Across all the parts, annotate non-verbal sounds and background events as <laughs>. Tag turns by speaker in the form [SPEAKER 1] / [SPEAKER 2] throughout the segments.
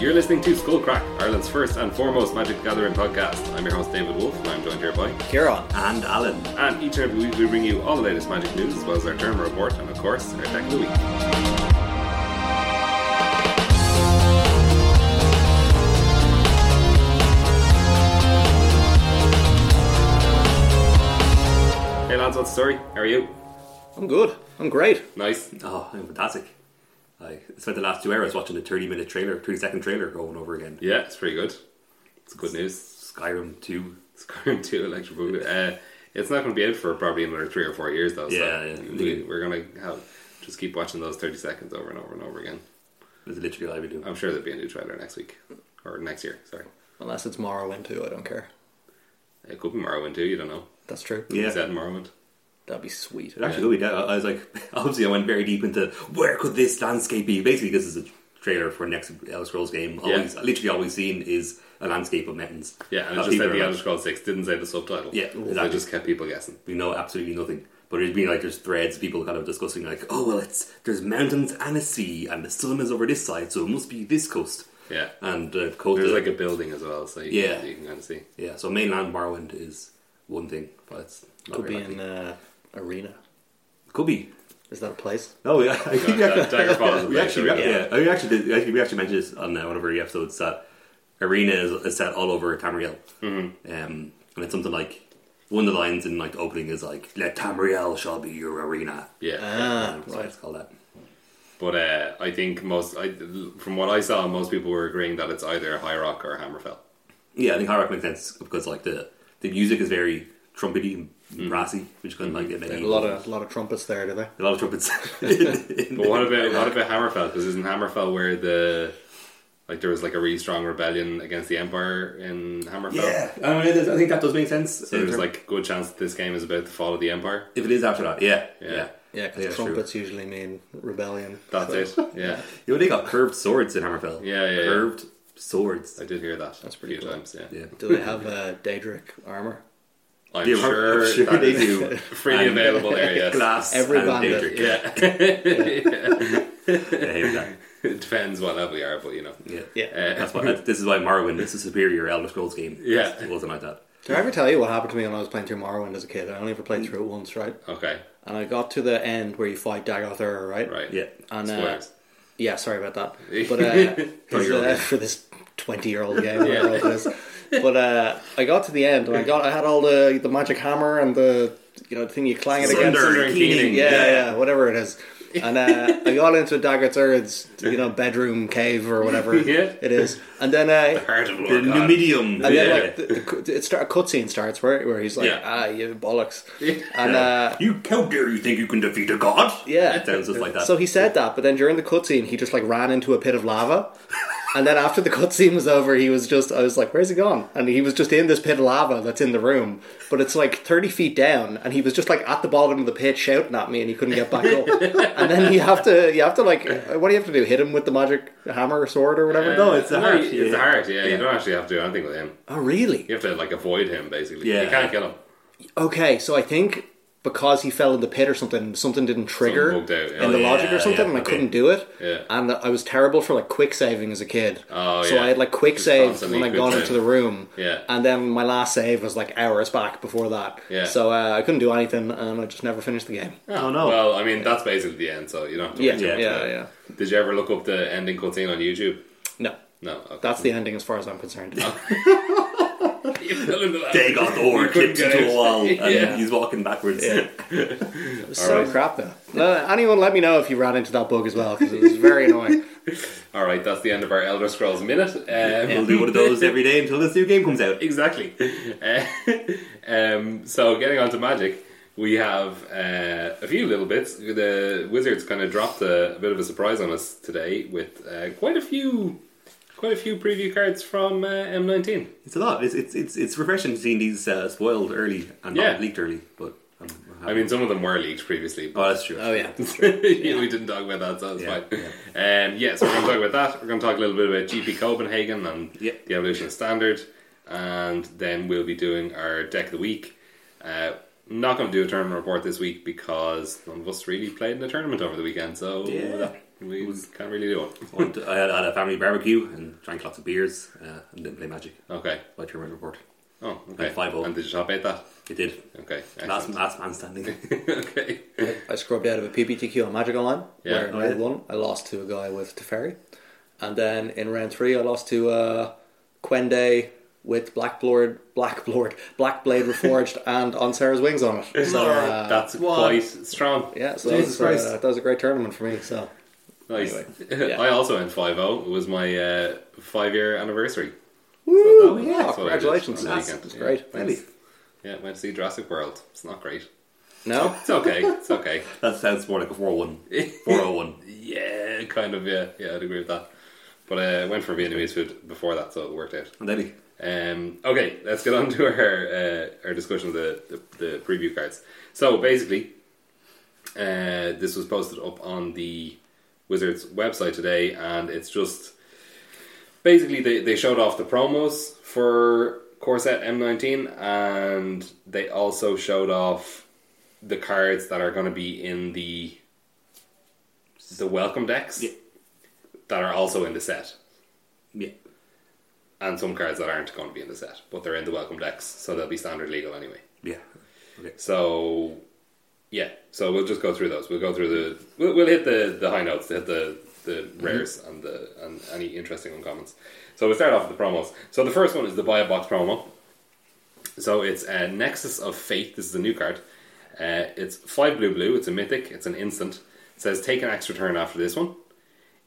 [SPEAKER 1] You're listening to Skullcrack, Ireland's first and foremost Magic the Gathering podcast. I'm your host David Wolf, and I'm joined here by
[SPEAKER 2] Kieran.
[SPEAKER 3] and Alan.
[SPEAKER 1] And each and every week we bring you all the latest Magic news, as well as our term report, and of course our deck of the week. Hey lads, what's the story? How are you?
[SPEAKER 2] I'm good. I'm great.
[SPEAKER 1] Nice.
[SPEAKER 3] Oh, I'm fantastic. I spent the last two hours watching a 30 minute trailer, 30 second trailer over and over again.
[SPEAKER 1] Yeah, it's pretty good. It's good news.
[SPEAKER 3] Skyrim 2.
[SPEAKER 1] Skyrim 2 Electric Boogaloo. Uh, it's not going to be out for probably another three or four years, though.
[SPEAKER 3] Yeah,
[SPEAKER 1] so
[SPEAKER 3] yeah.
[SPEAKER 1] We, we're going to have just keep watching those 30 seconds over and over and over again.
[SPEAKER 3] That's literally all I've been doing.
[SPEAKER 1] I'm sure there'll be a new trailer next week or next year. Sorry,
[SPEAKER 2] Unless it's Morrowind too, I don't care.
[SPEAKER 1] it could be Morrowind too. You don't know.
[SPEAKER 2] That's true.
[SPEAKER 3] Yeah.
[SPEAKER 1] Is that in Morrowind?
[SPEAKER 2] That'd be sweet.
[SPEAKER 3] It actually really did. I I was like, <laughs> obviously, I went very deep into where could this landscape be. Basically, this is a trailer for next Elder Scrolls game.
[SPEAKER 1] Yeah.
[SPEAKER 3] Always, literally, always seen is a landscape of mountains.
[SPEAKER 1] Yeah, and it
[SPEAKER 3] Uh,
[SPEAKER 1] just
[SPEAKER 3] people
[SPEAKER 1] said
[SPEAKER 3] are
[SPEAKER 1] the
[SPEAKER 3] like,
[SPEAKER 1] Elder Scrolls Six. Didn't say the subtitle.
[SPEAKER 3] Yeah,
[SPEAKER 1] so
[SPEAKER 3] exactly.
[SPEAKER 1] it just kept people guessing.
[SPEAKER 3] We know absolutely nothing. But it's been like there's threads, people kind of discussing like, oh well, it's there's mountains and a sea, and the sun is over this side, so it must be this coast.
[SPEAKER 1] Yeah,
[SPEAKER 3] And uh, coast
[SPEAKER 1] there's like a building as well, so you,
[SPEAKER 3] Yeah.
[SPEAKER 1] you can kind of see.
[SPEAKER 3] Yeah, so mainland Morrowind is one thing, but it's not
[SPEAKER 2] Could
[SPEAKER 3] very
[SPEAKER 2] be
[SPEAKER 3] likely.
[SPEAKER 2] in uh, Arena.
[SPEAKER 3] Could be.
[SPEAKER 2] Is that a place?
[SPEAKER 3] Oh <laughs> yeah, I think
[SPEAKER 1] Uh, Daggerfall. is
[SPEAKER 3] we
[SPEAKER 1] like-
[SPEAKER 3] actually, yeah, yeah. we actually did. Actually, we actually mentioned this on uh, one of our episodes that arena is, is set all over Tamriel, mm-hmm. um, and it's something like one of the lines in like the opening is like "Let Tamriel shall be your arena."
[SPEAKER 1] yeah.
[SPEAKER 2] Ah,
[SPEAKER 3] Uh-huh. so
[SPEAKER 2] right.
[SPEAKER 3] it's called that.
[SPEAKER 1] But uh, I think most, I, from what I saw, most people were agreeing that it's either High Rock or Hammerfell.
[SPEAKER 3] Yeah, I think High Rock makes sense because like the the music is very trumpety and brassy, which kind of like
[SPEAKER 2] Mm-hmm. A
[SPEAKER 3] medieval-
[SPEAKER 2] lot of lot of trumpets there, do they?
[SPEAKER 3] a lot
[SPEAKER 2] <laughs>
[SPEAKER 3] of trumpets. In-
[SPEAKER 1] But what
[SPEAKER 3] in- <laughs>
[SPEAKER 1] about what about Hammerfell? Because isn't Hammerfell where the like there was like a really strong rebellion against the Empire in Hammerfell?
[SPEAKER 3] Yeah, I, mean, it is- I think that does make sense.
[SPEAKER 1] So
[SPEAKER 3] in
[SPEAKER 1] there's
[SPEAKER 3] terms-
[SPEAKER 1] like good chance that this game is about the fall of the Empire.
[SPEAKER 3] If it is after that, yeah, yeah,
[SPEAKER 1] Yeah.
[SPEAKER 2] Yeah, because
[SPEAKER 3] it's
[SPEAKER 2] trumpets usually mean rebellion.
[SPEAKER 1] That's
[SPEAKER 2] So-
[SPEAKER 1] <laughs> it. Yeah,
[SPEAKER 3] True. You know, they got curved swords in Hammerfell.
[SPEAKER 1] Yeah, yeah, yeah.
[SPEAKER 3] curved swords.
[SPEAKER 1] I did hear that.
[SPEAKER 2] That's pretty
[SPEAKER 1] a few
[SPEAKER 2] cool.
[SPEAKER 1] times. Yeah,
[SPEAKER 3] Yeah,
[SPEAKER 2] Do they have uh, Daedric armor?
[SPEAKER 1] I'm,
[SPEAKER 3] Yeah, I'm
[SPEAKER 1] sure
[SPEAKER 3] sure
[SPEAKER 1] that
[SPEAKER 3] they
[SPEAKER 1] is
[SPEAKER 3] do.
[SPEAKER 1] Freely
[SPEAKER 3] And-
[SPEAKER 1] available there. Yes.
[SPEAKER 3] glass.
[SPEAKER 2] Every
[SPEAKER 3] and
[SPEAKER 2] bandit.
[SPEAKER 3] Daedric.
[SPEAKER 1] Yeah. <laughs>
[SPEAKER 3] Yeah, here we go.
[SPEAKER 1] it depends what level you are, but you know.
[SPEAKER 3] Yeah,
[SPEAKER 2] Yeah.
[SPEAKER 1] Uh,
[SPEAKER 3] That's why. That's, this is why Morrowind is a superior Elder Scrolls game.
[SPEAKER 1] Yeah.
[SPEAKER 3] it wasn't like that.
[SPEAKER 2] Did I ever tell you what happened to me when I was playing through Morrowind as a kid? I only ever played through it once, right?
[SPEAKER 1] Okay.
[SPEAKER 2] And I got to the end where you fight Dagothera, right?
[SPEAKER 1] Right.
[SPEAKER 3] Yeah,
[SPEAKER 2] And uh,
[SPEAKER 1] Spoilers.
[SPEAKER 2] Yeah, sorry about that. But uh, his,
[SPEAKER 3] Twenty-year-old
[SPEAKER 2] uh,
[SPEAKER 3] game.
[SPEAKER 2] for this twenty-year-old game, whatever it is. But uh, I got to the end, and I got I had all the the magic hammer and the you know the thing you clang it against.
[SPEAKER 1] Thunder and Keening.
[SPEAKER 2] Yeah, yeah, whatever it is. And uh, I got into Dagothera's you know bedroom cave or whatever
[SPEAKER 1] Yeah.
[SPEAKER 2] it is, and then uh,
[SPEAKER 1] Heart of
[SPEAKER 3] The
[SPEAKER 1] Lord God.
[SPEAKER 3] Numidium.
[SPEAKER 2] and then
[SPEAKER 1] Yeah.
[SPEAKER 2] like the, the, cu- it start a cutscene starts where where he's like
[SPEAKER 1] Yeah.
[SPEAKER 2] ah you bollocks and. Uh,
[SPEAKER 3] you how dare you think you can defeat a god?
[SPEAKER 2] Yeah.
[SPEAKER 3] it sounds just like that.
[SPEAKER 2] So he said that, but then during the cutscene, he just like ran into a pit of lava. And then after the cutscene was over, he was just, I was like, where's he gone? And he was just in this pit of lava that's in the room, but it's like 30 feet down. And he was just like at the bottom of the pit shouting at me and he couldn't get back up. And then you have to, you have to like, what do you have to do? Hit him with the magic hammer or sword or whatever?
[SPEAKER 3] No, it's a heart,
[SPEAKER 1] It's
[SPEAKER 3] yeah.
[SPEAKER 1] a heart. Yeah, you don't actually have to do anything with him.
[SPEAKER 2] Oh, really?
[SPEAKER 1] You have to like avoid him basically.
[SPEAKER 3] Yeah.
[SPEAKER 1] You can't kill him.
[SPEAKER 2] Okay, so I think because he fell in the pit or something, something didn't trigger
[SPEAKER 1] Something bugged out, yeah.
[SPEAKER 2] in the
[SPEAKER 3] Oh, yeah,
[SPEAKER 2] logic or something,
[SPEAKER 3] yeah,
[SPEAKER 2] and I
[SPEAKER 3] okay.
[SPEAKER 2] couldn't do it.
[SPEAKER 1] Yeah.
[SPEAKER 2] And I was terrible for like quick saving as a kid.
[SPEAKER 1] Oh,
[SPEAKER 2] so
[SPEAKER 1] yeah.
[SPEAKER 2] I had like quick
[SPEAKER 1] Just
[SPEAKER 2] saves
[SPEAKER 1] constantly
[SPEAKER 2] when I
[SPEAKER 1] quick
[SPEAKER 2] got
[SPEAKER 1] save.
[SPEAKER 2] into the room.
[SPEAKER 1] Yeah.
[SPEAKER 2] And then my last save was like hours back before that.
[SPEAKER 1] Yeah.
[SPEAKER 2] So uh, I couldn't do anything, and I just never finished the game.
[SPEAKER 3] oh no.
[SPEAKER 1] Well, I mean that's basically the end, so you don't have to.
[SPEAKER 2] Yeah,
[SPEAKER 1] wait
[SPEAKER 2] yeah,
[SPEAKER 1] till-
[SPEAKER 2] yeah,
[SPEAKER 1] Did you ever look up the ending cutscene on YouTube?
[SPEAKER 2] No,
[SPEAKER 1] No. Okay.
[SPEAKER 2] that's the ending as far as
[SPEAKER 1] <laughs>
[SPEAKER 2] I'm concerned.
[SPEAKER 1] You fell into that.
[SPEAKER 3] they got the horn
[SPEAKER 1] You couldn't
[SPEAKER 3] clipped
[SPEAKER 1] get
[SPEAKER 3] into
[SPEAKER 1] out.
[SPEAKER 3] a wall, and
[SPEAKER 1] <laughs> Yeah.
[SPEAKER 3] he's walking backwards.
[SPEAKER 2] It was so
[SPEAKER 1] right.
[SPEAKER 2] crap though. Uh, anyone, let me know if you ran into that bug as well because it was very
[SPEAKER 1] <laughs>
[SPEAKER 2] annoying.
[SPEAKER 1] All right, that's the end of our Elder Scrolls minute. Um,
[SPEAKER 3] We'll do one of those every day until this new game comes out.
[SPEAKER 1] <laughs> Exactly. Uh, <laughs> um, so getting on to magic, we have uh, a few little bits. The Wizards kind of dropped a, a bit of a surprise on us today with uh, quite a few, quite a few preview cards from uh, M19.
[SPEAKER 3] It's a lot. It's it's it's, it's refreshing seeing these uh, spoiled early and
[SPEAKER 1] Yeah.
[SPEAKER 3] not leaked early. But I'm, I'm happy.
[SPEAKER 1] I mean, some of them were leaked previously, but <laughs>
[SPEAKER 3] oh, that's true.
[SPEAKER 2] Oh yeah.
[SPEAKER 1] we didn't talk about that, so it's
[SPEAKER 3] Yeah,
[SPEAKER 1] fine. Um, yeah, so we're going to talk about that. We're going to talk a little bit about GP Copenhagen and
[SPEAKER 3] Yeah.
[SPEAKER 1] the evolution of standard, and then we'll be doing our deck of the week. Uh, not going to do a tournament report this week because none of us really played in the tournament over the weekend, so
[SPEAKER 3] Yeah.
[SPEAKER 1] that We can't really do it.
[SPEAKER 3] <laughs> I, went to- I had, had a family barbecue and drank lots of beers uh, and didn't play Magic.
[SPEAKER 1] Okay.
[SPEAKER 3] By tournament report,
[SPEAKER 1] Oh, okay.
[SPEAKER 3] And five oh.
[SPEAKER 1] And did you top eight that?
[SPEAKER 3] it did.
[SPEAKER 1] Okay.
[SPEAKER 3] Last,
[SPEAKER 1] excellent.
[SPEAKER 3] last man standing. <laughs>
[SPEAKER 1] <laughs> okay.
[SPEAKER 2] I scrubbed out of a PPTQ on Magic Online.
[SPEAKER 1] Yeah.
[SPEAKER 2] where
[SPEAKER 1] Oh,
[SPEAKER 2] I
[SPEAKER 3] yeah.
[SPEAKER 2] won. I lost to a guy with Teferi. And then in round three, I lost to uh, Quende with Blackblord, Blackblord, Blackblade
[SPEAKER 1] <laughs>
[SPEAKER 2] Reforged, and On Sarah's Wings on it. So, uh,
[SPEAKER 1] That's
[SPEAKER 3] What?
[SPEAKER 1] quite strong.
[SPEAKER 2] yeah, so
[SPEAKER 3] Jesus
[SPEAKER 2] that, was, uh,
[SPEAKER 3] Christ.
[SPEAKER 2] that was a great tournament for me. So
[SPEAKER 1] Nice. <laughs>
[SPEAKER 2] Anyway, yeah.
[SPEAKER 1] I also went 5 0. It was my uh, five year anniversary.
[SPEAKER 2] Woo,
[SPEAKER 1] was-
[SPEAKER 2] yeah,
[SPEAKER 1] that's what I did
[SPEAKER 2] congratulations.
[SPEAKER 1] on the
[SPEAKER 2] That's,
[SPEAKER 1] weekend.
[SPEAKER 2] that's
[SPEAKER 1] Yeah.
[SPEAKER 2] great.
[SPEAKER 3] Really?
[SPEAKER 1] Yeah, went to see Jurassic World. It's not great.
[SPEAKER 2] No?
[SPEAKER 1] It's
[SPEAKER 2] <laughs>
[SPEAKER 1] okay. It's okay.
[SPEAKER 3] That sounds more like a 401.
[SPEAKER 1] <laughs>
[SPEAKER 3] 401.
[SPEAKER 1] Yeah, kind of. Yeah, yeah, I'd agree with that. But I uh, went for Vietnamese food before that, so it worked out.
[SPEAKER 3] And then he,
[SPEAKER 1] Um, okay, let's get on to <laughs> our uh, our discussion of the, the, the preview cards. So basically, uh, this was posted up on the Wizards website today, and it's just basically they, they showed off the promos for Corset M19, and they also showed off the cards that are going to be in the the welcome decks
[SPEAKER 3] Yeah.
[SPEAKER 1] that are also in the set
[SPEAKER 3] yeah.
[SPEAKER 1] and some cards that aren't going to be in the set, but they're in the welcome decks, so they'll be standard legal anyway.
[SPEAKER 3] Yeah.
[SPEAKER 1] <laughs>
[SPEAKER 3] Okay.
[SPEAKER 1] So, yeah, so we'll just go through those. We'll go through the we'll, we'll hit the the high notes, hit the the rares and the and any interesting uncommons. So we'll start off with the promos. So the first one is the buy a box promo. So it's uh, Nexus of Fate. This is a new card. Uh, it's five blue blue. It's a mythic. It's an instant. It says take an extra turn after this one.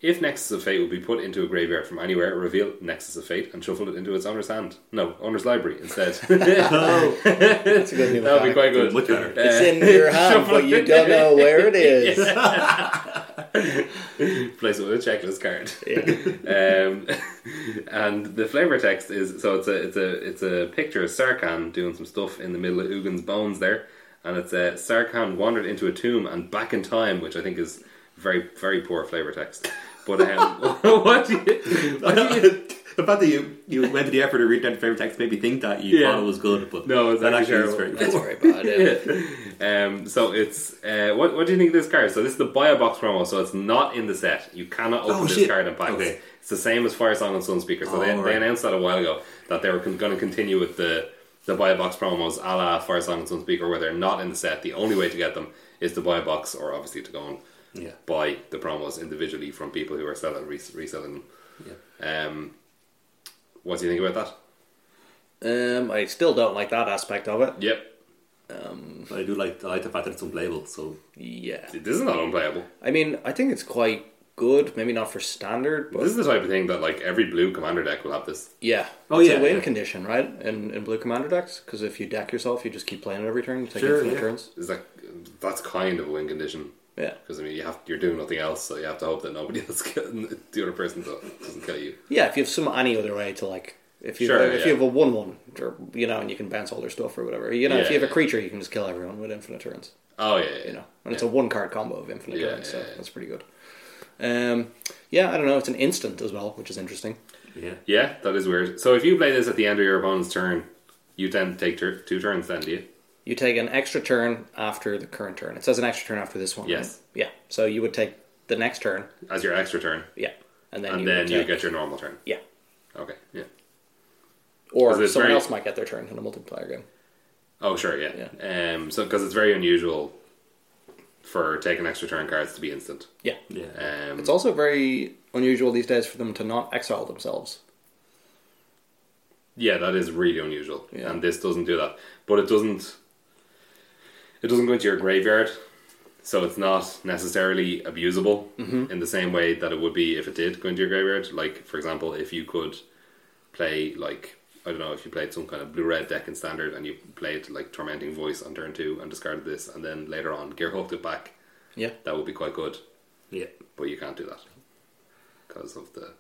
[SPEAKER 1] If Nexus of Fate will be put into a graveyard from anywhere, reveal Nexus of Fate and shuffle it into its owner's hand. No, owner's library instead. <laughs> that
[SPEAKER 2] That's a
[SPEAKER 1] <laughs>
[SPEAKER 2] good new
[SPEAKER 1] would be
[SPEAKER 2] mechanic.
[SPEAKER 1] quite good.
[SPEAKER 3] Much better.
[SPEAKER 1] Uh,
[SPEAKER 2] It's in
[SPEAKER 1] <laughs>
[SPEAKER 2] your hand,
[SPEAKER 1] Shuffle
[SPEAKER 2] but you
[SPEAKER 1] it.
[SPEAKER 2] don't know where it is.
[SPEAKER 1] <laughs> Place it with a checklist card.
[SPEAKER 2] <laughs> Yeah.
[SPEAKER 1] um, <laughs> and the flavor text is so it's a it's a it's a picture of Sarkhan doing some stuff in the middle of Ugin's bones there, and it's uh, Sarkhan wandered into a tomb and back in time, which I think is very very poor flavor text. But um, <laughs> what do you, what do you
[SPEAKER 3] <laughs> the fact that you, you went to the effort to read down the favorite text made me think that you
[SPEAKER 1] Yeah.
[SPEAKER 3] thought it was good, but
[SPEAKER 1] No, it's
[SPEAKER 3] that
[SPEAKER 1] actually
[SPEAKER 3] actually is
[SPEAKER 1] terrible.
[SPEAKER 3] very
[SPEAKER 2] That's very bad.
[SPEAKER 1] <laughs>
[SPEAKER 2] Yeah.
[SPEAKER 1] um, so it's uh, what what do you think of this card? So this is the bio box promo, so it's not in the set. You cannot open
[SPEAKER 3] Oh,
[SPEAKER 1] this
[SPEAKER 3] shit.
[SPEAKER 1] card in packs.
[SPEAKER 3] Okay.
[SPEAKER 1] It's the same as Fire Song and Sun Speaker. So
[SPEAKER 3] Oh,
[SPEAKER 1] they, they
[SPEAKER 3] alright.
[SPEAKER 1] announced that a while ago that they were con- going to continue with the the buy a box promos a la Fire Song and Sun Speaker, where they're not in the set. The only way to get them is to buy a box, or obviously to go and
[SPEAKER 3] Yeah.
[SPEAKER 1] buy the promos individually from people who are selling res- reselling
[SPEAKER 3] Yeah.
[SPEAKER 1] them. Um, what do you think about
[SPEAKER 2] Um, I still don't like that aspect of it.
[SPEAKER 1] that? Yep,
[SPEAKER 3] But I do like I like the fact that it's unplayable, so
[SPEAKER 2] Yeah.
[SPEAKER 1] this is not unplayable.
[SPEAKER 2] I mean, I think it's quite good. Maybe not for standard, but
[SPEAKER 1] This is the type of thing that like every blue commander deck will have this.
[SPEAKER 2] yeah.
[SPEAKER 3] Oh,
[SPEAKER 2] it's
[SPEAKER 3] yeah,
[SPEAKER 2] a win
[SPEAKER 3] yeah.
[SPEAKER 2] condition, right? In, in blue commander decks, because if you deck yourself, you just keep playing it every turn. You take
[SPEAKER 3] Sure,
[SPEAKER 2] infinite
[SPEAKER 3] yeah.
[SPEAKER 2] turns.
[SPEAKER 1] is that that's kind of a win condition
[SPEAKER 2] Yeah,
[SPEAKER 1] because I mean you have you're doing nothing else, so you have to hope that nobody <laughs> else kill, the other person do- doesn't kill you.
[SPEAKER 2] yeah. If you have some any other way to like, if you
[SPEAKER 1] Sure,
[SPEAKER 2] if
[SPEAKER 1] yeah.
[SPEAKER 2] you have a one one, or you know, and you can bounce all their stuff or whatever. You know, if
[SPEAKER 1] Yeah,
[SPEAKER 2] you have
[SPEAKER 1] yeah.
[SPEAKER 2] a creature, you can just kill everyone with infinite turns.
[SPEAKER 1] Oh yeah, yeah,
[SPEAKER 2] you know, and it's a one card combo of infinite
[SPEAKER 1] Yeah,
[SPEAKER 2] turns, so
[SPEAKER 1] yeah, yeah.
[SPEAKER 2] that's pretty good. Um, yeah, I don't know. It's an instant as well, which is interesting.
[SPEAKER 3] yeah.
[SPEAKER 1] yeah, that is weird. So if you play this at the end of your opponent's turn, you tend to take tur- two turns, then do you?
[SPEAKER 2] You take an extra turn after the current turn. It says an extra turn after this one.
[SPEAKER 1] Yes.
[SPEAKER 2] right? Yeah. So you would take the next turn.
[SPEAKER 1] As your extra turn,
[SPEAKER 2] Yeah. And then
[SPEAKER 1] and
[SPEAKER 2] you
[SPEAKER 1] then
[SPEAKER 2] would
[SPEAKER 1] you
[SPEAKER 2] take-
[SPEAKER 1] get your normal turn.
[SPEAKER 2] yeah.
[SPEAKER 1] Okay, yeah.
[SPEAKER 2] Or
[SPEAKER 1] 'Cause
[SPEAKER 2] someone
[SPEAKER 1] it's very-
[SPEAKER 2] else might get their turn in a multiplayer game.
[SPEAKER 1] Oh sure, yeah. Um, so because it's very unusual for taking extra turn cards to be instant.
[SPEAKER 2] Yeah.
[SPEAKER 3] Yeah.
[SPEAKER 1] Um,
[SPEAKER 2] It's also very unusual these days for them to not exile themselves.
[SPEAKER 1] Yeah, that is really unusual,
[SPEAKER 2] Yeah.
[SPEAKER 1] and this doesn't do that. But it doesn't. It doesn't go into your graveyard, so it's not necessarily abusable
[SPEAKER 2] Mm-hmm.
[SPEAKER 1] in the same way that it would be if it did go into your graveyard. Like, for example, if you could play like I don't know if you played some kind of blue red deck in standard and you played like tormenting voice on turn two and discarded this, and then later on gear hooked it back,
[SPEAKER 2] Yeah.
[SPEAKER 1] that would be quite good.
[SPEAKER 3] Yeah.
[SPEAKER 1] But you can't do that because of the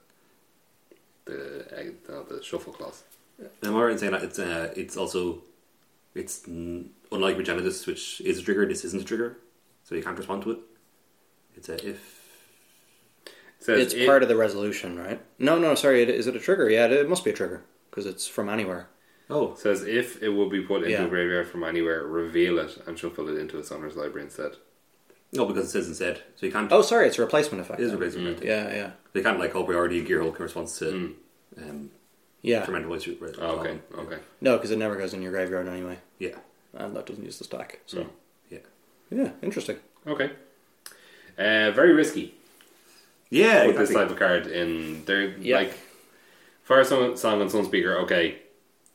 [SPEAKER 1] the uh, the shuffle clause.
[SPEAKER 3] Am I right in saying that it's uh, it's also it's n- unlike Regenesis, which is a trigger. This isn't a trigger, so you can't respond to it. It's a if
[SPEAKER 1] It says
[SPEAKER 2] it's
[SPEAKER 1] it-
[SPEAKER 2] part of the resolution, right? No, no, sorry. It, is it a trigger? Yeah, it, it must be a trigger because it's from anywhere.
[SPEAKER 3] oh
[SPEAKER 1] Says if it will be put into
[SPEAKER 2] Yeah.
[SPEAKER 1] a graveyard from anywhere, reveal it and shuffle it into its owner's library instead.
[SPEAKER 3] No, because it says instead. So you can't.
[SPEAKER 2] Oh, sorry, it's a replacement effect.
[SPEAKER 3] It is a
[SPEAKER 1] Mm.
[SPEAKER 3] replacement. effect.
[SPEAKER 2] Yeah, yeah,
[SPEAKER 3] They can't like, oh, we already gear Hulk in response to um,
[SPEAKER 2] yeah.
[SPEAKER 3] tormented voice. Re-
[SPEAKER 1] Mm. Oh, okay, okay.
[SPEAKER 2] No, because it never goes in your graveyard anyway,
[SPEAKER 3] Yeah,
[SPEAKER 2] and that doesn't use the stack. So
[SPEAKER 1] Hmm.
[SPEAKER 3] yeah,
[SPEAKER 2] yeah, interesting.
[SPEAKER 1] Okay. Uh, very risky
[SPEAKER 3] yeah.
[SPEAKER 1] with this
[SPEAKER 3] exactly.
[SPEAKER 1] type of card. In they're
[SPEAKER 2] Yeah.
[SPEAKER 1] like Fire Song, Song and Sunspeaker. Okay,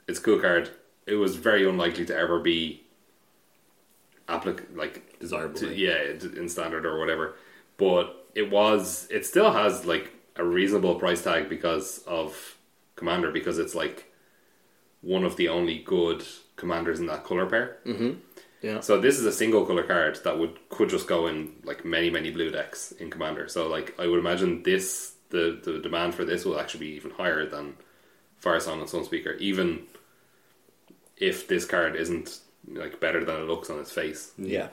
[SPEAKER 1] it's a cool card. It was very unlikely to ever be applic like
[SPEAKER 3] desirable.
[SPEAKER 1] to,
[SPEAKER 3] like.
[SPEAKER 1] yeah d- in standard or whatever. But it was. It still has like a reasonable price tag because of Commander because it's like one of the only good commanders in that color pair.
[SPEAKER 2] Yeah,
[SPEAKER 1] So this is a single color card that would could just go in like many many blue decks in Commander. So like I would imagine this the the demand for this will actually be even higher than Fire Song and Sunspeaker, even if this card isn't like better than it looks on its face.
[SPEAKER 2] yeah,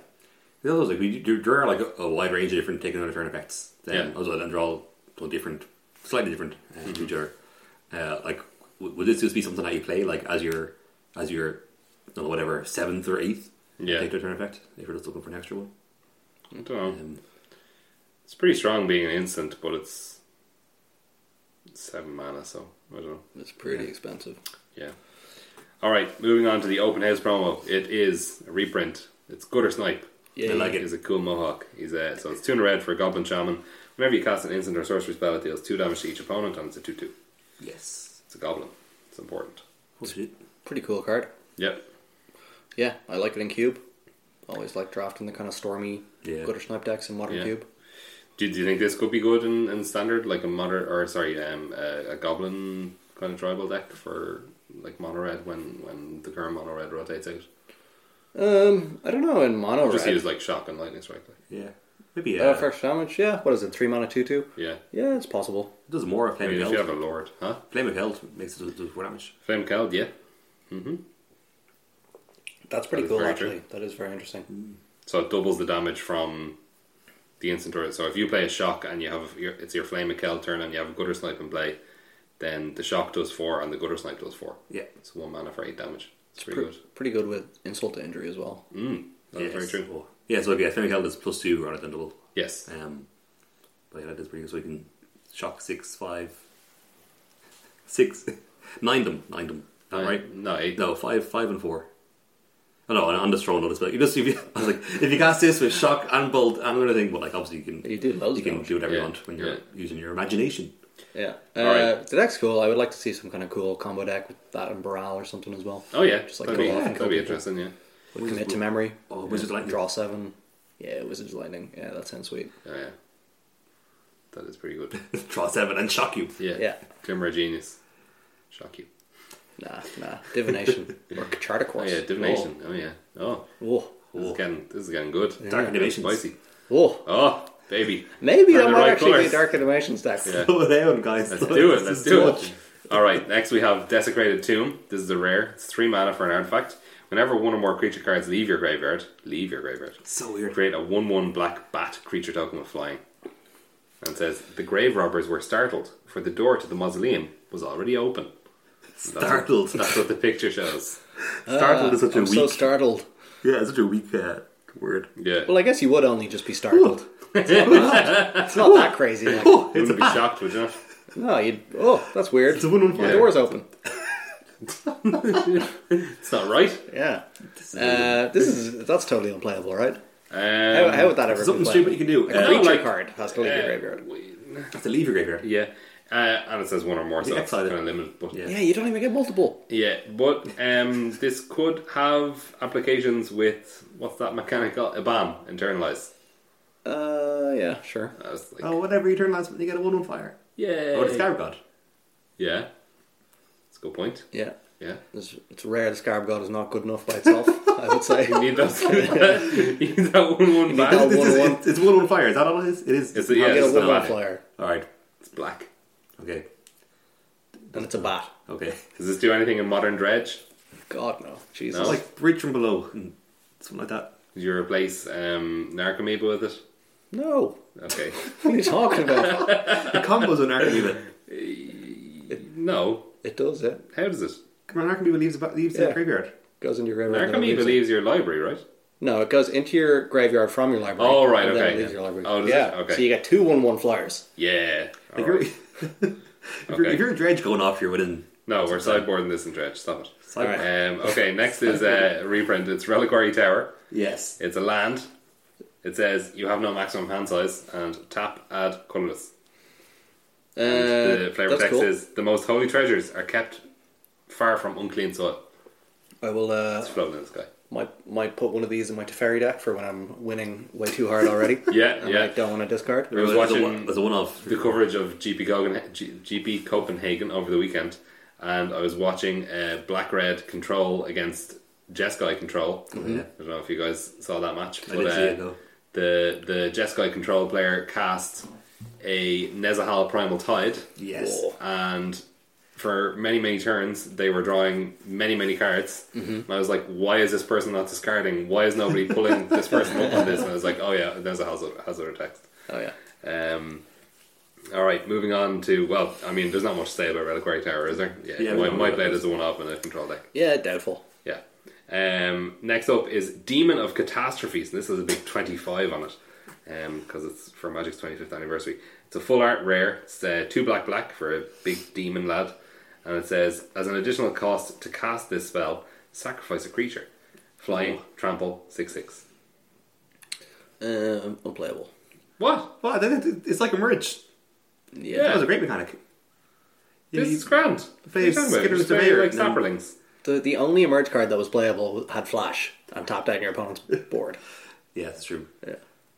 [SPEAKER 3] The other was like we do, there are like a, a wide range of different taking on return effects. Um,
[SPEAKER 1] Yeah. Mm-hmm.
[SPEAKER 3] Also, then they're all all different, slightly different uh, to each other. Uh, like, w- would this just be something that you play like as your as your I don't know, whatever seventh or eighth
[SPEAKER 1] Yeah.
[SPEAKER 3] take the return effect if you're just looking for an extra one?
[SPEAKER 1] I don't know.
[SPEAKER 3] Um,
[SPEAKER 1] It's pretty strong being an instant, but it's seven mana, so I don't know.
[SPEAKER 2] it's pretty expensive.
[SPEAKER 1] Yeah. All right, moving on to the open house promo. It is a reprint. It's Gutter Snipe.
[SPEAKER 2] Yeah.
[SPEAKER 3] I like it.
[SPEAKER 1] He's a cool mohawk. He's a, so it's two in a red for a goblin shaman. Whenever you cast an instant or sorcery spell, it deals two damage to each opponent, and it's a two-two.
[SPEAKER 3] yes. Oh,
[SPEAKER 1] It's a goblin. It's important.
[SPEAKER 3] What's it?
[SPEAKER 2] Pretty cool card.
[SPEAKER 1] Yep.
[SPEAKER 2] Yeah, I like it in cube. Always like drafting the kind of stormy
[SPEAKER 3] Yeah.
[SPEAKER 2] gutter snipe decks in modern
[SPEAKER 1] Yeah.
[SPEAKER 2] cube.
[SPEAKER 1] Do, do you think this could be good in, in standard, like a modern or sorry, um, a, a goblin kind of tribal deck for like mono red when when the current mono red rotates out?
[SPEAKER 2] Um, I don't know in mono
[SPEAKER 1] Just
[SPEAKER 2] red.
[SPEAKER 1] use like shock and lightning strike. Like.
[SPEAKER 3] Yeah. Maybe uh,
[SPEAKER 2] Uh, fresh damage. Yeah, what is it? Three mana, two two.
[SPEAKER 1] Yeah.
[SPEAKER 2] Yeah, it's possible.
[SPEAKER 3] it does more.
[SPEAKER 1] I
[SPEAKER 3] Flame
[SPEAKER 1] mean,
[SPEAKER 3] of
[SPEAKER 1] if you have
[SPEAKER 3] Held.
[SPEAKER 1] a lord, huh?
[SPEAKER 3] Flame of Held makes it do four damage.
[SPEAKER 1] Flame Keld, yeah.
[SPEAKER 2] That's pretty
[SPEAKER 1] That is
[SPEAKER 2] cool,
[SPEAKER 1] very
[SPEAKER 2] actually. That is very interesting.
[SPEAKER 1] So it doubles the damage from the instant turret. So if you play a shock and you have your, it's your flame Mikel turn and you have a gutter snipe in play, then the shock does four and the gutter snipe does four.
[SPEAKER 3] Yeah.
[SPEAKER 1] It's one mana for eight damage. It's pretty
[SPEAKER 2] Pre-
[SPEAKER 1] good.
[SPEAKER 2] pretty good with insult to injury as well.
[SPEAKER 1] Mm, that's
[SPEAKER 3] Yes.
[SPEAKER 1] very true.
[SPEAKER 3] Oh. Yeah. So yeah, Flame of Held is plus two rather than double.
[SPEAKER 1] Yes.
[SPEAKER 3] Um, but yeah, that is pretty good. So you can shock six, five, six, <laughs> nine them, nine them. All right.
[SPEAKER 1] No, eight.
[SPEAKER 3] No, five, five, and four. Oh no, I'm just throwing all this. But you just, if you, <laughs> I was like, if you cast this with shock and bolt and another thing, well, like obviously you
[SPEAKER 1] Mm.
[SPEAKER 3] can,
[SPEAKER 2] You do loads of
[SPEAKER 3] you can
[SPEAKER 2] damage.
[SPEAKER 3] do whatever you
[SPEAKER 1] Yeah,
[SPEAKER 3] want when you're
[SPEAKER 1] yeah.
[SPEAKER 3] using your imagination.
[SPEAKER 2] Yeah. Uh,
[SPEAKER 1] Alright.
[SPEAKER 2] The deck's cool. I would like to see some kind of cool combo deck with that and Boral or something as well.
[SPEAKER 1] Oh yeah,
[SPEAKER 2] Just like
[SPEAKER 1] that'd, be,
[SPEAKER 2] go off and
[SPEAKER 1] that'd
[SPEAKER 2] kill
[SPEAKER 1] be
[SPEAKER 2] people.
[SPEAKER 1] interesting. Yeah,
[SPEAKER 2] With commit to memory.
[SPEAKER 3] Oh, Wizard's Lightning.
[SPEAKER 2] Draw seven. Yeah, Wizard's Lightning. Yeah, that sounds sweet.
[SPEAKER 1] oh, yeah, that is pretty good.
[SPEAKER 3] <laughs> Draw seven and shock you.
[SPEAKER 1] Yeah,
[SPEAKER 2] Yeah.
[SPEAKER 1] Glimmer of Genius, shock you.
[SPEAKER 2] Nah, nah.
[SPEAKER 1] <laughs>
[SPEAKER 2] Divination. or Charter
[SPEAKER 1] Oh
[SPEAKER 2] Course.
[SPEAKER 1] yeah, divination. Oh, yeah. Oh,
[SPEAKER 2] Oh.
[SPEAKER 1] this is
[SPEAKER 3] Oh.
[SPEAKER 1] getting this is getting good.
[SPEAKER 3] Dark
[SPEAKER 1] That's
[SPEAKER 3] animations.
[SPEAKER 1] Spicy.
[SPEAKER 2] Oh.
[SPEAKER 1] Oh baby.
[SPEAKER 2] Maybe
[SPEAKER 1] We're
[SPEAKER 2] that
[SPEAKER 1] in the
[SPEAKER 2] might
[SPEAKER 1] right
[SPEAKER 2] actually be
[SPEAKER 1] colours.
[SPEAKER 2] a Dark Animations deck.
[SPEAKER 3] <laughs>
[SPEAKER 1] Yeah.
[SPEAKER 3] Slow down, guys.
[SPEAKER 1] Let's do it.
[SPEAKER 3] This
[SPEAKER 1] Let's
[SPEAKER 3] is
[SPEAKER 1] do
[SPEAKER 3] too
[SPEAKER 1] it. All right. Next, we have Desecrated Tomb. This is a rare. It's three mana for an artifact. Whenever one or more creature cards leave your graveyard, leave your graveyard.
[SPEAKER 3] <laughs> So weird.
[SPEAKER 1] Create a one-one black bat creature token with flying, and it says the grave robbers were startled, for the door to the mausoleum was already open. That's what-
[SPEAKER 3] Startled.
[SPEAKER 1] That's what the picture shows.
[SPEAKER 3] Startled is such a
[SPEAKER 2] I'm
[SPEAKER 3] weak.
[SPEAKER 2] so startled.
[SPEAKER 3] yeah, it's such a weak uh, word.
[SPEAKER 1] Yeah.
[SPEAKER 2] Well, I guess you would only just be startled. It's not that crazy. Like,
[SPEAKER 3] Oh,
[SPEAKER 1] you
[SPEAKER 3] it's a
[SPEAKER 1] wouldn't be
[SPEAKER 3] bat.
[SPEAKER 1] shocked, would you? not?
[SPEAKER 2] no, you'd. Oh, that's weird.
[SPEAKER 3] It's a one-one
[SPEAKER 2] The
[SPEAKER 3] five.
[SPEAKER 2] door's open.
[SPEAKER 1] It's not right.
[SPEAKER 2] Yeah. Uh, this is that's totally unplayable, right? How,
[SPEAKER 1] Um,
[SPEAKER 2] how would that ever
[SPEAKER 3] Something
[SPEAKER 2] be playable?
[SPEAKER 3] stupid you can do.
[SPEAKER 2] A
[SPEAKER 3] Uh,
[SPEAKER 1] No,
[SPEAKER 2] creature
[SPEAKER 1] like-
[SPEAKER 2] card has to leave your graveyard.
[SPEAKER 1] we-
[SPEAKER 3] have to leave your graveyard.
[SPEAKER 1] yeah. Uh, and it says one or more, so
[SPEAKER 3] Yeah,
[SPEAKER 1] it's kind
[SPEAKER 3] excited.
[SPEAKER 1] of limited. But
[SPEAKER 3] Yeah.
[SPEAKER 2] Yeah, you don't even get multiple.
[SPEAKER 1] Yeah, but um, this could have applications with what's that mechanical Ibam internalized.
[SPEAKER 2] Uh, yeah, sure.
[SPEAKER 1] I was like,
[SPEAKER 3] Oh, whatever you turn last, you get a one on fire.
[SPEAKER 1] yeah,
[SPEAKER 3] Oh, the Scarab <laughs> God.
[SPEAKER 1] yeah, it's a good point.
[SPEAKER 2] Yeah,
[SPEAKER 1] Yeah,
[SPEAKER 2] it's, it's rare the Scarab God is not good enough by itself. I
[SPEAKER 1] <laughs>
[SPEAKER 2] would say.
[SPEAKER 1] you need that. you need that one one
[SPEAKER 2] need
[SPEAKER 1] back.
[SPEAKER 2] that
[SPEAKER 3] It's,
[SPEAKER 2] one.
[SPEAKER 3] it's, it's, one on fire. Is that all it is? It is.
[SPEAKER 1] It's a- yeah,
[SPEAKER 2] You get a
[SPEAKER 1] it's
[SPEAKER 2] one
[SPEAKER 1] not
[SPEAKER 2] one
[SPEAKER 1] bad.
[SPEAKER 2] flyer,
[SPEAKER 3] All right.
[SPEAKER 1] It's black.
[SPEAKER 3] Okay.
[SPEAKER 2] and it's a bat.
[SPEAKER 3] Okay.
[SPEAKER 1] Does this do anything in modern dredge?
[SPEAKER 2] God no, Jesus.
[SPEAKER 1] No.
[SPEAKER 3] It's <laughs> like bridge from below and something like that.
[SPEAKER 1] Did you replace um, Narcomoeba with it?
[SPEAKER 2] No.
[SPEAKER 3] <laughs>
[SPEAKER 1] Okay,
[SPEAKER 2] What are you talking about? <laughs>
[SPEAKER 3] The combos on Archimedes.
[SPEAKER 1] no.
[SPEAKER 2] it does. It
[SPEAKER 1] How does it?
[SPEAKER 3] Come on, Archimedes leaves, about, leaves
[SPEAKER 2] Yeah.
[SPEAKER 3] the graveyard.
[SPEAKER 2] goes into your graveyard. and then it
[SPEAKER 1] Narcomoeba
[SPEAKER 2] leaves it.
[SPEAKER 1] leaves your library, right?
[SPEAKER 2] No, it goes into your graveyard from your library.
[SPEAKER 1] Oh, right,
[SPEAKER 2] and then
[SPEAKER 1] okay,
[SPEAKER 2] it leaves
[SPEAKER 1] yeah.
[SPEAKER 2] your library.
[SPEAKER 1] Oh, does it?
[SPEAKER 2] yeah.
[SPEAKER 1] Okay.
[SPEAKER 2] So you get two one one flyers.
[SPEAKER 1] Yeah.
[SPEAKER 3] Like
[SPEAKER 1] All
[SPEAKER 3] you're, <laughs>
[SPEAKER 1] right.
[SPEAKER 3] if, you're, if you're a dredge going off, you're within.
[SPEAKER 1] No, we're sideboarding this in dredge. Stop it.
[SPEAKER 3] Side
[SPEAKER 2] All right.
[SPEAKER 1] Um, okay, next is uh, a reprint. It's Reliquary Tower.
[SPEAKER 3] Yes.
[SPEAKER 1] It's a land. It says you have no maximum hand size and tap add colorless.
[SPEAKER 2] Uh,
[SPEAKER 1] the flavor
[SPEAKER 2] that's
[SPEAKER 1] text
[SPEAKER 2] cool.
[SPEAKER 1] is the most holy treasures are kept far from unclean soil.
[SPEAKER 2] I will uh,
[SPEAKER 1] It's floating in the sky.
[SPEAKER 2] might might put one of these in my Teferi deck for when I'm winning way too hard already.
[SPEAKER 1] <laughs> Yeah,
[SPEAKER 2] and I
[SPEAKER 1] yeah.
[SPEAKER 2] don't want to discard.
[SPEAKER 1] I was
[SPEAKER 3] There's a
[SPEAKER 1] watching
[SPEAKER 3] one- there's a one off.
[SPEAKER 1] the coverage of GP Copenhagen, GP Copenhagen over the weekend, and I was watching uh, Black Red Control against Jeskai Control.
[SPEAKER 3] yeah.
[SPEAKER 1] I don't know if you guys saw that match, but
[SPEAKER 3] did see it,
[SPEAKER 1] uh,
[SPEAKER 3] though.
[SPEAKER 1] the the Jeskai Control player cast a Nezahal Primal Tide,
[SPEAKER 3] Yes.
[SPEAKER 2] Whoa.
[SPEAKER 1] and for many many turns they were drawing many many cards.
[SPEAKER 3] Mm-hmm.
[SPEAKER 1] And I was like, why is this person not discarding? Why is nobody
[SPEAKER 3] <laughs>
[SPEAKER 1] pulling this person up on this? And I was like, oh yeah, Nezahal's a hazard text.
[SPEAKER 2] Oh yeah.
[SPEAKER 1] Um, all right, moving on to well, I mean, there's not much to say about Reliquary Tower, is there? Yeah,
[SPEAKER 3] Yeah, we
[SPEAKER 1] my,
[SPEAKER 3] don't
[SPEAKER 1] my
[SPEAKER 3] know.
[SPEAKER 1] blade is the one off in the control deck.
[SPEAKER 2] Yeah, doubtful.
[SPEAKER 1] Yeah. Um, next up is Demon of Catastrophes, and this is a big 25 on it because it's for Magic's 25th anniversary. It's a full art rare. It's uh, two black black for a big demon lad, and it says as an additional cost to cast this spell, sacrifice a creature, flying, trample, six six.
[SPEAKER 2] Um, unplayable.
[SPEAKER 1] What?
[SPEAKER 3] Wow, that- that- it's like a merge. That
[SPEAKER 2] Yeah.
[SPEAKER 3] was a great mechanic. You-
[SPEAKER 1] This is grand.
[SPEAKER 3] play
[SPEAKER 1] What are you talking about?
[SPEAKER 3] Skinner's
[SPEAKER 1] Just play
[SPEAKER 3] Surveyor,
[SPEAKER 1] like
[SPEAKER 3] no.
[SPEAKER 1] sapperlings.
[SPEAKER 2] The the only emerge card that was playable had flash and top down your opponent's board.
[SPEAKER 3] yeah, it's true.
[SPEAKER 2] Yeah.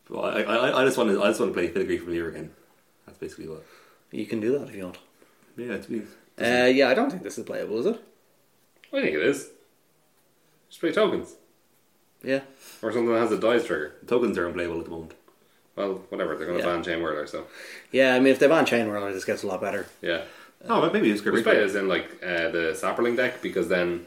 [SPEAKER 3] Well, I, I, I just want to, I just want to play Filigree from here again. That's basically what.
[SPEAKER 2] You can do that if you want.
[SPEAKER 3] Yeah, it's me.
[SPEAKER 2] Uh, yeah, I don't think this is playable, is it?
[SPEAKER 1] I think it is. Just play tokens.
[SPEAKER 2] Yeah.
[SPEAKER 1] Or something that has a dice trigger.
[SPEAKER 3] Tokens are unplayable at the moment.
[SPEAKER 1] Well, whatever, they're going to
[SPEAKER 2] Yeah.
[SPEAKER 1] ban Chain Whirler, so.
[SPEAKER 2] Yeah, I mean, if they ban Chain Whirler, this gets a lot better.
[SPEAKER 1] Yeah.
[SPEAKER 3] No, Oh, but maybe it's
[SPEAKER 1] We
[SPEAKER 3] great.
[SPEAKER 1] play it as in, like, uh, the Sapperling deck, because then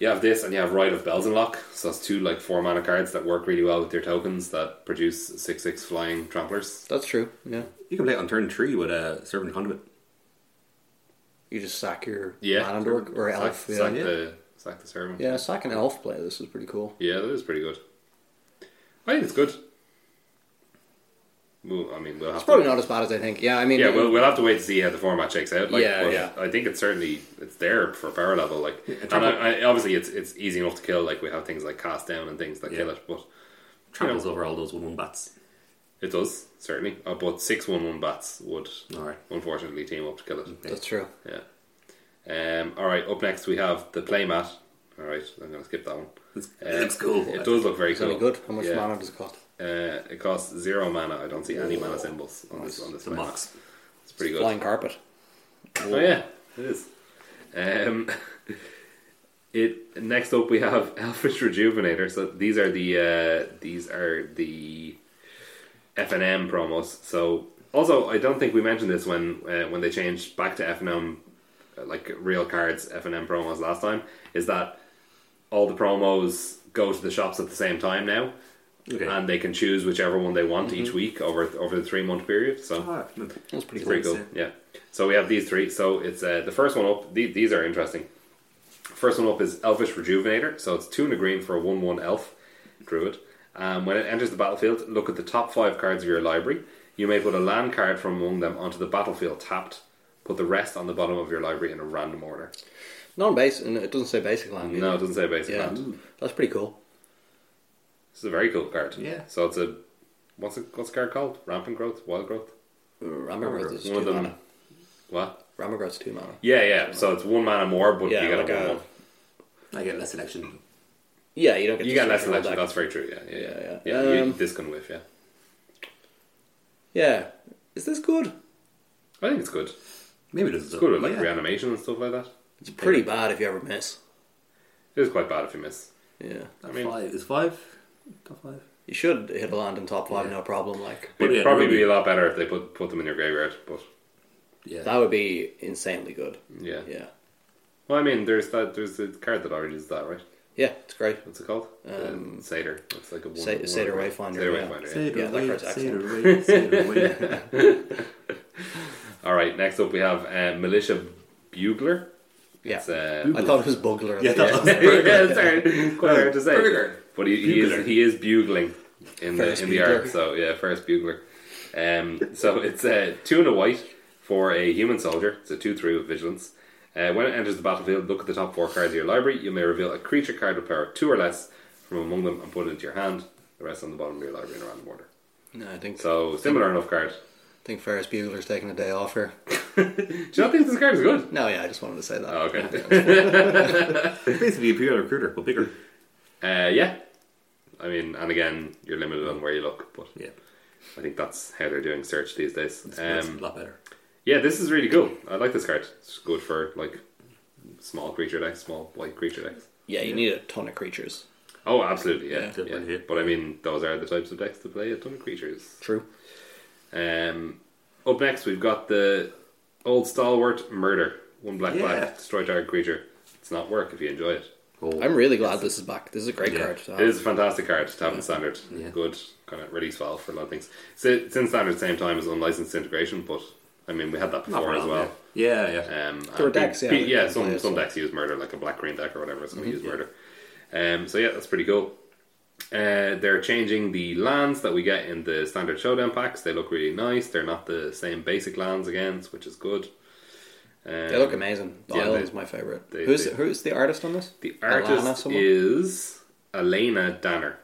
[SPEAKER 1] you have this and you have Rite of Belzenlock, so that's two, like, four mana cards that work really well with your tokens that produce 6 6 flying tramplers.
[SPEAKER 2] That's true. Yeah.
[SPEAKER 3] You can play it on turn three with a Servant Conduit.
[SPEAKER 2] You just sack your
[SPEAKER 1] Yeah.
[SPEAKER 2] land or, or
[SPEAKER 1] Sack,
[SPEAKER 2] elf. yeah.
[SPEAKER 1] sack
[SPEAKER 2] yeah.
[SPEAKER 1] the, sack the servant.
[SPEAKER 2] Yeah, sack an elf play. This is pretty cool.
[SPEAKER 1] Yeah, that is pretty good. I think it's good. Well, I mean, we'll have
[SPEAKER 2] It's probably not as bad as I think. Yeah, I mean,
[SPEAKER 1] Yeah, we'll, we'll have to wait to see how the format shakes out. Like,
[SPEAKER 2] Yeah,
[SPEAKER 1] but
[SPEAKER 2] yeah.
[SPEAKER 1] I think it's certainly it's there for power level. Like, and I, I, obviously it's it's easy enough to kill. Like we have things like cast down and things that kill
[SPEAKER 3] Yeah.
[SPEAKER 1] it, but
[SPEAKER 3] Tramples over all those one-one bats.
[SPEAKER 1] it does certainly. Uh, but six one one bats would
[SPEAKER 3] All right.
[SPEAKER 1] unfortunately team up to kill it.
[SPEAKER 2] that's true.
[SPEAKER 1] Yeah. Um. All right. Up next we have the playmat. All right. I'm gonna skip that one.
[SPEAKER 3] It's,
[SPEAKER 1] Uh,
[SPEAKER 3] it looks cool.
[SPEAKER 1] It does look very
[SPEAKER 2] It's only
[SPEAKER 1] cool.
[SPEAKER 2] good. How much
[SPEAKER 1] Yeah.
[SPEAKER 2] mana does it cost?
[SPEAKER 1] Uh, it costs zero mana. I don't see any mana symbols on this on this
[SPEAKER 3] It's a
[SPEAKER 1] playmat.
[SPEAKER 3] box.
[SPEAKER 1] It's pretty good.
[SPEAKER 2] Flying carpet.
[SPEAKER 1] Oh yeah, it is. Um, <laughs> it next up we have <laughs> Elfish Rejuvenator. So these are the uh, these are the F and M promos. So also, I don't think we mentioned this when uh, when they changed back to F and M uh, like real cards F and M promos last time. Is that all the promos go to the shops at the same time now?
[SPEAKER 3] Okay. Mm-hmm.
[SPEAKER 1] And they can choose whichever one they want each week over over the three month period. So
[SPEAKER 3] Ah, no.
[SPEAKER 2] That's
[SPEAKER 1] it's
[SPEAKER 2] pretty cool.
[SPEAKER 1] pretty cool. Yeah. So we have these three. So it's uh, the first one up. The, these are interesting. First one up is Elvish Rejuvenator. So it's two and a green for a one-one elf druid. Um, when it enters the battlefield, look at the top five cards of your library. You may put a land card from among them onto the battlefield tapped. Put the rest on the bottom of your library in a random order.
[SPEAKER 2] Non base, and it doesn't say basic land. either.
[SPEAKER 1] No, Mm. it doesn't say basic
[SPEAKER 2] Yeah.
[SPEAKER 1] land.
[SPEAKER 2] That's pretty cool.
[SPEAKER 1] This is a very cool card.
[SPEAKER 3] Yeah.
[SPEAKER 1] So it's a what's it, what's the card called? Rampant growth, wild growth.
[SPEAKER 2] Rammer is
[SPEAKER 1] One
[SPEAKER 2] two
[SPEAKER 1] of them.
[SPEAKER 2] mana.
[SPEAKER 1] What?
[SPEAKER 2] Rammer two mana.
[SPEAKER 1] Yeah, yeah. So it's one mana more, but
[SPEAKER 2] Yeah,
[SPEAKER 1] you get
[SPEAKER 2] like
[SPEAKER 1] a one.
[SPEAKER 2] a-
[SPEAKER 1] one.
[SPEAKER 3] I get less selection.
[SPEAKER 2] Yeah, you don't get
[SPEAKER 1] You get
[SPEAKER 2] to choose
[SPEAKER 1] less
[SPEAKER 2] your own
[SPEAKER 1] selection.
[SPEAKER 2] deck.
[SPEAKER 1] That's very true. Yeah, yeah, yeah.
[SPEAKER 2] Yeah,
[SPEAKER 1] yeah.
[SPEAKER 2] yeah.
[SPEAKER 1] you-
[SPEAKER 2] Um,
[SPEAKER 1] this can whiff. Yeah,
[SPEAKER 2] Yeah. Is this good?
[SPEAKER 1] I think it's good. It's
[SPEAKER 3] Maybe it doesn't.
[SPEAKER 1] good with like
[SPEAKER 3] yeah.
[SPEAKER 1] reanimation and stuff like that.
[SPEAKER 2] It's pretty bad if you ever miss.
[SPEAKER 1] It is quite bad if you miss.
[SPEAKER 2] Yeah.
[SPEAKER 1] I mean-
[SPEAKER 3] five is five. Top five.
[SPEAKER 2] You should hit a land in top five, no problem. Like
[SPEAKER 1] It'd
[SPEAKER 3] But yeah,
[SPEAKER 1] probably
[SPEAKER 3] it would
[SPEAKER 1] be a lot better if they put put them in your graveyard. But
[SPEAKER 3] Yeah.
[SPEAKER 2] that would be insanely good.
[SPEAKER 1] yeah,
[SPEAKER 2] Yeah.
[SPEAKER 1] Well, I mean, there's that. There's a card that already does that, right?
[SPEAKER 2] Yeah, it's great.
[SPEAKER 1] What's it called? Um, Seder. It's like a one,
[SPEAKER 2] Sa-
[SPEAKER 1] one
[SPEAKER 2] Seder
[SPEAKER 1] one-
[SPEAKER 2] Wayfinder,
[SPEAKER 1] Seder
[SPEAKER 2] yeah.
[SPEAKER 1] Wayfinder.
[SPEAKER 3] Say it
[SPEAKER 2] Yeah, that
[SPEAKER 3] away,
[SPEAKER 2] card's
[SPEAKER 3] say it away, say it
[SPEAKER 1] <laughs>
[SPEAKER 3] away.
[SPEAKER 1] All right. Next up, we have uh, Militia Bugler.
[SPEAKER 2] Yeah.
[SPEAKER 1] It's, uh,
[SPEAKER 2] I thought it was Bugler.
[SPEAKER 3] Yeah, that
[SPEAKER 1] <laughs>
[SPEAKER 3] was
[SPEAKER 1] yeah, sorry, quite hard to say.
[SPEAKER 3] Burglar.
[SPEAKER 1] But he, he
[SPEAKER 3] Bugler.
[SPEAKER 1] is he is bugling in
[SPEAKER 2] Ferris
[SPEAKER 1] the in the
[SPEAKER 2] Bugler.
[SPEAKER 1] art. So yeah, first bugler. Um, so <laughs> it's uh, two and a white for a human soldier. It's a two three with vigilance. Uh, when it enters the battlefield, look at the top four cards of your library. You may reveal a creature card with power two or less from among them and put it into your hand. The rest on the bottom of your library in a random order.
[SPEAKER 2] No, I think
[SPEAKER 1] So similar enough card.
[SPEAKER 2] I think Ferris Bueller's taking a day off here.
[SPEAKER 1] Do you not think this card is good?
[SPEAKER 2] No, yeah, I just wanted to say that.
[SPEAKER 1] Oh, okay. <laughs>
[SPEAKER 3] <laughs> Basically, a PR recruiter, but bigger.
[SPEAKER 1] Uh, yeah. I mean, and again, you're limited on where you look, but
[SPEAKER 3] Yeah,
[SPEAKER 1] I think that's how they're doing search these days.
[SPEAKER 3] it's
[SPEAKER 1] Um,
[SPEAKER 3] a lot better.
[SPEAKER 1] yeah, this is really cool. I like this card. It's good for like small creature decks, small white creature decks.
[SPEAKER 2] Yeah, you need a ton of creatures.
[SPEAKER 1] Oh, absolutely, yeah.
[SPEAKER 3] Yeah,
[SPEAKER 1] yeah.
[SPEAKER 3] definitely.
[SPEAKER 1] But I mean, those are the types of decks to play a ton of creatures.
[SPEAKER 2] True.
[SPEAKER 1] Um, up next, we've got the old stalwart murder. One black
[SPEAKER 3] Yeah.
[SPEAKER 1] black destroy target creature. It's not work if you enjoy it.
[SPEAKER 3] Oh,
[SPEAKER 2] I'm really glad this is back. This is a great
[SPEAKER 3] Yeah.
[SPEAKER 2] card. to
[SPEAKER 1] It
[SPEAKER 2] have.
[SPEAKER 1] is a fantastic card to have in standard.
[SPEAKER 3] Yeah.
[SPEAKER 1] Good kind of release valve for a lot of things. So it's in standard at the same time as unlicensed integration, but I mean we had that
[SPEAKER 3] not
[SPEAKER 1] before as
[SPEAKER 3] wrong,
[SPEAKER 1] well.
[SPEAKER 3] Yeah, yeah. yeah.
[SPEAKER 1] Um,
[SPEAKER 2] There were
[SPEAKER 1] and pe-
[SPEAKER 2] decks, yeah, Mm-hmm.
[SPEAKER 1] pe-
[SPEAKER 2] that
[SPEAKER 1] yeah.
[SPEAKER 2] could play
[SPEAKER 1] Some
[SPEAKER 2] as
[SPEAKER 1] some
[SPEAKER 2] well.
[SPEAKER 1] decks use murder, like a black green deck or whatever. Some use murder. Um, so yeah, that's pretty cool. Uh, they're changing the lands that we get in the standard showdown packs. They look really nice. They're not the same basic lands again, which is good. Um,
[SPEAKER 2] They look amazing. The
[SPEAKER 1] yeah, they-
[SPEAKER 2] island's my favorite.
[SPEAKER 1] they-
[SPEAKER 2] who's
[SPEAKER 1] they-
[SPEAKER 2] who's the artist on this?
[SPEAKER 1] The
[SPEAKER 2] Alana
[SPEAKER 1] artist
[SPEAKER 2] someone?
[SPEAKER 1] is Elena Danner.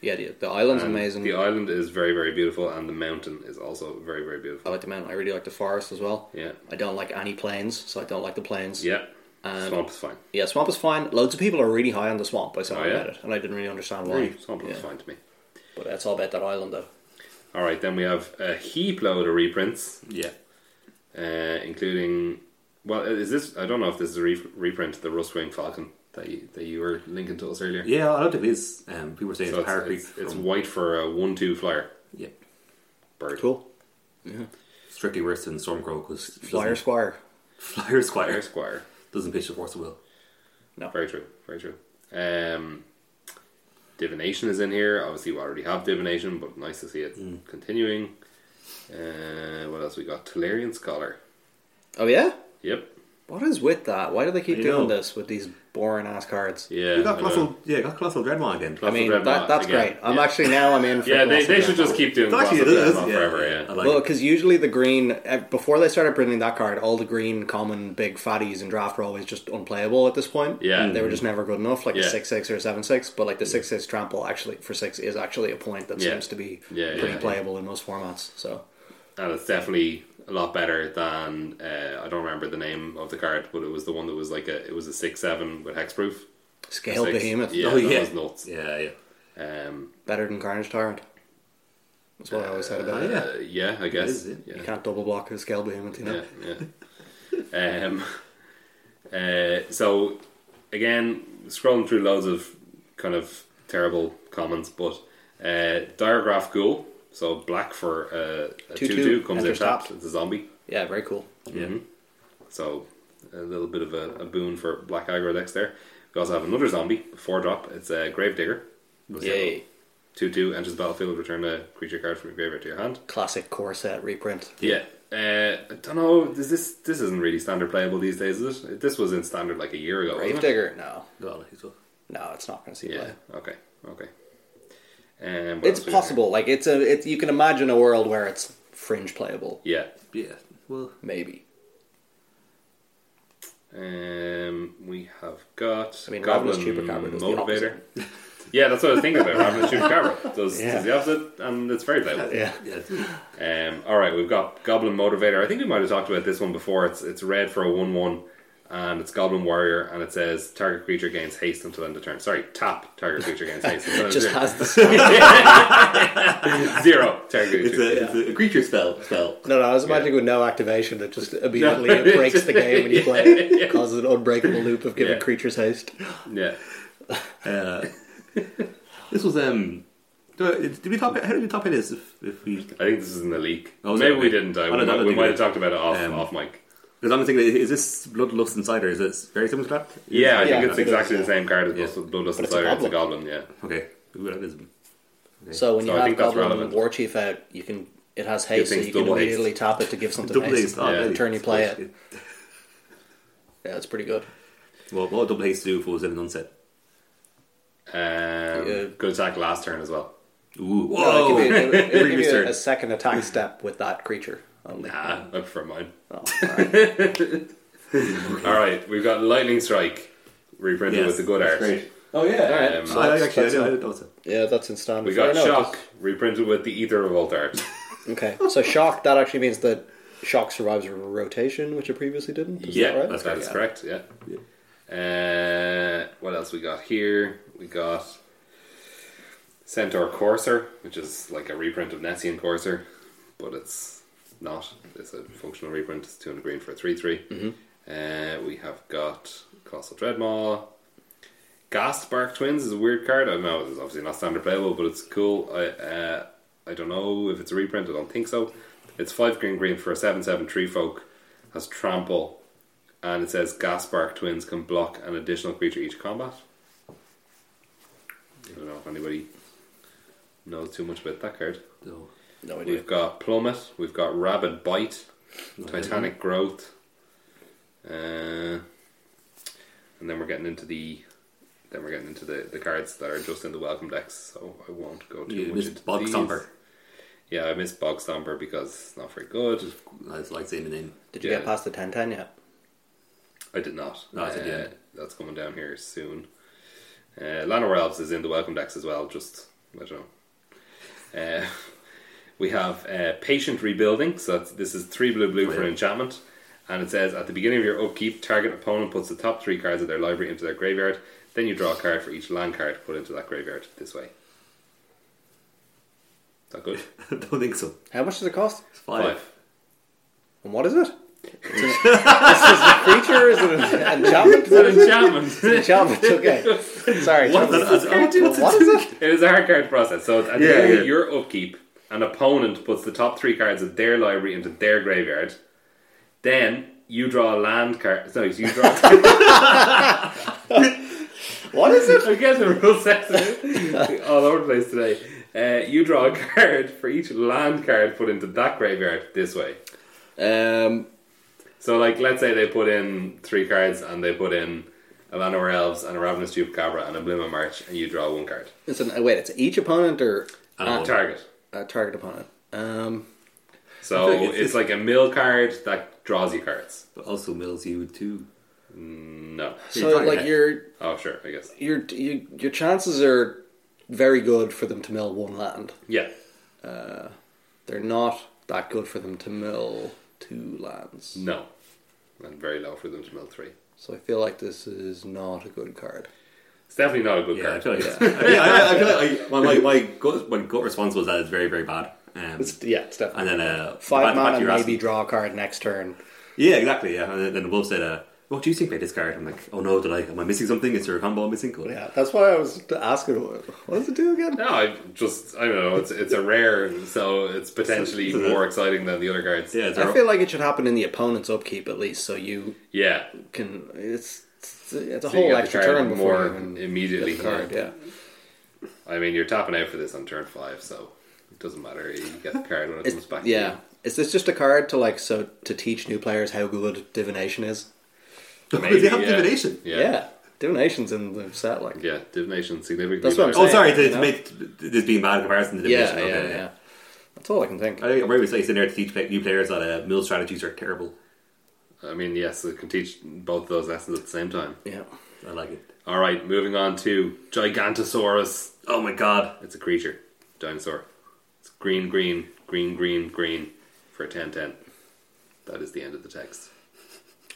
[SPEAKER 2] Yeah, the, the island's
[SPEAKER 1] And
[SPEAKER 2] amazing.
[SPEAKER 1] Um, The island is very, very beautiful, and the mountain is also very, very
[SPEAKER 2] I
[SPEAKER 1] beautiful.
[SPEAKER 2] like the mountain. I really like the forest as well.
[SPEAKER 1] Yeah,
[SPEAKER 2] I don't like any plains, so I don't like the plains.
[SPEAKER 1] yeah.
[SPEAKER 2] Um,
[SPEAKER 1] swamp is fine.
[SPEAKER 2] Yeah, swamp is fine. Loads of people are really high on the swamp. I saw
[SPEAKER 1] Oh,
[SPEAKER 2] about
[SPEAKER 1] yeah?
[SPEAKER 2] it, and I didn't really understand why.
[SPEAKER 1] Swamp looks
[SPEAKER 2] Yeah.
[SPEAKER 1] fine to me.
[SPEAKER 2] But it's all about that island, though.
[SPEAKER 1] All right, then we have a heap load of reprints,
[SPEAKER 3] yeah.
[SPEAKER 1] uh, including. Well, uh, is this? I don't know if this is a re- reprint the Rust Wing Falcon that you, that you were linking to us earlier.
[SPEAKER 3] Yeah, I don't think it is. Um, people were saying
[SPEAKER 1] so
[SPEAKER 3] it's Power
[SPEAKER 1] it's,
[SPEAKER 3] Creek.
[SPEAKER 1] it's, it's
[SPEAKER 3] from-
[SPEAKER 1] white for a one-two flyer
[SPEAKER 3] yeah,
[SPEAKER 1] bird.
[SPEAKER 2] Cool.
[SPEAKER 3] strictly worse than Stormcrow because
[SPEAKER 2] Flyer Squire.
[SPEAKER 3] Flyer
[SPEAKER 1] Air
[SPEAKER 3] Squire
[SPEAKER 1] Squire.
[SPEAKER 3] doesn't pitch the force of will.
[SPEAKER 1] Very true. Very true. Um, divination is in here. Obviously, we already have divination, but nice to see it
[SPEAKER 3] Hmm.
[SPEAKER 1] continuing. Uh, what else we got? Talarian scholar.
[SPEAKER 2] Oh yeah.
[SPEAKER 1] Yep.
[SPEAKER 2] What is with that? Why do they keep
[SPEAKER 3] I
[SPEAKER 2] doing
[SPEAKER 3] know.
[SPEAKER 2] this with these boring ass cards?
[SPEAKER 1] Yeah.
[SPEAKER 3] You got
[SPEAKER 1] I
[SPEAKER 3] colossal,
[SPEAKER 1] know.
[SPEAKER 3] yeah, got colossal dreadmon again.
[SPEAKER 1] Colossal
[SPEAKER 2] I mean,
[SPEAKER 1] Dreadnought
[SPEAKER 2] that, that's
[SPEAKER 1] again.
[SPEAKER 2] great. I'm
[SPEAKER 1] yeah.
[SPEAKER 2] actually now
[SPEAKER 1] <laughs>
[SPEAKER 2] I'm in. For
[SPEAKER 1] Yeah, they,
[SPEAKER 2] Colossal
[SPEAKER 1] they should
[SPEAKER 2] Dreadnought.
[SPEAKER 1] just keep doing
[SPEAKER 3] It's actually it
[SPEAKER 1] Colossal
[SPEAKER 3] is.
[SPEAKER 1] Dreadnought
[SPEAKER 3] Yeah,
[SPEAKER 1] forever.
[SPEAKER 3] yeah,
[SPEAKER 1] Yeah.
[SPEAKER 3] I like
[SPEAKER 2] Well,
[SPEAKER 3] it.
[SPEAKER 2] because usually the green eh, before they started printing that card, all the green common big fatties in draft were always just unplayable at this point.
[SPEAKER 1] Yeah.
[SPEAKER 2] they were just never good enough, like
[SPEAKER 1] Yeah.
[SPEAKER 2] a six six or a seven six. But like the six six trample actually for six is actually a point that
[SPEAKER 1] Yeah.
[SPEAKER 2] seems to be
[SPEAKER 1] Yeah, yeah,
[SPEAKER 2] pretty
[SPEAKER 1] yeah.
[SPEAKER 2] playable in most formats. So
[SPEAKER 1] and it's definitely a lot better than uh, I don't remember the name of the card, but it was the one that was like a it was a six seven with hexproof.
[SPEAKER 2] scale
[SPEAKER 1] Six.
[SPEAKER 2] behemoth,
[SPEAKER 1] Yeah,
[SPEAKER 3] Oh,
[SPEAKER 1] that
[SPEAKER 3] yeah.
[SPEAKER 1] was nuts.
[SPEAKER 3] Yeah, yeah.
[SPEAKER 1] Um,
[SPEAKER 2] better than Carnage Tyrant. That's what I always said about
[SPEAKER 3] Uh,
[SPEAKER 2] it.
[SPEAKER 3] Yeah.
[SPEAKER 1] uh, yeah, I guess.
[SPEAKER 3] is, yeah.
[SPEAKER 1] yeah.
[SPEAKER 2] You can't double block a scale behemoth, you know.
[SPEAKER 1] yeah, yeah. um, <laughs> uh, so again, scrolling through loads of kind of terrible comments, but uh, Diagraph Ghoul, so black for uh, a
[SPEAKER 2] Two-two,
[SPEAKER 1] two-two comes in
[SPEAKER 2] enters
[SPEAKER 1] tapped.
[SPEAKER 2] tapped.
[SPEAKER 1] It's a zombie,
[SPEAKER 2] Yeah, very cool.
[SPEAKER 1] so a little bit of a, a boon for black aggro decks there. We also have another zombie four drop. It's a Gravedigger.
[SPEAKER 2] Yay!
[SPEAKER 1] Two-two enters the battlefield. Return a creature card from your graveyard to your hand.
[SPEAKER 2] Classic core set reprint.
[SPEAKER 1] Yeah. Uh, I don't know. Is this this isn't really standard playable these days, is it? This was in standard like a year ago. wasn't it?
[SPEAKER 2] Gravedigger, no,
[SPEAKER 3] Got it, so-
[SPEAKER 2] no, it's not going to see
[SPEAKER 1] Yeah.
[SPEAKER 2] play.
[SPEAKER 1] Okay. Okay. Um, what else
[SPEAKER 2] It's
[SPEAKER 1] we got
[SPEAKER 2] possible. Like it's a, it's you can imagine a world where it's fringe playable,
[SPEAKER 1] here? Yeah.
[SPEAKER 3] Yeah, well,
[SPEAKER 2] maybe.
[SPEAKER 1] Um, we have got.
[SPEAKER 2] I mean,
[SPEAKER 1] Goblin
[SPEAKER 2] Ravenous Chupacabra does the
[SPEAKER 1] motivator. <laughs> yeah, that's what I was thinking about. Ravenous
[SPEAKER 2] <laughs>
[SPEAKER 1] Chupacabra does,
[SPEAKER 2] Yeah.
[SPEAKER 1] does the opposite, and it's very playable.
[SPEAKER 2] Yeah,
[SPEAKER 3] yeah. it's-
[SPEAKER 1] Um, all right, we've got Goblin Motivator. I think we might have talked about this one before. It's it's red for a one-one, and it's Goblin Warrior, and it says target creature gains haste until end of turn. Sorry, tap target creature gains haste
[SPEAKER 2] <laughs>
[SPEAKER 1] until end of
[SPEAKER 2] just
[SPEAKER 1] turn. <laughs>
[SPEAKER 2] has the.
[SPEAKER 1] Zero target creature.
[SPEAKER 3] It's, a, it's a creature spell. Spell.
[SPEAKER 2] No, no, I was imagining with no activation, it
[SPEAKER 1] <laughs>
[SPEAKER 2] just immediately it breaks the game when you play it, causes an unbreakable loop of giving
[SPEAKER 1] Yeah.
[SPEAKER 2] creatures haste.
[SPEAKER 1] Yeah.
[SPEAKER 3] Uh, <laughs> this was um. do I- Did we top? How did we top it? Is if, if we?
[SPEAKER 1] I think this is in the leak.
[SPEAKER 3] Oh, is
[SPEAKER 1] Maybe
[SPEAKER 3] it?
[SPEAKER 1] we didn't. I,
[SPEAKER 3] Oh, no,
[SPEAKER 1] we might,
[SPEAKER 3] no, no,
[SPEAKER 1] we
[SPEAKER 3] you
[SPEAKER 1] might
[SPEAKER 3] did.
[SPEAKER 1] have talked about it off
[SPEAKER 3] Um,
[SPEAKER 1] off mic.
[SPEAKER 3] Because I'm thinking, is this Bloodlust Insider? Is it very similar to that?
[SPEAKER 1] Yeah, I
[SPEAKER 2] yeah,
[SPEAKER 1] think it's
[SPEAKER 2] it is,
[SPEAKER 1] exactly
[SPEAKER 2] yeah.
[SPEAKER 1] the same card as
[SPEAKER 3] Yeah.
[SPEAKER 1] Blood- Bloodlust
[SPEAKER 2] But it's a
[SPEAKER 1] Insider. It's a goblin. Yeah,
[SPEAKER 3] Okay. Ooh, that is.
[SPEAKER 2] So when
[SPEAKER 1] So
[SPEAKER 2] you
[SPEAKER 1] I
[SPEAKER 2] have
[SPEAKER 1] think that's
[SPEAKER 2] Goblin
[SPEAKER 1] relevant.
[SPEAKER 2] Warchief out, you can it has haste, so
[SPEAKER 1] things
[SPEAKER 2] you can
[SPEAKER 1] double haste.
[SPEAKER 3] oh,
[SPEAKER 2] immediately tap it to give something
[SPEAKER 3] Double
[SPEAKER 2] haste.
[SPEAKER 3] A's. Oh,
[SPEAKER 1] Yeah.
[SPEAKER 3] really?
[SPEAKER 2] Turn you play
[SPEAKER 3] It's-
[SPEAKER 2] Yeah, it's pretty good.
[SPEAKER 3] Well, what would Double Haste do if it was in an unset?
[SPEAKER 1] Um,
[SPEAKER 2] Yeah.
[SPEAKER 1] Good attack last turn as well.
[SPEAKER 3] Ooh,
[SPEAKER 1] Oh.
[SPEAKER 2] It'll
[SPEAKER 3] whoa!
[SPEAKER 2] give you,
[SPEAKER 1] <laughs>
[SPEAKER 3] <laughs>
[SPEAKER 2] it'll- it'll give
[SPEAKER 3] Previous
[SPEAKER 2] you
[SPEAKER 3] turn.
[SPEAKER 2] a, second attack step with that creature only.
[SPEAKER 1] Ah, I prefer mine. <laughs>
[SPEAKER 2] Oh, alright.
[SPEAKER 1] All right, we've got Lightning Strike reprinted
[SPEAKER 3] Yes,
[SPEAKER 1] with the good
[SPEAKER 3] that's
[SPEAKER 1] art.
[SPEAKER 3] great.
[SPEAKER 2] oh yeah, alright.
[SPEAKER 1] Um,
[SPEAKER 3] So I,
[SPEAKER 2] that's-
[SPEAKER 3] actually, I
[SPEAKER 2] that's
[SPEAKER 3] did, I
[SPEAKER 2] not-
[SPEAKER 3] did also.
[SPEAKER 2] yeah, that's in standard.
[SPEAKER 1] We got
[SPEAKER 2] Yeah, no,
[SPEAKER 1] Shock reprinted with the Ether Revolt art.
[SPEAKER 2] just- Okay, so shock that actually means that shock survives rotation, which it previously didn't. Is
[SPEAKER 1] yeah,
[SPEAKER 2] that right?
[SPEAKER 1] that's,
[SPEAKER 3] That's
[SPEAKER 1] correct. Yeah. Uh, what else we got here? We got Centaur Courser, which is like a reprint of Nessian Courser, but it's not. It's a functional reprint. It's two and a green for a three three.
[SPEAKER 2] Mm-hmm.
[SPEAKER 1] Uh, we have got Colossal Dreadmaw. Gaspark Twins is a weird card. I don't know. It's obviously not standard playable, but it's cool. I uh, I don't know if it's a reprint. I don't think so. It's five green green for a seven seven tree folk. Has trample, and it says Gaspark Twins can block an additional creature each combat. I don't know if anybody knows too much about that card.
[SPEAKER 3] No.
[SPEAKER 2] No idea.
[SPEAKER 1] We've got plummet. We've got rabid bite. Titanic growth. Uh, and then we're getting into the then we're getting into the, the cards that are just in the welcome decks. So I won't go too
[SPEAKER 3] You
[SPEAKER 1] much
[SPEAKER 3] missed
[SPEAKER 1] into
[SPEAKER 3] Bog
[SPEAKER 1] these.
[SPEAKER 3] Stomper.
[SPEAKER 1] Yeah, I missed Bog Stomper because it's not very good.
[SPEAKER 3] I just like saying the name. <laughs>
[SPEAKER 2] Did you
[SPEAKER 1] yeah.
[SPEAKER 2] get past the ten ten yet?
[SPEAKER 1] I did not.
[SPEAKER 3] No, it's at the
[SPEAKER 1] Uh,
[SPEAKER 3] end.
[SPEAKER 1] That's coming down here soon. Uh, Llanowar Elves is in the welcome decks as well. Just I don't know. Uh, <laughs> we have uh, patient rebuilding. So that's, this is three blue blue for an
[SPEAKER 3] Brilliant.
[SPEAKER 1] enchantment, and it says at the beginning of your upkeep, target opponent puts the top three cards of their library into their graveyard. Then you draw a card for each land card put into that graveyard. This way. Is that <laughs> good?
[SPEAKER 3] I don't think so.
[SPEAKER 2] How much does it cost?
[SPEAKER 3] It's five.
[SPEAKER 2] And what is it? It's an, is it a creature? Is it an enchantment? What
[SPEAKER 1] It's
[SPEAKER 2] is
[SPEAKER 1] an
[SPEAKER 2] it?
[SPEAKER 1] <laughs> enchantment.
[SPEAKER 2] Enchantment. Okay. Sorry.
[SPEAKER 3] What
[SPEAKER 2] What,
[SPEAKER 3] is it?
[SPEAKER 2] what is it?
[SPEAKER 1] It is a hard card process. So at the
[SPEAKER 3] Yeah,
[SPEAKER 1] end
[SPEAKER 3] yeah.
[SPEAKER 1] of your upkeep, an opponent puts the top three cards of their library into their graveyard. Then you draw a land card. No, you draw.
[SPEAKER 3] <laughs>
[SPEAKER 2] What is it?
[SPEAKER 1] I guess the rule sets it <laughs> all over the place today. Uh, you draw a card for each land card put into that graveyard this way.
[SPEAKER 2] Um,
[SPEAKER 1] So, like, let's say they put in three cards and they put in a Lanor Elves and a Ravenous Chupacabra and a Bloomin' March, and you draw one card.
[SPEAKER 2] it's an uh, wait. It's each opponent or
[SPEAKER 3] Oh.
[SPEAKER 2] uh,
[SPEAKER 1] Target.
[SPEAKER 2] uh, target opponent. Um,
[SPEAKER 1] So
[SPEAKER 3] I feel like
[SPEAKER 1] it's,
[SPEAKER 3] it's-
[SPEAKER 1] like a mill card that draws you cards.
[SPEAKER 3] But also mills you too.
[SPEAKER 1] No.
[SPEAKER 2] so
[SPEAKER 3] fine,
[SPEAKER 2] like
[SPEAKER 3] yeah.
[SPEAKER 2] your
[SPEAKER 1] Oh, sure, I guess.
[SPEAKER 2] your you, your chances are very good for them to mill one land.
[SPEAKER 1] Yeah.
[SPEAKER 2] They're not that good for them to mill two lands.
[SPEAKER 1] No. And very low for them to mill three.
[SPEAKER 2] So I feel like this is not a good card.
[SPEAKER 1] It's definitely not a good
[SPEAKER 3] Yeah, I
[SPEAKER 1] card.
[SPEAKER 3] feel like. it's- <laughs> Yeah, I, I feel like I, my my my gut, my gut response was that it's very very bad. Um,
[SPEAKER 2] yeah, it's definitely
[SPEAKER 3] and then uh,
[SPEAKER 2] five
[SPEAKER 3] back- back to
[SPEAKER 2] mana
[SPEAKER 3] your
[SPEAKER 2] maybe
[SPEAKER 3] asking-
[SPEAKER 2] draw a card next turn.
[SPEAKER 3] Yeah, exactly. Yeah, and then the wolf said, uh, "What do you think about this card?" I'm like, "Oh no, did I? Am I missing something? Is there a combo I'm missing?" Cool.
[SPEAKER 2] Yeah, that's why I was asking. What does it do again?
[SPEAKER 1] <laughs> No, I just I don't know. It's it's a rare, so it's potentially
[SPEAKER 3] So- so the-
[SPEAKER 1] more exciting than the other cards.
[SPEAKER 3] yeah. It's
[SPEAKER 2] I feel like it should happen in the opponent's upkeep at least, so you
[SPEAKER 1] yeah.
[SPEAKER 2] can. It's it's, it's a
[SPEAKER 1] So you
[SPEAKER 2] whole
[SPEAKER 1] get the
[SPEAKER 2] extra
[SPEAKER 1] card
[SPEAKER 2] turn before
[SPEAKER 1] more
[SPEAKER 2] you even get
[SPEAKER 1] immediately.
[SPEAKER 2] the card.
[SPEAKER 1] yeah.
[SPEAKER 2] Yeah,
[SPEAKER 1] I mean, you're tapping out for this on turn five, so it doesn't matter. You get the card when it comes back. to
[SPEAKER 2] yeah. Is this just a card to like so to teach new players how good divination is?
[SPEAKER 1] you.
[SPEAKER 3] Maybe, <laughs> they have
[SPEAKER 1] yeah.
[SPEAKER 3] divination.
[SPEAKER 1] Yeah. yeah,
[SPEAKER 2] Yeah, divination's in the set. Like,
[SPEAKER 1] Divination significantly.
[SPEAKER 2] That's what I'm
[SPEAKER 1] better.
[SPEAKER 3] Oh,
[SPEAKER 2] saying.
[SPEAKER 3] sorry,
[SPEAKER 2] you
[SPEAKER 3] to, to
[SPEAKER 2] know?
[SPEAKER 3] make this being bad in comparison to divination.
[SPEAKER 2] yeah, yeah,
[SPEAKER 3] okay,
[SPEAKER 2] yeah, That's all I can think.
[SPEAKER 3] I think Ray was like sitting there to teach play- new players that uh, mill strategies are terrible.
[SPEAKER 1] I mean, yes, it can teach both those lessons at the same time.
[SPEAKER 2] yeah,
[SPEAKER 3] I like it.
[SPEAKER 1] All right, moving on to Gigantosaurus.
[SPEAKER 3] Oh my god.
[SPEAKER 1] It's a creature. Dinosaur. It's green, green, green, green, green for a 10 10. That is the end of the text.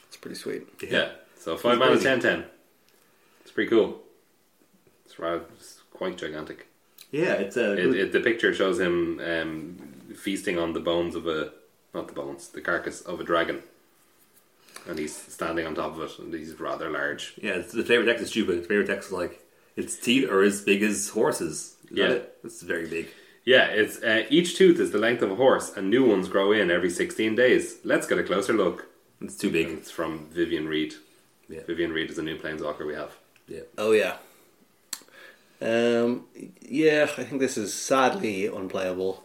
[SPEAKER 2] it's pretty sweet.
[SPEAKER 1] Yeah. So 5 mana
[SPEAKER 3] crazy.
[SPEAKER 1] 10 10. It's pretty cool. It's, rather, it's quite gigantic.
[SPEAKER 3] Yeah, it's uh, a.
[SPEAKER 1] It, it, the picture shows him um, feasting on the bones of a. Not the bones, the carcass of a dragon. And he's standing on top of it, and he's rather large.
[SPEAKER 3] yeah, it's, the flavor text is stupid. The flavor text is like its teeth are as big as horses. Is
[SPEAKER 1] Yeah.
[SPEAKER 3] that it? It's very big.
[SPEAKER 1] Yeah, it's uh, each tooth is the length of a horse, and new ones grow in every 16 days. Let's get a closer look.
[SPEAKER 3] It's too big.
[SPEAKER 1] It's from Vivian Reed.
[SPEAKER 3] Yeah.
[SPEAKER 1] Vivian Reed is a new planeswalker we have.
[SPEAKER 3] Yeah.
[SPEAKER 2] Oh yeah. Um. Yeah, I think this is sadly unplayable.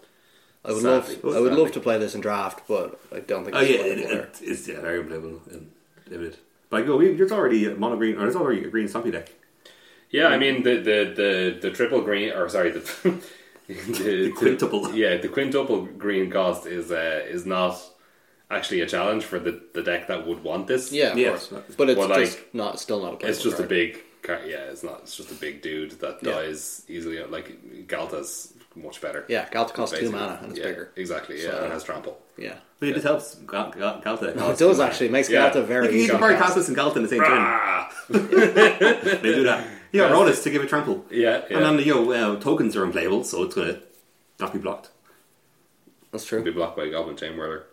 [SPEAKER 2] I would
[SPEAKER 1] Sadly.
[SPEAKER 2] love. I would love
[SPEAKER 1] Sadly.
[SPEAKER 2] to play this in draft, but I don't think.
[SPEAKER 3] Oh
[SPEAKER 2] it's
[SPEAKER 3] yeah,
[SPEAKER 2] playable
[SPEAKER 3] it,
[SPEAKER 2] there.
[SPEAKER 3] it, it's yeah, very playable and limited. Like, oh, there's already a mono green, or there's already a green stompy deck.
[SPEAKER 1] Yeah, I mean the the the, the triple green or sorry the <laughs> the, the
[SPEAKER 3] quintuple.
[SPEAKER 1] yeah, the quintuple green cost is uh, is not actually a challenge for the, the deck that would want this.
[SPEAKER 2] Yeah, of
[SPEAKER 3] Yes.
[SPEAKER 2] course. But it's
[SPEAKER 1] Well,
[SPEAKER 2] just
[SPEAKER 1] like,
[SPEAKER 2] not still not a playable
[SPEAKER 1] it's just a
[SPEAKER 2] card.
[SPEAKER 1] big car- yeah. It's not. It's just a big dude that
[SPEAKER 2] Yeah.
[SPEAKER 1] dies easily. Like Galta's much better.
[SPEAKER 2] Yeah, Galta costs two
[SPEAKER 1] basically.
[SPEAKER 2] mana and it's
[SPEAKER 1] Yeah,
[SPEAKER 2] bigger.
[SPEAKER 1] Exactly. Yeah,
[SPEAKER 2] So-
[SPEAKER 1] and has trample.
[SPEAKER 2] Yeah.
[SPEAKER 3] But it just helps Gal- Gal- Galta.
[SPEAKER 2] It does actually. It makes
[SPEAKER 1] Yeah.
[SPEAKER 2] Galta very
[SPEAKER 3] You can
[SPEAKER 2] easy.
[SPEAKER 3] even
[SPEAKER 2] to
[SPEAKER 3] burn
[SPEAKER 2] cast.
[SPEAKER 3] Cassis and Galta in the same <laughs> turn.
[SPEAKER 1] Ah!
[SPEAKER 3] They do that. Yeah, roll this to give it trample.
[SPEAKER 1] yeah, yeah.
[SPEAKER 3] And then, you know, uh, tokens are unplayable, so it's going to not be blocked.
[SPEAKER 2] That's
[SPEAKER 1] be
[SPEAKER 2] true.
[SPEAKER 1] blocked by Goblin Chain Whirler.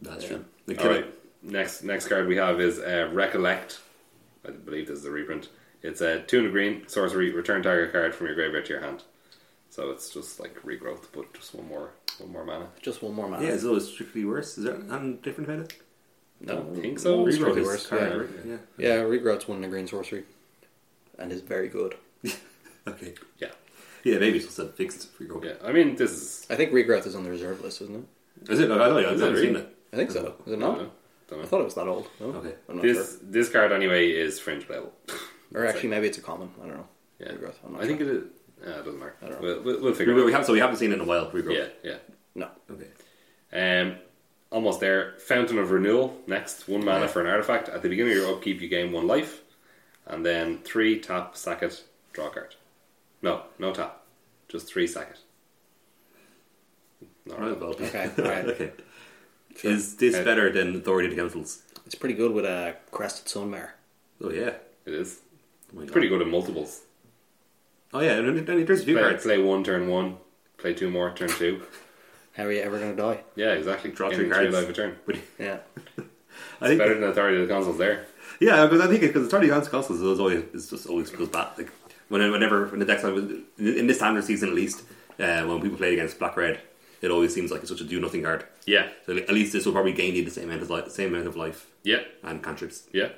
[SPEAKER 3] That's true. They
[SPEAKER 1] All
[SPEAKER 3] kill
[SPEAKER 1] right.
[SPEAKER 3] it.
[SPEAKER 1] Next next card we have is uh, Recollect. I believe this is a reprint. It's a two and a green sorcery return target card from your graveyard to your hand. So it's just like regrowth, but just one more one more mana.
[SPEAKER 2] Just one more mana.
[SPEAKER 3] Yeah, so it's strictly worse. Is there anything different about it?
[SPEAKER 1] I don't think so.
[SPEAKER 2] it's probably
[SPEAKER 3] Regrowth is
[SPEAKER 2] worse,
[SPEAKER 3] card,
[SPEAKER 2] yeah.
[SPEAKER 3] right? yeah. <laughs>
[SPEAKER 2] Yeah, Regrowth's one in a green sorcery. And is very good.
[SPEAKER 3] Okay.
[SPEAKER 1] Yeah,
[SPEAKER 3] Yeah, maybe it's just a fixed free roll.
[SPEAKER 1] yeah. I mean, this is
[SPEAKER 2] I think Regrowth is on the reserve list, isn't it?
[SPEAKER 3] Is it? I don't know. I've
[SPEAKER 1] Is it
[SPEAKER 3] never seen
[SPEAKER 1] really?
[SPEAKER 3] it.
[SPEAKER 2] I think so. Is it
[SPEAKER 1] I
[SPEAKER 2] not?
[SPEAKER 1] don't know. Don't know.
[SPEAKER 2] I thought it was that old. No?
[SPEAKER 3] Okay.
[SPEAKER 2] I'm not
[SPEAKER 1] this
[SPEAKER 2] sure.
[SPEAKER 1] this card anyway is fringe level.
[SPEAKER 2] Or actually, maybe it's a common. I don't know.
[SPEAKER 1] Yeah.
[SPEAKER 2] Regrowth. I'm not
[SPEAKER 1] I think
[SPEAKER 2] sure.
[SPEAKER 1] it is. Uh, it doesn't matter.
[SPEAKER 2] I don't know.
[SPEAKER 1] We'll, we'll, we'll figure
[SPEAKER 3] We,
[SPEAKER 1] it
[SPEAKER 3] we have, so we haven't seen it in a while. Free
[SPEAKER 1] out.
[SPEAKER 3] roll.
[SPEAKER 1] Yeah, yeah.
[SPEAKER 2] No.
[SPEAKER 3] Okay.
[SPEAKER 1] Um, almost there. Fountain of Renewal. Next, one mana for an artifact. At the beginning of your upkeep, you gain one life, and then three tap, sack it, draw a card. No, no tap, just three sack it. All
[SPEAKER 3] Right,
[SPEAKER 1] right.
[SPEAKER 3] well,
[SPEAKER 2] Okay,
[SPEAKER 3] <laughs>
[SPEAKER 2] alright.
[SPEAKER 3] okay. Is this
[SPEAKER 1] Uh,
[SPEAKER 3] better than Authority to Councils?
[SPEAKER 2] It's pretty good with a crested sunmare.
[SPEAKER 3] Oh yeah.
[SPEAKER 1] It is
[SPEAKER 3] Oh, my God.
[SPEAKER 1] pretty good at multiples.
[SPEAKER 3] Oh yeah, and, and there's a few
[SPEAKER 1] Play,
[SPEAKER 3] cards.
[SPEAKER 1] play one, turn one. Play two more, turn two.
[SPEAKER 2] How are you ever going to die?
[SPEAKER 1] Yeah, exactly.
[SPEAKER 3] Draw
[SPEAKER 1] Gaining
[SPEAKER 3] three cards.
[SPEAKER 1] life a turn.
[SPEAKER 3] <laughs> But
[SPEAKER 2] Yeah.
[SPEAKER 3] I think,
[SPEAKER 1] Better than Authority of the Consoles there.
[SPEAKER 3] yeah, because I think because Authority to Councils is always is just always goes bad. Like when whenever when the deck's not- in in this standard season at least, uh, when people play against black red, it always seems like it's such a do nothing card.
[SPEAKER 1] Yeah,
[SPEAKER 3] So at least this will probably gain you the same amount of life, same amount of life
[SPEAKER 1] yeah,
[SPEAKER 3] and cantrips.
[SPEAKER 1] yeah,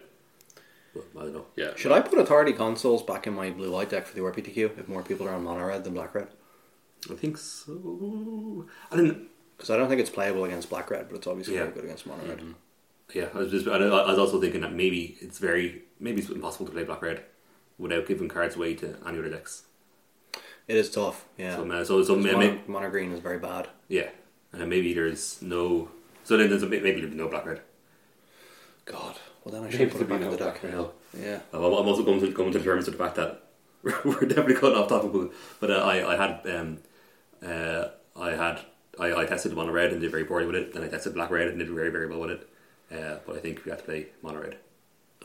[SPEAKER 3] Well, I don't know.
[SPEAKER 1] yeah.
[SPEAKER 2] Should I put Authority consoles back in my blue light deck for the RPTQ if more people are on mono red than black red?
[SPEAKER 3] I think so. I didn't.
[SPEAKER 2] Because I don't think it's playable against black red, but it's obviously
[SPEAKER 3] Yeah.
[SPEAKER 2] very good against mono red.
[SPEAKER 3] Yeah, I was just. I I was also thinking that maybe it's very maybe it's impossible to play black red without giving cards away to any other decks.
[SPEAKER 2] It is tough. Yeah.
[SPEAKER 3] So, uh, so, so may,
[SPEAKER 2] mono,
[SPEAKER 3] may,
[SPEAKER 2] mono green is very bad.
[SPEAKER 3] yeah, uh, maybe there's no. So then there's a, maybe there'll be no black red.
[SPEAKER 2] God. Well, then I should put it back in the deck.
[SPEAKER 3] Well,
[SPEAKER 2] Yeah.
[SPEAKER 3] I'm Oh, I'm also coming to coming to terms with the fact that <laughs> we're definitely going off topic, but- but uh, I I had um uh I had I, I tested mono red and did very poorly with it. Then I tested black red and did very very well with it. Uh, but I think we have to play mono red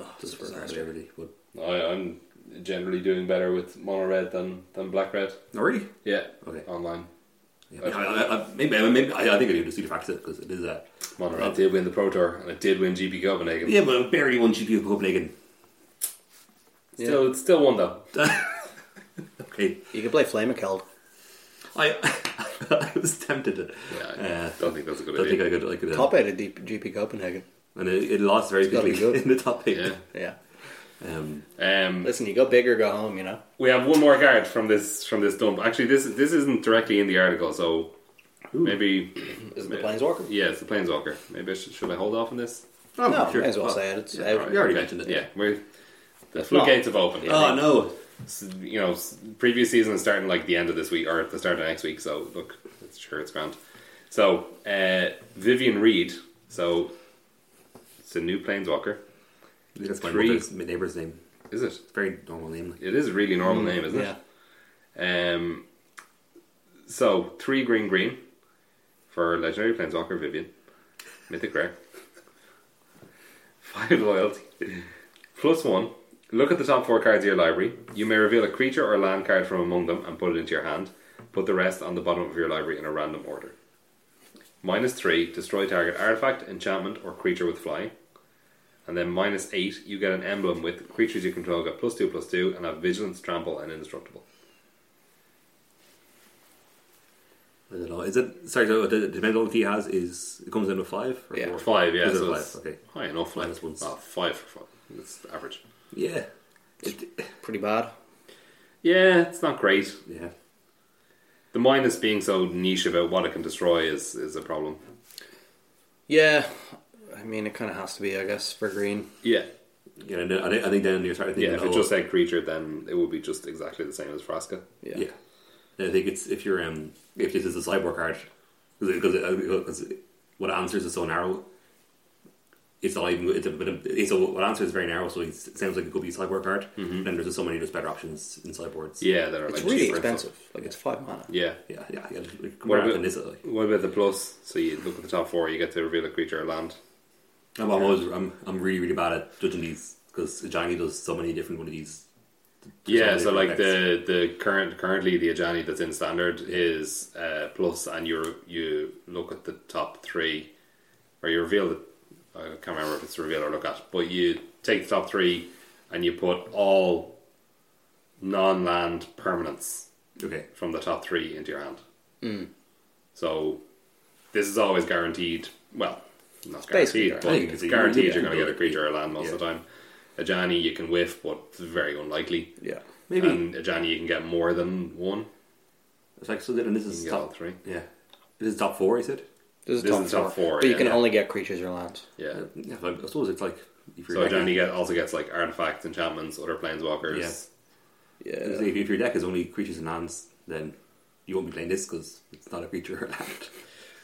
[SPEAKER 2] Oh,
[SPEAKER 3] just for
[SPEAKER 2] disaster.
[SPEAKER 3] longevity. But
[SPEAKER 1] I, I'm generally doing better with mono red than, than black red.
[SPEAKER 3] not really.
[SPEAKER 1] Yeah.
[SPEAKER 3] Okay.
[SPEAKER 1] Online.
[SPEAKER 3] Yeah, I, I, I, maybe, I- maybe I, I think I need to see the facts because it is a
[SPEAKER 1] Mono red did win the Pro Tour and it did win GP Copenhagen.
[SPEAKER 3] yeah, but barely one GP of Copenhagen.
[SPEAKER 1] Still, it's still one though.
[SPEAKER 3] Okay,
[SPEAKER 2] You could play Flame of Keld.
[SPEAKER 3] I <laughs> I was tempted. To,
[SPEAKER 1] Yeah, I
[SPEAKER 3] uh,
[SPEAKER 1] don't think that's a
[SPEAKER 3] I
[SPEAKER 1] good
[SPEAKER 3] don't think
[SPEAKER 1] idea.
[SPEAKER 3] I could. I could uh,
[SPEAKER 2] Top eight at D- GP Copenhagen.
[SPEAKER 3] and it, it lost very
[SPEAKER 2] gotta be
[SPEAKER 3] quickly <laughs>
[SPEAKER 2] good.
[SPEAKER 3] in the top eight.
[SPEAKER 1] Yeah.
[SPEAKER 2] Yeah.
[SPEAKER 3] Um,
[SPEAKER 1] Um,
[SPEAKER 2] Listen, you go big or go home, you know?
[SPEAKER 1] we have one more card from this from this dump. Actually, this this isn't directly in the article, so
[SPEAKER 3] Ooh. <clears throat>
[SPEAKER 1] maybe
[SPEAKER 2] Is it the Planeswalker?
[SPEAKER 1] yeah, it's the Planeswalker. Maybe I should, should I hold off on this?
[SPEAKER 3] oh,
[SPEAKER 2] No,
[SPEAKER 3] sure.
[SPEAKER 2] may as well
[SPEAKER 3] Oh,
[SPEAKER 2] say it. It's
[SPEAKER 3] yeah,
[SPEAKER 2] out.
[SPEAKER 3] all right, You already mentioned it.
[SPEAKER 1] Yeah, we're the floodgates have opened.
[SPEAKER 3] Oh no.
[SPEAKER 1] S- you know, s- previous season is starting like the end of this week or at the start of next week. So look, it's sure it's grand. So uh, Vivian Reed, so it's a new planeswalker,
[SPEAKER 3] That's my
[SPEAKER 1] Three.
[SPEAKER 3] mother's my neighbor's name.
[SPEAKER 1] is it?
[SPEAKER 3] It's a very normal name. like.
[SPEAKER 1] It is a really normal name, isn't
[SPEAKER 2] Yeah.
[SPEAKER 1] it? Um, so three green green for legendary planeswalker Vivian, mythic rare, five loyalty, plus one. Look at the top four cards of your library. You may reveal a creature or land card from among them and put it into your hand. Put the rest on the bottom of your library in a random order. Minus three, destroy target artifact, enchantment, or creature with flying. And then minus eight, you get an emblem with creatures you control get plus two, plus two, and have vigilance, trample, and indestructible.
[SPEAKER 3] I don't know. Is it sorry? So the, the mental he has is it comes in with five or
[SPEAKER 2] Yeah.
[SPEAKER 3] four?
[SPEAKER 1] Five, yeah,
[SPEAKER 3] Is it
[SPEAKER 1] so
[SPEAKER 3] five?
[SPEAKER 1] it's
[SPEAKER 3] Okay.
[SPEAKER 1] high enough. Like,
[SPEAKER 3] Minus ones.
[SPEAKER 1] oh, five for five. That's average.
[SPEAKER 3] Yeah. It,
[SPEAKER 2] Pretty bad.
[SPEAKER 1] Yeah, it's not great.
[SPEAKER 3] yeah.
[SPEAKER 1] The minus being so niche about what it can destroy is, is a problem.
[SPEAKER 2] Yeah. I mean, it kind of has to be, I guess, for green.
[SPEAKER 1] Yeah.
[SPEAKER 3] You know, I think, I think then you start thinking,
[SPEAKER 1] Yeah, if
[SPEAKER 3] oh,
[SPEAKER 1] it just said creature, then it would be just exactly the same as Frasca.
[SPEAKER 2] Yeah.
[SPEAKER 3] yeah. And I think it's if you're um if this is a cyborg card because uh, because what answers is so narrow. It's not even. It's a bit of. It's a, what answers is very narrow, so it's- it sounds like it could be a cyborg card. And there's just so many just better options in cyborgs.
[SPEAKER 1] Mm-hmm. Yeah, that are
[SPEAKER 2] It's
[SPEAKER 1] like
[SPEAKER 2] really
[SPEAKER 1] cheaper and stuff.
[SPEAKER 2] expensive. Like it's five mana.
[SPEAKER 1] Yeah.
[SPEAKER 3] yeah, yeah. yeah. Like,
[SPEAKER 1] What
[SPEAKER 3] compare that
[SPEAKER 1] about,
[SPEAKER 3] to Nissa, like.
[SPEAKER 1] what about the plus? So you look at the top four, you get to reveal a creature or land.
[SPEAKER 3] I'm, I'm always. I'm, I'm really really bad at judging these because Johnny does so many different one of these.
[SPEAKER 1] Yeah,
[SPEAKER 3] Totally
[SPEAKER 1] so like
[SPEAKER 3] correct.
[SPEAKER 1] the the current currently the Ajani that's in standard is uh, plus, and you you look at the top three, or you reveal the I can't remember if it's reveal or look at, but you take the top three and you put all non land permanents
[SPEAKER 3] Okay.
[SPEAKER 1] from the top three into your hand.
[SPEAKER 3] Hmm.
[SPEAKER 1] So this is always guaranteed. Well, not
[SPEAKER 2] basically
[SPEAKER 1] guaranteed, but
[SPEAKER 3] guaranteed.
[SPEAKER 1] it's
[SPEAKER 3] Yeah.
[SPEAKER 1] guaranteed
[SPEAKER 3] Yeah.
[SPEAKER 1] you're going to get a creature or land most
[SPEAKER 3] Yeah.
[SPEAKER 1] of the time. Ajani you can whiff, but it's very unlikely.
[SPEAKER 2] Yeah.
[SPEAKER 3] Maybe
[SPEAKER 1] And Ajani, you can get more than one.
[SPEAKER 3] it's like so. Then this
[SPEAKER 1] You
[SPEAKER 3] is
[SPEAKER 1] can get all
[SPEAKER 3] top.
[SPEAKER 1] three.
[SPEAKER 3] Yeah, this is top four. Is it?
[SPEAKER 2] This is
[SPEAKER 1] This
[SPEAKER 2] top,
[SPEAKER 1] is top
[SPEAKER 2] four.
[SPEAKER 1] four,
[SPEAKER 2] But you
[SPEAKER 1] yeah,
[SPEAKER 2] can
[SPEAKER 1] yeah.
[SPEAKER 2] only get creatures or lands.
[SPEAKER 1] Uh, Yeah.
[SPEAKER 3] Yeah, I I suppose it's like if
[SPEAKER 1] So
[SPEAKER 3] deck
[SPEAKER 1] Ajani
[SPEAKER 3] is,
[SPEAKER 1] get, also gets like artifacts, enchantments, other planeswalkers.
[SPEAKER 3] Yeah.
[SPEAKER 2] Yeah.
[SPEAKER 3] if, if your deck is only creatures and lands, then you won't be playing this because it's not a creature <laughs> or land.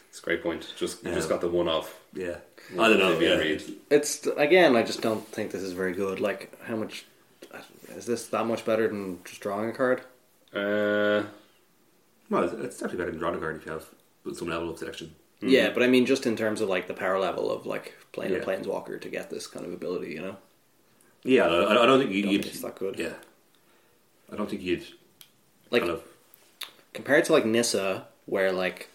[SPEAKER 1] It's a great point. Just you
[SPEAKER 3] Yeah.
[SPEAKER 1] just got the one off.
[SPEAKER 3] yeah, I don't know.
[SPEAKER 1] Maybe
[SPEAKER 3] Yeah,
[SPEAKER 1] I read.
[SPEAKER 2] It's again, I just don't think this is very good. Like, how much is this that much better than just drawing a card?
[SPEAKER 1] Uh,
[SPEAKER 3] well, it's, it's definitely better than drawing a card if you have some level of selection.
[SPEAKER 2] Yeah, but I mean, just in terms of like the power level of like playing
[SPEAKER 3] Yeah.
[SPEAKER 2] a planeswalker to get this kind of ability, you know?
[SPEAKER 3] Yeah, I, I don't think you,
[SPEAKER 2] Don't
[SPEAKER 3] you'd.
[SPEAKER 2] think it's that good.
[SPEAKER 3] Yeah, I don't think you'd.
[SPEAKER 2] Like
[SPEAKER 3] kind of,
[SPEAKER 2] compared to like Nissa, where like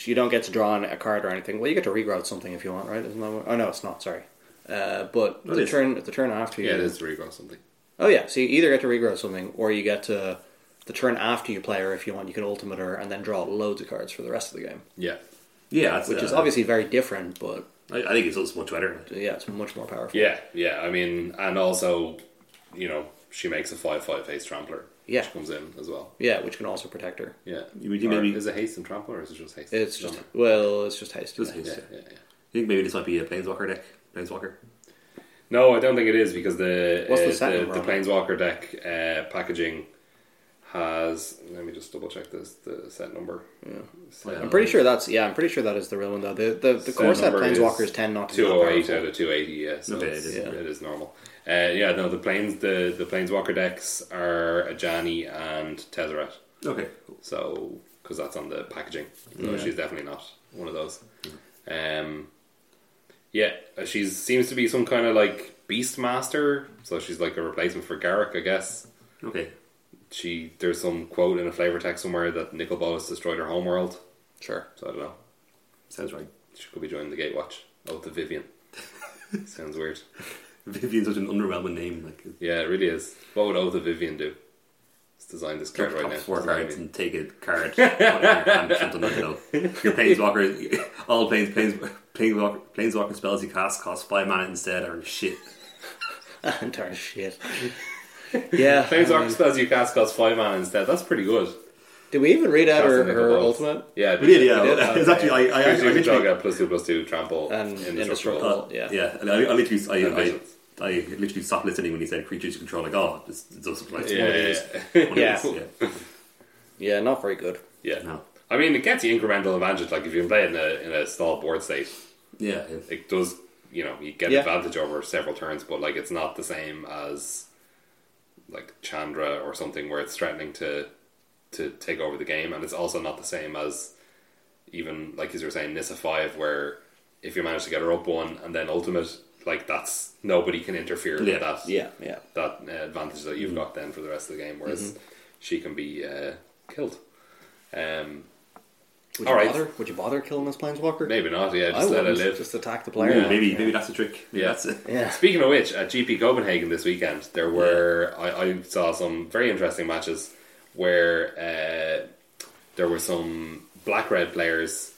[SPEAKER 2] you don't get to draw on a card or anything. Well, you get to regrow something if you want, right? Isn't that what? Oh no, it's not. Sorry. Uh, but
[SPEAKER 3] It
[SPEAKER 2] the
[SPEAKER 3] is.
[SPEAKER 2] turn, the turn after you.
[SPEAKER 1] yeah, it is regrow something.
[SPEAKER 2] Oh yeah, so you either get to regrow something, or you get to the turn after you play her if you want. You can ultimate her and then draw loads of cards for the rest of the game,
[SPEAKER 1] Yeah,
[SPEAKER 3] yeah, it's,
[SPEAKER 2] which is
[SPEAKER 3] uh,
[SPEAKER 2] obviously very different. But
[SPEAKER 3] I, I think it's also much better.
[SPEAKER 2] yeah, it's much more powerful.
[SPEAKER 1] yeah, yeah. I mean, and also, you know, she makes a five-five haste trampler.
[SPEAKER 2] Yeah.
[SPEAKER 1] which comes in as well.
[SPEAKER 2] Yeah, which can also protect her.
[SPEAKER 1] Yeah,
[SPEAKER 3] You would do
[SPEAKER 1] Or
[SPEAKER 3] maybe-
[SPEAKER 1] is it haste and trampler, or is it just haste?
[SPEAKER 2] It's just
[SPEAKER 1] Don't know.
[SPEAKER 2] well, it's just haste.
[SPEAKER 3] Just
[SPEAKER 2] yeah.
[SPEAKER 3] haste.
[SPEAKER 1] yeah, yeah, yeah.
[SPEAKER 3] I think maybe this might be a planeswalker deck. Planeswalker.
[SPEAKER 1] No, I don't think it is because the
[SPEAKER 2] What's the
[SPEAKER 1] uh,
[SPEAKER 2] second
[SPEAKER 1] the, the
[SPEAKER 2] round?
[SPEAKER 1] Planeswalker deck uh, packaging has. Let me just double check this the set number. Yeah,
[SPEAKER 2] I'm pretty sure that's yeah. I'm pretty sure that is the real one though. The the, the core set
[SPEAKER 1] number is
[SPEAKER 2] planeswalkers tend not to be
[SPEAKER 1] two
[SPEAKER 2] that
[SPEAKER 1] hundred eight
[SPEAKER 2] powerful.
[SPEAKER 1] out of two eighty. Yeah, so
[SPEAKER 3] Okay,
[SPEAKER 1] it's-
[SPEAKER 3] it is.
[SPEAKER 1] it is normal. Uh, yeah, no, the planes the the Planeswalker decks are Ajani and Tezzeret.
[SPEAKER 3] Okay.
[SPEAKER 1] So because that's on the packaging, so she's definitely not one of those. Um, yeah, uh, she seems to be some kind of like beast master, so she's like a replacement for Garrick, I guess.
[SPEAKER 3] Okay.
[SPEAKER 1] She there's some quote in a flavor text somewhere that Nicol Bolas destroyed her homeworld.
[SPEAKER 2] Sure.
[SPEAKER 1] So I don't know.
[SPEAKER 3] Sounds right.
[SPEAKER 1] She could be joining the Gatewatch. Oh, the Vivian. Sounds weird.
[SPEAKER 3] Vivian's such an underwhelming name. Like
[SPEAKER 1] Yeah, it really is. What would Oh the Vivian do? Let's design this card
[SPEAKER 3] Drop
[SPEAKER 1] right now.
[SPEAKER 3] four
[SPEAKER 1] Design
[SPEAKER 3] cards
[SPEAKER 1] it.
[SPEAKER 3] and take a card. put it in your hand, something like that. Your planeswalker, <laughs> all planes, planes, planeswalker, planeswalker spells you cast cost five mana instead or shit.
[SPEAKER 2] <laughs>
[SPEAKER 1] <laughs>
[SPEAKER 2] Entire shit. yeah. I
[SPEAKER 1] Planeswalker
[SPEAKER 2] mean,
[SPEAKER 1] spells you cast costs five mana instead. That's pretty good.
[SPEAKER 2] did we even read out her,
[SPEAKER 1] Casting Nicol
[SPEAKER 2] her
[SPEAKER 1] Bolas.
[SPEAKER 2] ultimate?
[SPEAKER 1] Yeah,
[SPEAKER 3] We did, yeah.
[SPEAKER 2] did,
[SPEAKER 3] It's
[SPEAKER 2] okay.
[SPEAKER 3] actually, I, I, I,
[SPEAKER 1] Here's your
[SPEAKER 3] literally,
[SPEAKER 1] Jogga, plus two plus two trample
[SPEAKER 2] And
[SPEAKER 1] in
[SPEAKER 2] indestructible.
[SPEAKER 1] indestructible.
[SPEAKER 2] yeah.
[SPEAKER 3] yeah, and I, I literally, I, I,
[SPEAKER 1] visions.
[SPEAKER 3] I literally stopped listening when he said creatures you control. Like, oh, this this doesn't apply. It's
[SPEAKER 1] Yeah,
[SPEAKER 3] one of these. One of
[SPEAKER 2] Yeah.
[SPEAKER 3] these, yeah.
[SPEAKER 2] Yeah, not very good.
[SPEAKER 1] Yeah. <laughs>
[SPEAKER 3] No.
[SPEAKER 1] I mean, it gets you incremental advantage. Like if you can play it in a in a stall board state,
[SPEAKER 3] yeah, yeah.
[SPEAKER 1] it does. You know, you get
[SPEAKER 2] Yeah.
[SPEAKER 1] advantage over several turns, but like it's not the same as like Chandra or something where it's threatening to to take over the game, and it's also not the same as even like as you were saying Nissa five, where if you manage to get her up one and then ultimate, like that's nobody can interfere
[SPEAKER 3] Yeah.
[SPEAKER 1] with that.
[SPEAKER 2] Yeah, yeah.
[SPEAKER 1] that uh, advantage that
[SPEAKER 2] Mm.
[SPEAKER 1] you've got then for the rest of the game, whereas
[SPEAKER 2] Mm-hmm.
[SPEAKER 1] she can be uh, killed. Um,
[SPEAKER 2] Would you
[SPEAKER 1] All right.
[SPEAKER 2] bother? Would you bother killing this planeswalker?
[SPEAKER 1] maybe not. Yeah,
[SPEAKER 2] I
[SPEAKER 1] just let her
[SPEAKER 2] wouldn't.
[SPEAKER 1] live.
[SPEAKER 2] Just attack the
[SPEAKER 3] Maybe,
[SPEAKER 2] player.
[SPEAKER 1] Yeah.
[SPEAKER 3] maybe, maybe that's the trick. Maybe
[SPEAKER 1] Yeah.
[SPEAKER 3] that's it.
[SPEAKER 2] Yeah.
[SPEAKER 1] Speaking of which, at GP Copenhagen this weekend, there were I, I saw some very interesting matches where uh, there were some black red players,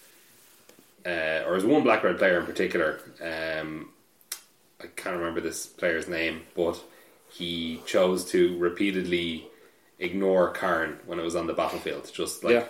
[SPEAKER 1] uh, or there was one black red player in particular. Um, I can't remember this player's name, but he chose to repeatedly ignore Karn when it was on the battlefield. Just like
[SPEAKER 2] Yeah.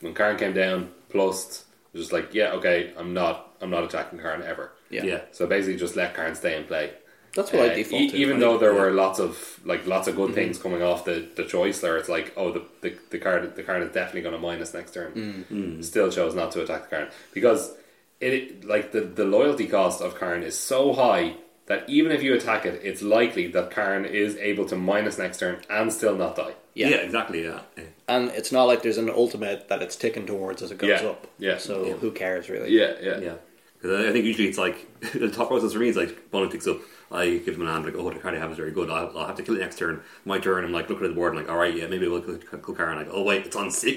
[SPEAKER 1] when Karn came down, plus just like yeah, okay, I'm not, I'm not attacking Karn ever.
[SPEAKER 2] Yeah.
[SPEAKER 3] Yeah.
[SPEAKER 1] So basically, just let Karn stay and play.
[SPEAKER 2] That's what
[SPEAKER 1] Uh,
[SPEAKER 2] I default
[SPEAKER 1] e-
[SPEAKER 2] to.
[SPEAKER 1] even though there were lots of like lots of good
[SPEAKER 2] Mm-hmm.
[SPEAKER 1] things coming off the, the choice there, it's like oh the, the, the card the card is definitely going to minus next turn.
[SPEAKER 2] Mm-hmm.
[SPEAKER 1] Mm. Still chose not to attack the card because it like the, the loyalty cost of Karn is so high that even if you attack it, it's likely that Karn is able to minus next turn and still not die.
[SPEAKER 3] Yeah,
[SPEAKER 2] Yeah.
[SPEAKER 3] exactly. Yeah. yeah.
[SPEAKER 2] and it's not like there's an ultimate that it's ticking towards as it goes
[SPEAKER 1] Yeah,
[SPEAKER 2] up.
[SPEAKER 1] yeah.
[SPEAKER 2] So
[SPEAKER 3] Yeah.
[SPEAKER 2] who cares really?
[SPEAKER 1] Yeah, yeah,
[SPEAKER 3] Yeah. 'Cause I I think usually it's like <laughs> the top process for me is like opponent picks up, I give them an hand like, oh, the card I have is very good. I'll, I'll have to kill it next turn. My turn, I'm like looking at the board, and like, all right, yeah, maybe we'll kill kill card. And like, oh wait, it's on six.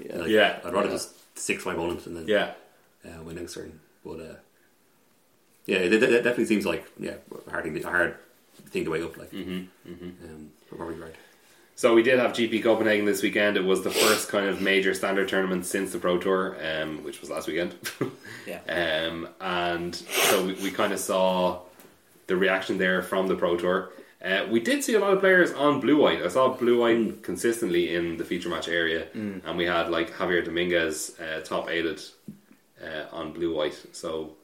[SPEAKER 3] Yeah, like,
[SPEAKER 1] Yeah.
[SPEAKER 3] I'd rather
[SPEAKER 2] Yeah.
[SPEAKER 3] just six my opponent and then
[SPEAKER 1] yeah.
[SPEAKER 3] uh, win next turn. But uh, yeah, it, it- it definitely seems like yeah, a hard thing, to- a hard thing to weigh up. Like, um, but probably right.
[SPEAKER 1] So we did have GP Copenhagen this weekend. It was the first kind of major standard tournament since the Pro Tour, um, which was last weekend. <laughs>
[SPEAKER 2] Yeah.
[SPEAKER 1] Um, and so we, we kind of saw the reaction there from the Pro Tour. Uh, we did see a lot of players on blue white. I saw blue white consistently in the feature match area, and we had like Javier Dominguez uh, top aided uh, on blue white. So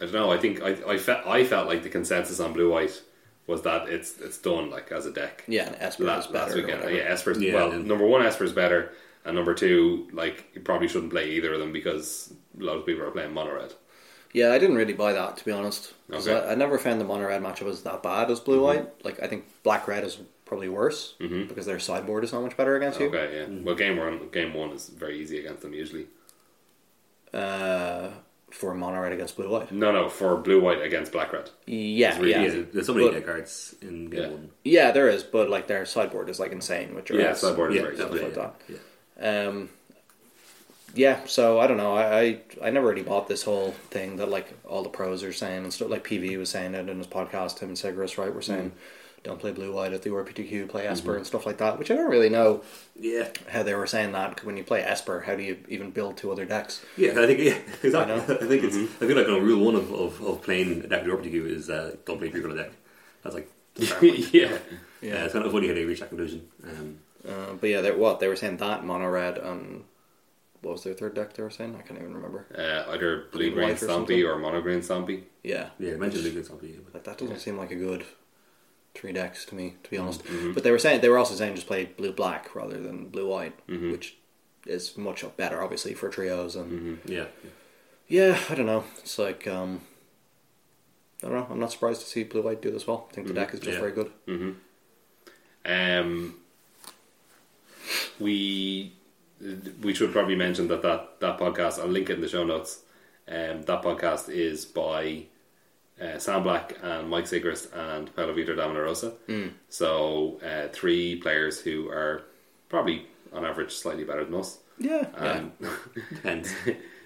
[SPEAKER 1] I don't know. I think I I felt I felt like the consensus on blue white was that it's it's done like as a deck
[SPEAKER 2] Yeah, and Esper is
[SPEAKER 1] last,
[SPEAKER 2] better.
[SPEAKER 1] last
[SPEAKER 2] or
[SPEAKER 1] weekend.
[SPEAKER 2] whatever.
[SPEAKER 1] Yeah, Esper's
[SPEAKER 3] Yeah,
[SPEAKER 1] well,
[SPEAKER 3] and-
[SPEAKER 1] number one, Esper's better, and number two, like you probably shouldn't play either of them because a lot of people are playing mono red.
[SPEAKER 2] Yeah, I didn't really buy that to be honest. 'Cause
[SPEAKER 1] Okay. Mm-hmm.
[SPEAKER 2] I, I never found the mono red matchup as that bad as blue white. Like I think black red is probably worse because their sideboard is so much better against you.
[SPEAKER 1] Okay, yeah. Well, game one, game one is very easy against them usually.
[SPEAKER 2] Uh, for mono red against blue white.
[SPEAKER 1] No, no, for blue white against black
[SPEAKER 2] <laughs>
[SPEAKER 1] red.
[SPEAKER 2] Yeah,
[SPEAKER 3] Really,
[SPEAKER 2] yeah,
[SPEAKER 3] yeah.
[SPEAKER 2] yeah,
[SPEAKER 3] There's so many
[SPEAKER 2] But-
[SPEAKER 3] deck cards in game
[SPEAKER 1] Yeah.
[SPEAKER 3] one.
[SPEAKER 2] There is, but like their sideboard is like insane with your
[SPEAKER 1] Yeah, sideboard is
[SPEAKER 3] Yeah,
[SPEAKER 1] very
[SPEAKER 3] yeah,
[SPEAKER 1] good.
[SPEAKER 2] like
[SPEAKER 3] yeah,
[SPEAKER 2] that.
[SPEAKER 3] yeah.
[SPEAKER 2] Um, yeah, so I don't know. I, I I never really bought this whole thing that like all the pros are saying and stuff. Like PV was saying it in his podcast. Him and Sigrist, right, were saying don't play blue white at the RPTQ, play Esper and stuff like that. Which I don't really know
[SPEAKER 3] yeah.
[SPEAKER 2] how they were saying that. 'cause when you play Esper, how do you even build two other decks?
[SPEAKER 3] Yeah, I think yeah, <laughs> exactly. I,
[SPEAKER 2] know.
[SPEAKER 3] think it's.
[SPEAKER 1] Mm-hmm.
[SPEAKER 3] I feel like you know, rule one of, of, of playing a deck with RPTQ is uh, don't play pre-built deck. That's
[SPEAKER 1] <laughs>
[SPEAKER 3] like the start point.
[SPEAKER 1] Yeah.
[SPEAKER 3] yeah. it's kind of funny how they reach that conclusion. Um,
[SPEAKER 2] Uh, but yeah, they what they were saying that mono red and what was their third deck? They were saying I can't even remember.
[SPEAKER 1] Uh, either blue green
[SPEAKER 2] White or something.
[SPEAKER 1] stompy or mono green stompy.
[SPEAKER 2] Yeah,
[SPEAKER 3] yeah, mentioned the good stuff. yeah, but-
[SPEAKER 2] Like that doesn't seem like a good three decks to me, to be honest.
[SPEAKER 1] Mm-hmm.
[SPEAKER 2] But they were saying they were also saying just play blue black rather than blue white,
[SPEAKER 1] Mm-hmm.
[SPEAKER 2] which is much better, obviously, for trios and
[SPEAKER 1] Mm-hmm.
[SPEAKER 3] Yeah, yeah.
[SPEAKER 2] yeah, I don't know. It's like um, I don't know. I'm not surprised to see blue white do this well. I think
[SPEAKER 1] Mm-hmm.
[SPEAKER 2] the deck is just
[SPEAKER 3] Yeah.
[SPEAKER 2] very good.
[SPEAKER 1] Um, we we should probably mention that, that that podcast. I'll link it in the show notes. Um, that podcast is by uh, Sam Black and Mike Sigrist and Paolo Vitor Dominarosa. Mm. So uh, three players who are probably on average slightly better than us.
[SPEAKER 2] Yeah, yeah.
[SPEAKER 1] Um, <laughs>
[SPEAKER 3] Depends.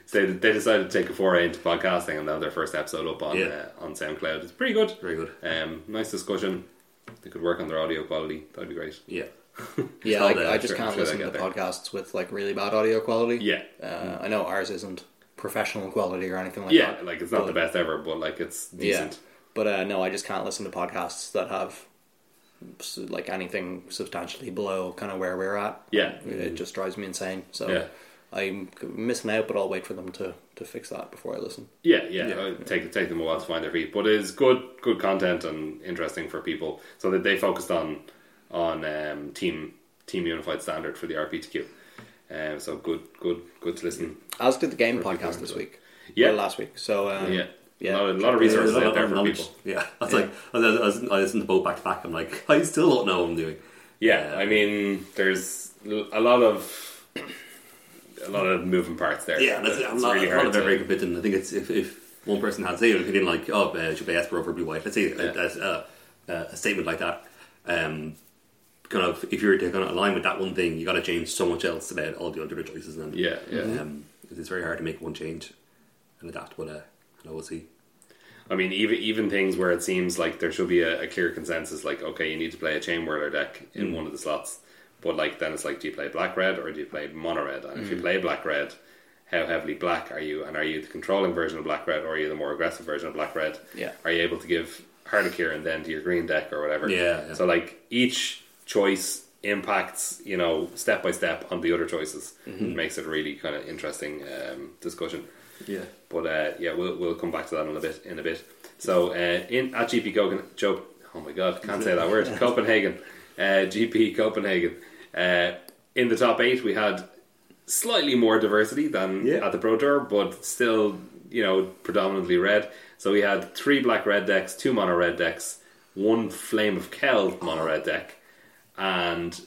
[SPEAKER 1] so they decided to take a foray into podcasting and they have their first episode up on
[SPEAKER 3] Yeah.
[SPEAKER 1] uh, on SoundCloud. It's pretty good.
[SPEAKER 3] Very good.
[SPEAKER 1] Um, nice discussion. They could work on their audio quality. That'd be great.
[SPEAKER 3] Yeah,
[SPEAKER 1] <laughs>
[SPEAKER 2] yeah.
[SPEAKER 3] all
[SPEAKER 2] Like,
[SPEAKER 3] there.
[SPEAKER 2] I just
[SPEAKER 1] Sure,
[SPEAKER 2] can't
[SPEAKER 1] sure
[SPEAKER 2] listen
[SPEAKER 1] they
[SPEAKER 2] to
[SPEAKER 1] get there.
[SPEAKER 2] podcasts with like really bad audio quality.
[SPEAKER 1] Yeah.
[SPEAKER 2] uh, I know ours isn't professional quality or anything like
[SPEAKER 1] yeah,
[SPEAKER 2] that.
[SPEAKER 1] like it's not the best ever, but like it's decent.
[SPEAKER 2] But uh, no, I just can't listen to podcasts that have s- like anything substantially below kind of where we're at.
[SPEAKER 1] Yeah.
[SPEAKER 2] It just drives me insane. So
[SPEAKER 1] Yeah.
[SPEAKER 2] I'm c- missing out, but I'll wait for them to, to fix that before I listen.
[SPEAKER 1] Yeah, yeah.
[SPEAKER 3] Yeah.
[SPEAKER 1] it'll Take take them a while to find their feet, but it's good good content and interesting for people. So that they focused on on um, team team unified standard for the RPTQ. Um, so good good good to listen.
[SPEAKER 2] As did the game
[SPEAKER 1] people
[SPEAKER 2] podcast this
[SPEAKER 1] into
[SPEAKER 2] week.
[SPEAKER 1] Yeah.
[SPEAKER 2] Or last week. So um,
[SPEAKER 1] Yeah, A,
[SPEAKER 2] yeah.
[SPEAKER 1] lot, of- a lot of
[SPEAKER 3] Yeah, there's
[SPEAKER 1] resources
[SPEAKER 3] a lot
[SPEAKER 1] out there
[SPEAKER 3] of
[SPEAKER 1] for
[SPEAKER 3] knowledge.
[SPEAKER 1] people.
[SPEAKER 3] Yeah, that's like I, was- I, was- I listened to both back to back. I'm like, <laughs> I still don't know what I'm doing.
[SPEAKER 1] Yeah, I mean, there's l- a lot of a lot of moving parts there.
[SPEAKER 3] Yeah, that's,
[SPEAKER 1] It's
[SPEAKER 3] I'm not, I'm
[SPEAKER 1] hard
[SPEAKER 3] not a
[SPEAKER 1] to-
[SPEAKER 3] very competent. I think it's if, if one person had say an opinion like, oh, uh, should play Esper over Blue White. Let's say a- a, a, a statement like that. Um, kind of, if you're to kind of align with that one thing, you got to change so much else about all the other choices. And
[SPEAKER 1] Yeah, yeah.
[SPEAKER 3] Um, it's very hard to make one change and adapt. But uh, I know we'll see.
[SPEAKER 1] I mean, even even things where it seems like there should be a, a clear consensus, like okay, you need to play a chain whirler deck in
[SPEAKER 3] Mm.
[SPEAKER 1] one of the slots, but like then it's like, do you play black red or do you play mono red? And if
[SPEAKER 3] Mm.
[SPEAKER 1] you play black red, how heavily black are you? And are you the controlling version of black red, or are you the more aggressive version of black red?
[SPEAKER 2] Yeah.
[SPEAKER 1] Are you able to give Hardiker and then to your green deck or whatever?
[SPEAKER 3] Yeah, yeah.
[SPEAKER 1] So like each choice impacts you know step by step on the other choices.
[SPEAKER 3] Mm-hmm.
[SPEAKER 1] Makes it really kind of interesting um, discussion.
[SPEAKER 3] Yeah.
[SPEAKER 1] But uh, yeah, we'll, we'll come back to that in a bit. In a bit. So uh, in at GP Copenhagen, Joe, oh my god, can't say that word. Copenhagen, uh, GP Copenhagen. Uh, in the top eight, we had slightly more diversity than
[SPEAKER 3] Yeah.
[SPEAKER 1] at the Pro Tour, but still, you know, predominantly red. So we had three black red decks, two mono red decks, one Flame of Kel mono red deck, and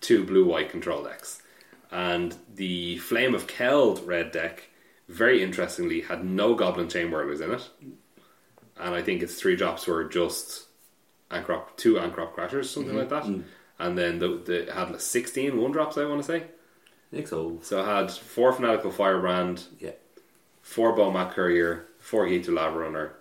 [SPEAKER 1] two blue white control decks. And the Flame of Keld red deck, very interestingly, had no Goblin Chainwhirlers in it. And I think its three drops were just Ancrop, two Ancrop Crashers, something like that. And then the, the, it had like 16 one drops, I want to say.
[SPEAKER 3] I think so.
[SPEAKER 1] So it had four Fanatical Firebrand,
[SPEAKER 3] Yeah.
[SPEAKER 1] four Bowmat Courier, four Heat to Lava Runner,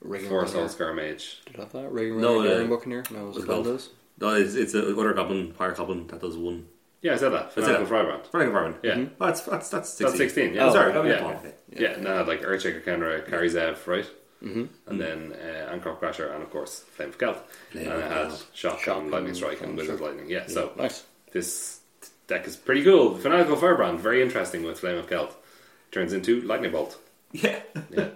[SPEAKER 2] Ring
[SPEAKER 1] four Soul Scar Mage.
[SPEAKER 2] Did I have that? Ring
[SPEAKER 3] No,
[SPEAKER 2] Runner,
[SPEAKER 3] uh,
[SPEAKER 2] Ring Buccaneer? No, it was
[SPEAKER 3] What's
[SPEAKER 2] it
[SPEAKER 3] it called?
[SPEAKER 2] called those?
[SPEAKER 3] No, it's, it's a other goblin, fire goblin that does one.
[SPEAKER 1] Yeah, I said that.
[SPEAKER 3] it.
[SPEAKER 1] Fanatical Firebrand.
[SPEAKER 3] Fire goblin.
[SPEAKER 1] Yeah.
[SPEAKER 3] Oh, that's that's that's sixteen.
[SPEAKER 1] That's 16, yeah.
[SPEAKER 3] Oh, sorry,
[SPEAKER 1] yeah.
[SPEAKER 3] yeah. Okay. <laughs>
[SPEAKER 1] Yeah, and then I had like Urchik, Kendra, Kari Zev, right? Mm-hmm. And then uh, Ancroft Crasher, and of course, Flame of Kelp.
[SPEAKER 3] Flame
[SPEAKER 1] and I
[SPEAKER 3] of
[SPEAKER 1] had
[SPEAKER 3] Kelp.
[SPEAKER 1] Shock, and Lightning Strike, and Wizard Lightning. Yeah, so
[SPEAKER 2] Nice.
[SPEAKER 1] this deck is pretty cool. Fanatical Firebrand, very interesting with Flame of Kelp. Turns into Lightning Bolt.
[SPEAKER 3] Yeah.
[SPEAKER 1] Yeah.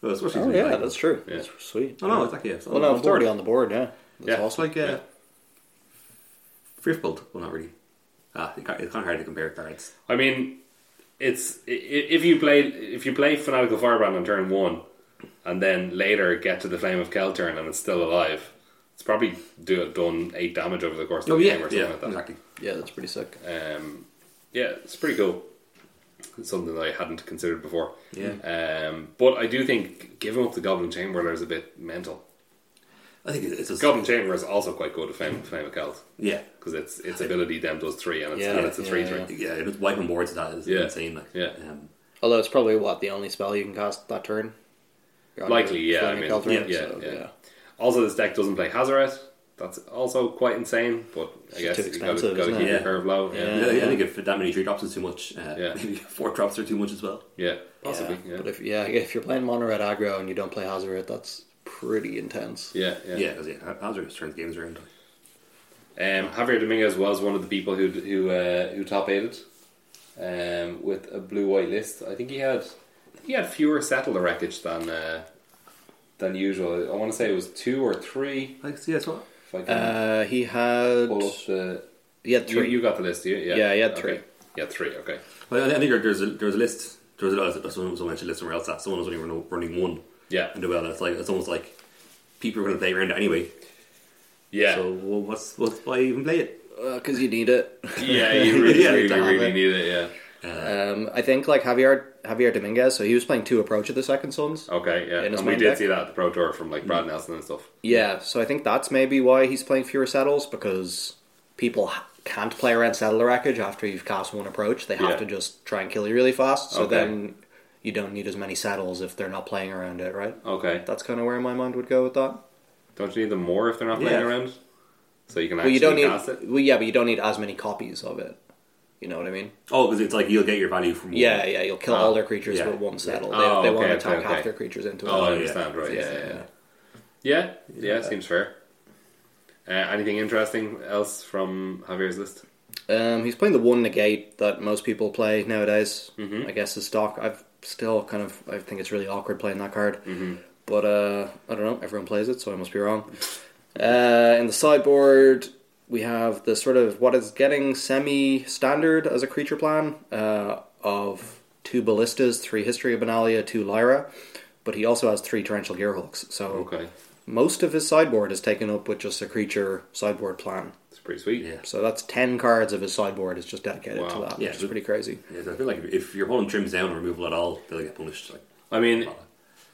[SPEAKER 3] Well, especially
[SPEAKER 2] Oh,
[SPEAKER 3] when
[SPEAKER 2] yeah,
[SPEAKER 3] you like-
[SPEAKER 2] that's true.
[SPEAKER 1] Yeah.
[SPEAKER 2] That's sweet.
[SPEAKER 3] Oh no, exactly. Yeah. It's
[SPEAKER 2] Well, no, it's already on the board, yeah. That's
[SPEAKER 1] Yeah.
[SPEAKER 3] It's
[SPEAKER 2] awesome.
[SPEAKER 3] like uh,
[SPEAKER 1] Yeah.
[SPEAKER 3] Fierce Bolt. Well, not really. Ah, it can't- it's kind of hard to compare cards.
[SPEAKER 1] I mean, it's i- i- if you play if you play Fanatical Firebrand on turn one, and then later get to the Flame of Kelp turn and it's still alive, it's probably do, done eight damage over the course of the game or something
[SPEAKER 3] Oh, yeah,
[SPEAKER 1] like that.
[SPEAKER 3] exactly.
[SPEAKER 2] Yeah, that's pretty sick.
[SPEAKER 1] Um, yeah, it's pretty cool. It's something that I hadn't considered before.
[SPEAKER 3] Yeah.
[SPEAKER 1] Um, but I do think giving up the Goblin Chamberlain is a bit mental.
[SPEAKER 3] I think it's just
[SPEAKER 1] Goblin Chamber is also quite good at Flame, Flame of Celt
[SPEAKER 3] Yeah,
[SPEAKER 1] because its its ability then does three and it's,
[SPEAKER 2] Yeah,
[SPEAKER 1] and it's a
[SPEAKER 2] yeah,
[SPEAKER 1] three
[SPEAKER 2] yeah.
[SPEAKER 1] three.
[SPEAKER 3] yeah. Just wiping boards that is
[SPEAKER 1] Yeah.
[SPEAKER 3] insane. Like,
[SPEAKER 1] Yeah.
[SPEAKER 3] um,
[SPEAKER 2] Although it's probably, what, the only spell you can cast that turn? You're on
[SPEAKER 1] Likely,
[SPEAKER 2] your
[SPEAKER 1] yeah, I
[SPEAKER 2] Flame
[SPEAKER 1] mean,
[SPEAKER 2] Kelter,
[SPEAKER 1] yeah,
[SPEAKER 2] so,
[SPEAKER 1] yeah. Also, this deck doesn't play Hazaret. That's also quite insane, but I guess
[SPEAKER 2] too
[SPEAKER 1] you've got to,
[SPEAKER 2] expensive,
[SPEAKER 1] got to
[SPEAKER 2] isn't
[SPEAKER 1] keep
[SPEAKER 3] it?
[SPEAKER 1] your
[SPEAKER 3] Yeah.
[SPEAKER 1] curve low.
[SPEAKER 2] Yeah.
[SPEAKER 3] yeah,
[SPEAKER 1] yeah,
[SPEAKER 3] I think if that many three drops is too much, uh,
[SPEAKER 1] Yeah.
[SPEAKER 3] <laughs> maybe four drops are too much as well.
[SPEAKER 1] Yeah, possibly.
[SPEAKER 2] Yeah,
[SPEAKER 1] Yeah,
[SPEAKER 2] But if yeah, <laughs> if you're playing mono red aggro and you don't play Hazaret, that's pretty intense.
[SPEAKER 1] yeah, yeah.
[SPEAKER 3] Yeah, because yeah, Hazardous turns games around.
[SPEAKER 1] Um, Javier Dominguez was one of the people who who uh, who top aided um, with a blue white list. I think he had I think he had fewer settler wreckage than uh, than usual. I want to say it was two or three.
[SPEAKER 3] Like, yeah, so
[SPEAKER 1] If I can
[SPEAKER 2] Uh, he had
[SPEAKER 1] pull up the
[SPEAKER 2] he had
[SPEAKER 1] you,
[SPEAKER 2] three.
[SPEAKER 1] you got the list, do you? Yeah,
[SPEAKER 2] Yeah, he had
[SPEAKER 1] Okay.
[SPEAKER 2] three.
[SPEAKER 1] Yeah, three. Okay.
[SPEAKER 3] well, I I think there- there's a, there's a list. There was a that's someone was mentioned a list somewhere else that someone was only run, running one
[SPEAKER 1] Yeah,
[SPEAKER 3] and do well. It's like it's almost like people are going to play around it anyway.
[SPEAKER 1] yeah,
[SPEAKER 2] <laughs>
[SPEAKER 3] So well, what's what's why even play it?
[SPEAKER 2] because uh, you
[SPEAKER 1] <laughs>
[SPEAKER 2] need it.
[SPEAKER 1] yeah. You
[SPEAKER 2] <laughs>
[SPEAKER 1] really,
[SPEAKER 3] Yeah,
[SPEAKER 1] really,
[SPEAKER 3] to have
[SPEAKER 1] really
[SPEAKER 2] it.
[SPEAKER 1] need it. Yeah.
[SPEAKER 2] Um, I think like Javier Javier Dominguez, so he was playing two approach of the second sons.
[SPEAKER 1] Okay. Yeah,
[SPEAKER 2] In his
[SPEAKER 1] and we
[SPEAKER 2] main
[SPEAKER 1] did
[SPEAKER 2] deck?
[SPEAKER 1] see that at the pro tour from
[SPEAKER 2] Mm.
[SPEAKER 1] like Brad Nelson and stuff.
[SPEAKER 2] Yeah, so I think that's maybe why he's playing fewer settles because people h- can't play around settler wreckage after you've cast one approach. They have
[SPEAKER 1] Yeah.
[SPEAKER 2] to just try and kill you really fast. So
[SPEAKER 1] Okay.
[SPEAKER 2] then you don't need as many settles if they're not playing around it, right?
[SPEAKER 1] Okay.
[SPEAKER 2] That's kind of where my mind would go with that.
[SPEAKER 1] Don't you need them more if they're not playing
[SPEAKER 3] Yeah.
[SPEAKER 1] around? So you can
[SPEAKER 2] Well,
[SPEAKER 1] actually
[SPEAKER 2] you don't need.
[SPEAKER 1] cast it.
[SPEAKER 2] Well, yeah, but you don't need as many copies of it. You know what I mean?
[SPEAKER 3] Oh, because it's like you'll get your value from one.
[SPEAKER 2] Yeah, yeah. You'll kill all their creatures
[SPEAKER 3] yeah.
[SPEAKER 2] with one settle.
[SPEAKER 1] Oh,
[SPEAKER 2] they they won't
[SPEAKER 1] okay,
[SPEAKER 2] attack
[SPEAKER 1] okay, okay.
[SPEAKER 2] half their creatures into it.
[SPEAKER 1] Oh, I
[SPEAKER 3] yeah.
[SPEAKER 1] understand, right? Yeah,
[SPEAKER 2] Yeah.
[SPEAKER 1] yeah, yeah. Yeah, yeah, seems fair. Uh, anything interesting else from Javier's list?
[SPEAKER 2] Um, he's playing the one negate that most people play nowadays. I guess is stock. I've still kind of. I think it's really awkward playing that card. But uh, I don't know. Everyone plays it, so I must be wrong. <laughs> Uh, in the sideboard, we have the sort of what is getting semi-standard as a creature plan uh, of two ballistas, three history of Benalia, two Lyra. But he also has three torrential gearhooks. So
[SPEAKER 1] Okay,
[SPEAKER 2] most of his sideboard is taken up with just a creature sideboard plan.
[SPEAKER 1] it's pretty sweet.
[SPEAKER 3] Yeah.
[SPEAKER 2] So that's 10 cards of his sideboard is just dedicated to
[SPEAKER 1] Wow.
[SPEAKER 2] that,
[SPEAKER 3] Yeah,
[SPEAKER 2] which is
[SPEAKER 3] but-
[SPEAKER 2] pretty crazy.
[SPEAKER 3] Yeah, so I feel like if- if your opponent trims down removal at all, they'll get punished. Like,
[SPEAKER 1] I mean,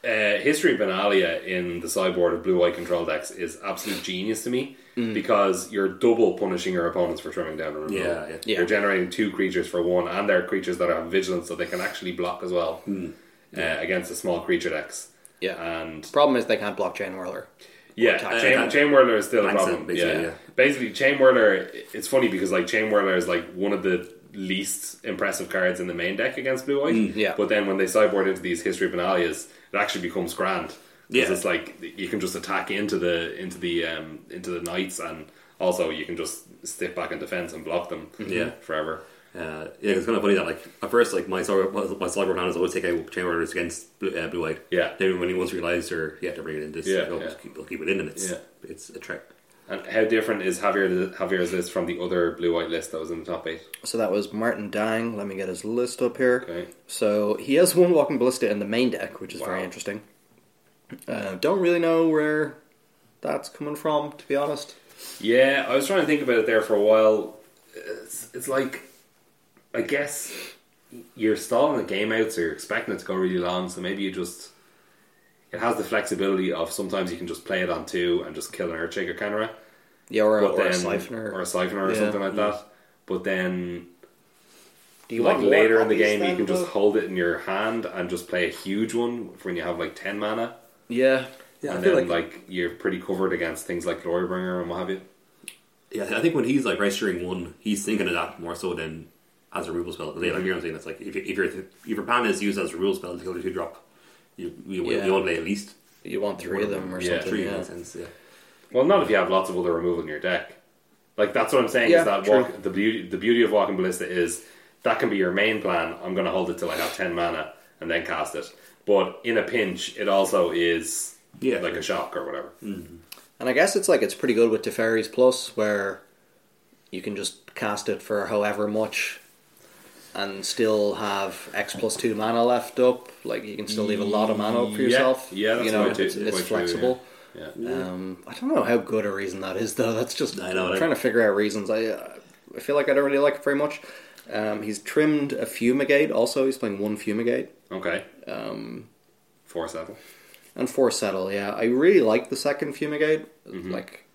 [SPEAKER 1] uh, history of Benalia in the sideboard of blue white control decks is absolute genius to me because you're double punishing your opponents for trimming down a removal.
[SPEAKER 3] Yeah, yeah.
[SPEAKER 2] Yeah.
[SPEAKER 1] You're generating two creatures for one, and they're creatures that have vigilance, so they can actually block as well uh, against the small creature decks.
[SPEAKER 2] Yeah.
[SPEAKER 1] And
[SPEAKER 2] Uh, Problem is they can't block Chain Whirler.
[SPEAKER 1] Yeah,
[SPEAKER 2] attack.
[SPEAKER 1] chain,
[SPEAKER 3] Uh,
[SPEAKER 1] chain whirler is still a
[SPEAKER 3] Maxim,
[SPEAKER 1] problem.
[SPEAKER 3] basically,
[SPEAKER 1] yeah.
[SPEAKER 3] yeah.
[SPEAKER 1] basically, chain whirler. It's funny because like chain whirler is like one of the least impressive cards in the main deck against blue white.
[SPEAKER 3] Mm,
[SPEAKER 2] yeah.
[SPEAKER 1] but then when they sideboard into these history banalias, it actually becomes grand. 'Cause
[SPEAKER 3] Yeah.
[SPEAKER 1] it's like you can just attack into the into the um, into the knights, and also you can just step back in defense and block them.
[SPEAKER 3] Mm-hmm. Yeah.
[SPEAKER 1] forever.
[SPEAKER 3] Uh, yeah, it's kind of funny that like at first like my cyber my cyber planners always take out chain orders against blue, uh, blue eyed.
[SPEAKER 1] Yeah.
[SPEAKER 3] Then when he once realised, or yeah, to bring it in this,
[SPEAKER 1] Yeah,
[SPEAKER 3] they'll,
[SPEAKER 1] yeah.
[SPEAKER 3] Keep, they'll keep it in, and it's
[SPEAKER 1] Yeah.
[SPEAKER 3] it's a trick.
[SPEAKER 1] And how different is Javier Javier's list from the other blue white list that was in the top eight?
[SPEAKER 2] So that was Martin Dang. Let me get his list up here.
[SPEAKER 1] Okay.
[SPEAKER 2] So he has one walking ballista in the main deck, which is
[SPEAKER 1] Wow.
[SPEAKER 2] very interesting. Uh, don't really know where that's coming from, to be honest.
[SPEAKER 1] Yeah, I was trying to think about it there for a while. It's, it's like, I guess you're stalling the game out, so you're expecting it to go really long. So maybe you just it has the flexibility of sometimes you can just play it on two and just kill an Earth Shaker Canra,
[SPEAKER 2] Yeah, or, a-
[SPEAKER 1] but
[SPEAKER 2] or
[SPEAKER 1] then
[SPEAKER 2] a siphoner.
[SPEAKER 1] or a siphoner or
[SPEAKER 2] Yeah.
[SPEAKER 1] something like that. But then,
[SPEAKER 2] Do you
[SPEAKER 1] like
[SPEAKER 2] want more
[SPEAKER 1] later in the
[SPEAKER 2] copies
[SPEAKER 1] game,
[SPEAKER 2] then,
[SPEAKER 1] you can just
[SPEAKER 2] though?
[SPEAKER 1] hold it in your hand and just play a huge one when you have like ten mana,
[SPEAKER 2] Yeah.
[SPEAKER 3] Yeah, I
[SPEAKER 1] and
[SPEAKER 3] feel
[SPEAKER 1] then
[SPEAKER 3] like,
[SPEAKER 1] like, you're pretty covered against things like Glorybringer and what have you.
[SPEAKER 3] yeah, I think when he's like registering one, he's thinking of that more so than as a removal spell. Yeah,
[SPEAKER 1] Mm-hmm.
[SPEAKER 3] Like you're saying, that's like if, you, if your if your plan is used as a removal spell to kill the two drop, you you,
[SPEAKER 2] Yeah.
[SPEAKER 3] you want to play at least
[SPEAKER 2] You want three of them or
[SPEAKER 1] Yeah,
[SPEAKER 2] something.
[SPEAKER 3] three.
[SPEAKER 2] yeah.
[SPEAKER 3] makes sense. Yeah.
[SPEAKER 1] Well, not if you have lots of other removal in your deck. Like that's what I'm saying
[SPEAKER 2] Yeah,
[SPEAKER 1] is that
[SPEAKER 2] true.
[SPEAKER 1] walk, the beauty the beauty of walking ballista is that can be your main plan. I'm going to hold it till I have ten mana and then cast it. But in a pinch, it also is
[SPEAKER 3] Yeah.
[SPEAKER 1] like a shock or whatever.
[SPEAKER 2] Mm. And I guess it's like it's pretty good with Teferi's Plus, where you can just cast it for however much and still have X plus two mana left up. Like you can still leave a lot of mana up for
[SPEAKER 1] Yeah,
[SPEAKER 2] yourself.
[SPEAKER 1] yeah, that's
[SPEAKER 2] you know,
[SPEAKER 1] quite true-
[SPEAKER 2] it's, it's
[SPEAKER 1] quite true,
[SPEAKER 2] flexible.
[SPEAKER 1] Yeah,
[SPEAKER 2] Um, I don't know how good a reason that is, though. That's just
[SPEAKER 3] I know,
[SPEAKER 2] I'm
[SPEAKER 3] right?
[SPEAKER 2] trying to figure out reasons. I uh, I feel like I don't really like it very much. Um, he's trimmed a fumigate. Also, he's playing one fumigate
[SPEAKER 1] okay. Um, Four settle.
[SPEAKER 2] and four settle. Yeah, I really like the second fumigate. Like,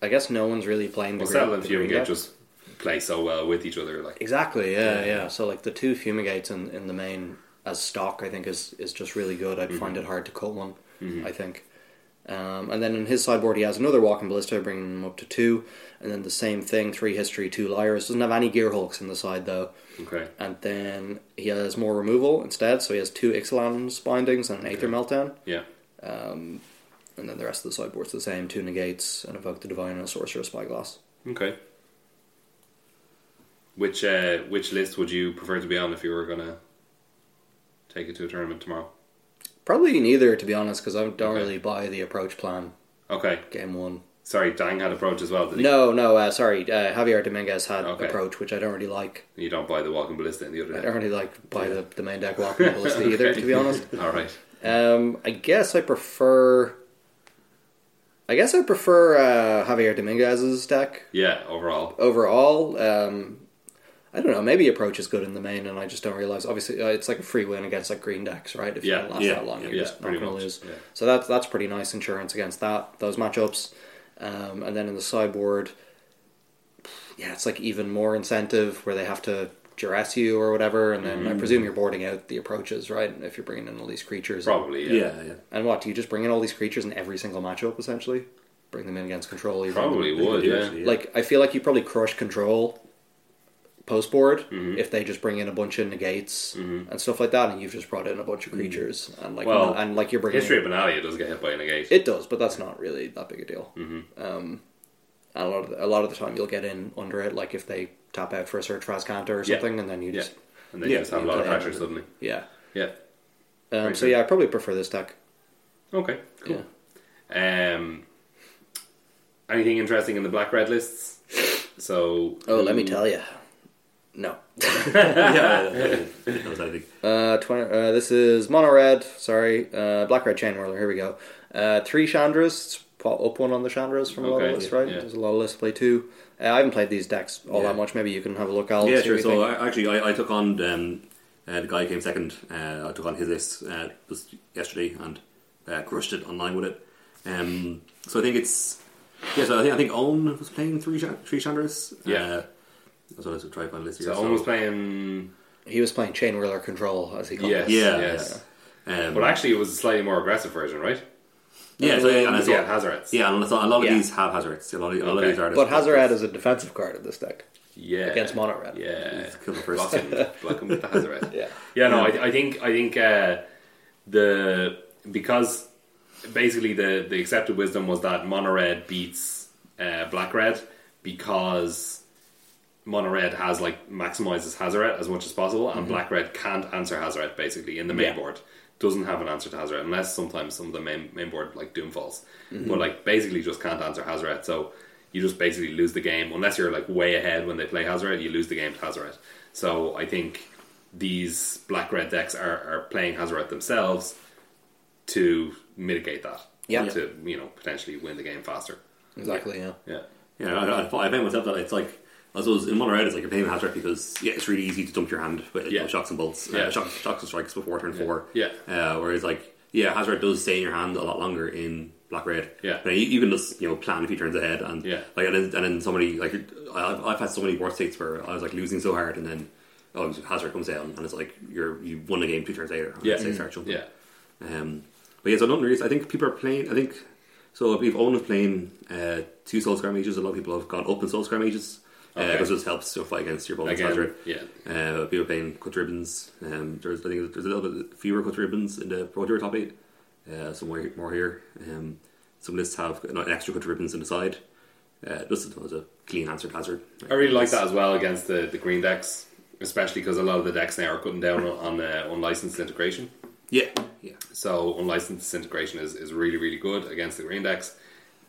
[SPEAKER 2] I guess no one's really playing the
[SPEAKER 1] Mm-hmm. Well,
[SPEAKER 2] green-
[SPEAKER 1] settle and
[SPEAKER 2] the green
[SPEAKER 1] fumigate
[SPEAKER 2] deck.
[SPEAKER 1] just play so well with each other. Like
[SPEAKER 2] Exactly. Yeah, yeah. So like the two fumigates in, in the main as stock, I think is is just really good. I'd find
[SPEAKER 1] Mm-hmm.
[SPEAKER 2] it hard to cut one. I think. Um, and then in his sideboard, he has another walking ballista, bringing him up to two, and then the same thing: three history, two liars. Doesn't have any gear hulks in the side though,
[SPEAKER 1] okay,
[SPEAKER 2] and then he has more removal instead. So he has two Ixalan's bindings and an Aether meltdown,
[SPEAKER 1] yeah,
[SPEAKER 2] and then the rest of the sideboard's the same: two negates, and evoke the divine, and a sorcerer spyglass.
[SPEAKER 1] okay. Which uh, which list would you prefer to be on if you were gonna take it to a tournament tomorrow?
[SPEAKER 2] Probably neither, to be honest, because I don't
[SPEAKER 1] Okay.
[SPEAKER 2] really buy the approach plan.
[SPEAKER 1] Okay,
[SPEAKER 2] Game one.
[SPEAKER 1] sorry, Dang had approach as well. Did he?
[SPEAKER 2] No, no, uh, sorry. Uh, Javier Dominguez had
[SPEAKER 1] Okay.
[SPEAKER 2] approach, which I don't really like.
[SPEAKER 1] You don't buy the walking ballista in the other
[SPEAKER 2] I
[SPEAKER 1] deck.
[SPEAKER 2] don't really like by the, the main deck walking
[SPEAKER 1] <laughs>
[SPEAKER 2] ballista either, to be honest.
[SPEAKER 1] All right.
[SPEAKER 2] Um, I guess I prefer. I guess I prefer uh, Javier Dominguez's deck
[SPEAKER 1] Yeah, overall.
[SPEAKER 2] overall. Um, I don't know. Maybe approach is good in the main, and I just don't realize. Obviously, uh, it's like a free win against like green decks, right? If
[SPEAKER 1] Yeah,
[SPEAKER 2] you don't last
[SPEAKER 3] yeah,
[SPEAKER 2] that long, you're
[SPEAKER 1] yeah,
[SPEAKER 2] just not
[SPEAKER 1] pretty
[SPEAKER 2] going to
[SPEAKER 1] much,
[SPEAKER 2] lose.
[SPEAKER 1] yeah.
[SPEAKER 2] So that's that's pretty nice insurance against that those matchups. Um, and then in the sideboard, yeah, it's like even more incentive where they have to duress you or whatever. And then I presume you're boarding out the approaches, right? If you're bringing in all these creatures,
[SPEAKER 1] Mm. Probably, yeah.
[SPEAKER 3] Yeah, yeah.
[SPEAKER 2] And what do you just bring in all these creatures in every single matchup essentially? Bring them in against control, even
[SPEAKER 1] Probably would, yeah.
[SPEAKER 3] Actually,
[SPEAKER 2] like I feel like you probably crush control post board
[SPEAKER 1] Mm-hmm.
[SPEAKER 2] if they just bring in a bunch of negates and stuff like that, and you've just brought in a bunch of creatures and like
[SPEAKER 1] Mm-hmm. Well,
[SPEAKER 2] and like you're bringing
[SPEAKER 1] History of Benalia does get hit by a negate.
[SPEAKER 2] it does, but that's not really that big a deal. Um,
[SPEAKER 1] Mm-hmm.
[SPEAKER 2] and a lot of the, a lot of the time you'll get in under it, like if they tap out for a search fast counter or
[SPEAKER 1] Yeah.
[SPEAKER 2] something, and then you
[SPEAKER 1] yeah.
[SPEAKER 2] just
[SPEAKER 1] And then you
[SPEAKER 3] Yeah,
[SPEAKER 1] just have a
[SPEAKER 2] you
[SPEAKER 1] lot of
[SPEAKER 2] put it in.
[SPEAKER 1] pressure suddenly.
[SPEAKER 2] yeah.
[SPEAKER 1] Yeah.
[SPEAKER 2] Um,
[SPEAKER 1] Very
[SPEAKER 2] so
[SPEAKER 1] good.
[SPEAKER 2] yeah, I probably prefer this deck.
[SPEAKER 1] Okay, cool. Um, anything interesting in the black red lists? So.
[SPEAKER 2] Oh, let me tell you. No. <laughs>
[SPEAKER 3] yeah, yeah, yeah, yeah. That was, I
[SPEAKER 1] <laughs>
[SPEAKER 3] think.
[SPEAKER 2] Uh, twen- uh, this is mono red. Sorry, uh, black red chain whirler. Here we go. Uh, three Chandras. po- Up one on the Chandras from a lot
[SPEAKER 1] Okay,
[SPEAKER 2] of lists, right?
[SPEAKER 1] yeah.
[SPEAKER 2] There's a lot of lists to play too. Uh, I haven't played these decks all
[SPEAKER 3] Yeah.
[SPEAKER 2] that much. Maybe you can have a look. Al,
[SPEAKER 3] Yeah,
[SPEAKER 2] see what
[SPEAKER 3] sure.
[SPEAKER 2] you
[SPEAKER 3] So uh,
[SPEAKER 2] think.
[SPEAKER 3] I, actually, I, I took on um, uh, the guy who came second. Uh, I took on his list uh, just yesterday and uh, crushed it online with it. Um, so I think it's yeah. So I think I think Owen was playing three Shan- three Chandras.
[SPEAKER 1] Yeah.
[SPEAKER 3] uh, that's what I was trying to find a list here.
[SPEAKER 1] So,
[SPEAKER 3] So,
[SPEAKER 1] almost playing.
[SPEAKER 2] he was playing chain whirler control as he called
[SPEAKER 1] Yes.
[SPEAKER 2] it.
[SPEAKER 3] Yeah,
[SPEAKER 1] Yes.
[SPEAKER 3] yeah. Um,
[SPEAKER 1] But actually, it was a slightly more aggressive version, right?
[SPEAKER 3] yeah, so, yeah, and I
[SPEAKER 1] Yeah,
[SPEAKER 3] saw,
[SPEAKER 1] yeah Hazarets.
[SPEAKER 3] yeah, and I saw a lot of
[SPEAKER 2] Yeah.
[SPEAKER 3] these have hazards. A lot of, a lot
[SPEAKER 1] Okay.
[SPEAKER 3] of these are.
[SPEAKER 2] But Hazard is a defensive card in this deck.
[SPEAKER 1] Yeah.
[SPEAKER 2] Against mono red.
[SPEAKER 1] Yeah.
[SPEAKER 3] Kill the
[SPEAKER 2] <laughs>
[SPEAKER 3] first.
[SPEAKER 1] Block him, block him with the Hazaret.
[SPEAKER 2] Yeah.
[SPEAKER 1] Yeah, no, I, I think I think uh, the because basically the the accepted wisdom was that mono red beats uh, black red because Mono Red has like maximizes Hazaret as much as possible, and Black Red can't answer Hazaret basically in the main
[SPEAKER 3] Yeah.
[SPEAKER 1] board. Doesn't have an answer to Hazaret unless sometimes some of the main main board like Doom falls, but like basically just can't answer Hazaret. So you just basically lose the game unless you're like way ahead when they play Hazaret. You lose the game to Hazaret. So I think these Black Red decks are, are playing Hazaret themselves to mitigate that.
[SPEAKER 2] Yeah.
[SPEAKER 1] To you know potentially win the game faster.
[SPEAKER 2] Exactly. Yeah.
[SPEAKER 1] Yeah.
[SPEAKER 3] Yeah, I, I, find- I find myself that it's like I suppose in mono red it's like you're playing hazard because yeah, it's really easy to dump your hand with like,
[SPEAKER 1] Yeah.
[SPEAKER 3] shocks and bolts,
[SPEAKER 1] Yeah.
[SPEAKER 3] uh, shocks, shocks and strikes before turn four.
[SPEAKER 1] Yeah.
[SPEAKER 3] Uh, whereas like yeah, hazard does stay in your hand a lot longer in black red.
[SPEAKER 1] Yeah.
[SPEAKER 3] Now, you, you can just you know plan a few turns ahead and
[SPEAKER 1] Yeah.
[SPEAKER 3] like and then, and then somebody like I- I've, I've had so many board states where I was like losing so hard and then oh hazard comes down and it's like you're you won the game two turns later.
[SPEAKER 1] Yeah.
[SPEAKER 3] States start jumping.
[SPEAKER 1] Yeah.
[SPEAKER 3] Um, but yeah, so not really. I think people are playing. I think so. If Owen was playing uh, two Soul Scrum Ages, a lot of people have gone open Soul Scrum Ages uh, because
[SPEAKER 1] Okay.
[SPEAKER 3] it just helps to fight against your opponent's
[SPEAKER 1] Again,
[SPEAKER 3] hazard.
[SPEAKER 1] yeah.
[SPEAKER 3] Uh, people playing cut ribbons. Um, there's I think there's a little bit fewer cut ribbons in the Pro Tour top eight. Uh, some more, more here. Um, some lists have an extra cut ribbons in the side. Uh, just as a clean answer to hazard.
[SPEAKER 1] I really like that as well against the, the green decks, especially because a lot of the decks now are cutting down on uh, unlicensed integration.
[SPEAKER 3] Yeah, yeah.
[SPEAKER 1] So unlicensed disintegration is, is really, really good against the green decks.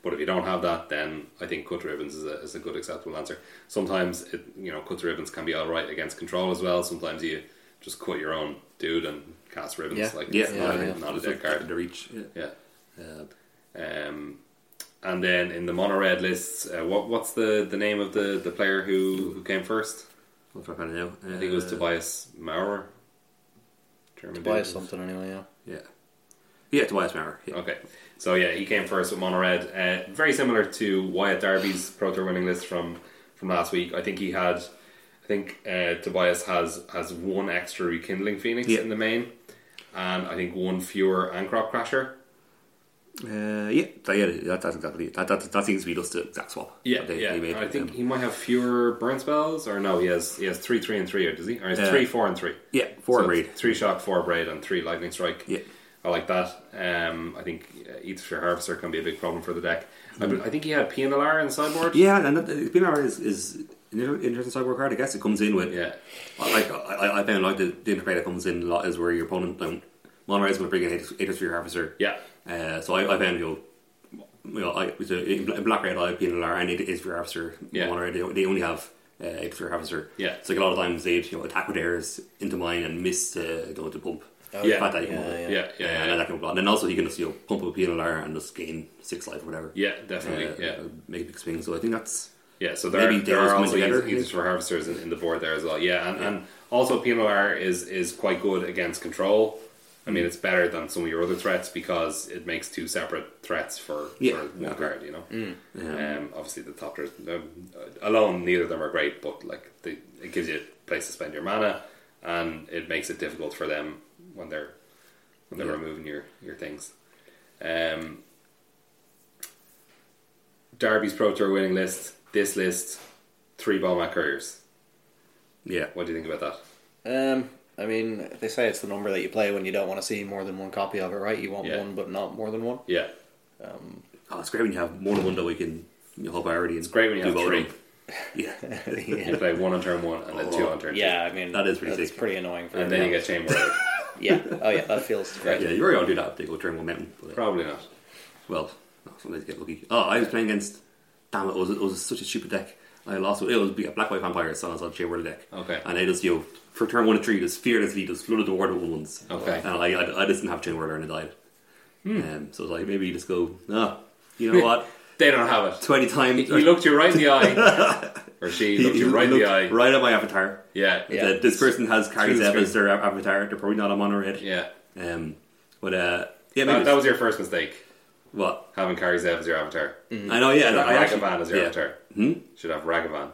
[SPEAKER 1] But if you don't have that, then I think cut ribbons is a, is a good acceptable answer. Sometimes it, you know cut ribbons can be all right against control as well. Sometimes you just cut your own dude and cast ribbons
[SPEAKER 2] Yeah.
[SPEAKER 1] like
[SPEAKER 3] Yeah,
[SPEAKER 1] it's not,
[SPEAKER 3] yeah,
[SPEAKER 1] a-
[SPEAKER 3] yeah.
[SPEAKER 1] not a
[SPEAKER 3] Just
[SPEAKER 1] dead
[SPEAKER 3] like
[SPEAKER 1] card.
[SPEAKER 3] The reach. Yeah.
[SPEAKER 1] Yeah.
[SPEAKER 3] Uh,
[SPEAKER 1] Um, and then in the mono red lists, uh, what what's the, the name of the, the player who, who came first?
[SPEAKER 3] what if I find Uh, it now?
[SPEAKER 1] I think it was Tobias Maurer. German dude.
[SPEAKER 2] Buy something anyway. Yeah.
[SPEAKER 3] Yeah. Yeah, Tobias Maurer. Yeah.
[SPEAKER 1] Okay. So yeah, he came first with Mono Red. Uh, very similar to Wyatt Darby's Pro Tour winning list from from last week. I think he had, I think uh, Tobias has has one extra Rekindling Phoenix
[SPEAKER 3] Yeah.
[SPEAKER 1] in the main, and I think one fewer Ancrop Crasher.
[SPEAKER 3] Uh, yeah, that, yeah that, that's exactly it. That, that, that seems to be just the exact swap. that they- they made.
[SPEAKER 1] I think
[SPEAKER 3] Um,
[SPEAKER 1] he might have fewer burn spells, or no, he has he has three, three, and three, or does he? Or he has
[SPEAKER 3] Uh,
[SPEAKER 1] three, four, and three.
[SPEAKER 3] yeah, four
[SPEAKER 1] So
[SPEAKER 3] and
[SPEAKER 1] it's Three shock, four braid, and three lightning strike.
[SPEAKER 3] Yeah.
[SPEAKER 1] I like that. Um, I think uh, Ether Harvester can be a big problem for the deck. I, be- I think he had PNLR in the sideboard.
[SPEAKER 3] Yeah, and that, Binar is, is an inter- interesting sideboard card. I guess it comes in with.
[SPEAKER 1] Yeah.
[SPEAKER 3] Like, I, I- I found like the, the interplay that comes in a lot is where your opponent, like, Mono is going to bring in Aether Sphere Harvester.
[SPEAKER 1] Yeah.
[SPEAKER 3] Uh, so I, I found, you know, you know, I, so in Bla- in Black Red, I have PNLR and Aether Sphere Harvester.
[SPEAKER 1] Yeah.
[SPEAKER 3] Mono Red, they, they only have uh, Aether Sphere Harvester.
[SPEAKER 1] Yeah.
[SPEAKER 3] So like, a lot of times they'd, you know, attack with airs into mine and miss uh, going to pump.
[SPEAKER 1] Yeah.
[SPEAKER 3] Fat Daddy can
[SPEAKER 2] Oh, Yeah,
[SPEAKER 3] pump
[SPEAKER 1] Yeah,
[SPEAKER 2] yeah.
[SPEAKER 3] it. Yeah,
[SPEAKER 1] yeah,
[SPEAKER 3] and
[SPEAKER 1] yeah.
[SPEAKER 3] that can block. And then also he can just you know, pump up PNLR and just gain six life or whatever.
[SPEAKER 1] Yeah,
[SPEAKER 3] Uh,
[SPEAKER 1] definitely. yeah.
[SPEAKER 3] make a big swing. So I think that's
[SPEAKER 1] Yeah, so there,
[SPEAKER 3] Maybe
[SPEAKER 1] there
[SPEAKER 3] Dale's
[SPEAKER 1] are
[SPEAKER 3] coming
[SPEAKER 1] also
[SPEAKER 3] together,
[SPEAKER 1] uses,
[SPEAKER 3] I think.
[SPEAKER 1] uses for harvesters in, in the board there as well. Yeah, and, and also PNLR is is quite good against control. I
[SPEAKER 3] Mm-hmm.
[SPEAKER 1] mean, it's better than some of your other threats because it makes two separate threats for,
[SPEAKER 3] Yeah,
[SPEAKER 1] for one
[SPEAKER 3] yeah.
[SPEAKER 1] card. You know,
[SPEAKER 3] Yeah.
[SPEAKER 1] um, obviously the top tier um, alone, neither of them are great, but like they, it gives you a place to spend your mana, and it makes it difficult for them when they're when they're
[SPEAKER 3] Yeah.
[SPEAKER 1] removing your your things. Um, Derby's Pro Tour winning list, this list, three Balmac Couriers.
[SPEAKER 3] yeah.
[SPEAKER 1] What do you think about that?
[SPEAKER 2] Um, I mean, they say it's the number that you play when you don't want to see more than one copy of it, right? You want
[SPEAKER 1] Yeah.
[SPEAKER 2] one, but not more than one. <laughs>
[SPEAKER 1] Yeah,
[SPEAKER 3] Oh, it's great when you have more than one that we can you know, hold priority. It's
[SPEAKER 1] great when you have three.
[SPEAKER 3] <laughs> Yeah, <laughs>
[SPEAKER 1] You play one on turn one and then two on turn
[SPEAKER 2] Yeah, I mean,
[SPEAKER 3] That is pretty
[SPEAKER 2] That's
[SPEAKER 3] sick.
[SPEAKER 2] pretty annoying for
[SPEAKER 1] two, and then you
[SPEAKER 2] everyone
[SPEAKER 1] get Chain
[SPEAKER 3] <laughs>
[SPEAKER 1] Warrior.
[SPEAKER 2] else. yeah. Oh yeah, that
[SPEAKER 1] <laughs>
[SPEAKER 2] feels great.
[SPEAKER 3] yeah. You already all do that. They go turn one mountain. But, uh,
[SPEAKER 1] Probably not.
[SPEAKER 3] well, no, sometimes you get lucky. Oh, I was playing against. Damn it! It was, it was such a stupid deck. I lost. It was a black white vampire, so I was on Jay World deck.
[SPEAKER 1] Okay.
[SPEAKER 3] And I just you know, for turn one and three, just fearlessly just flooded the ward with ones.
[SPEAKER 1] Okay. Hmm.
[SPEAKER 3] And I I, I just didn't have Jay World and I died. Um, so I was like maybe you just go. No, you
[SPEAKER 1] <laughs>
[SPEAKER 3] know what?
[SPEAKER 1] They don't have it.
[SPEAKER 3] Twenty times.
[SPEAKER 1] He looked you right in the eye,
[SPEAKER 3] <laughs>
[SPEAKER 1] or she looked you right in the eye.
[SPEAKER 3] right at my avatar.
[SPEAKER 1] Yeah,
[SPEAKER 2] Yeah.
[SPEAKER 3] That this person has Carrie
[SPEAKER 1] Through the
[SPEAKER 3] Zeb as their av- avatar. They're probably not on mono red.
[SPEAKER 1] yeah.
[SPEAKER 3] Um, but uh, yeah, maybe
[SPEAKER 1] That, that was your first mistake,
[SPEAKER 3] what
[SPEAKER 1] having Kari Zev as your avatar.
[SPEAKER 3] I know. Yeah,
[SPEAKER 1] Should have
[SPEAKER 3] Mm. I actually,
[SPEAKER 1] Ragavan as your
[SPEAKER 3] yeah. Hmm?
[SPEAKER 1] avatar. Should have Ragavan.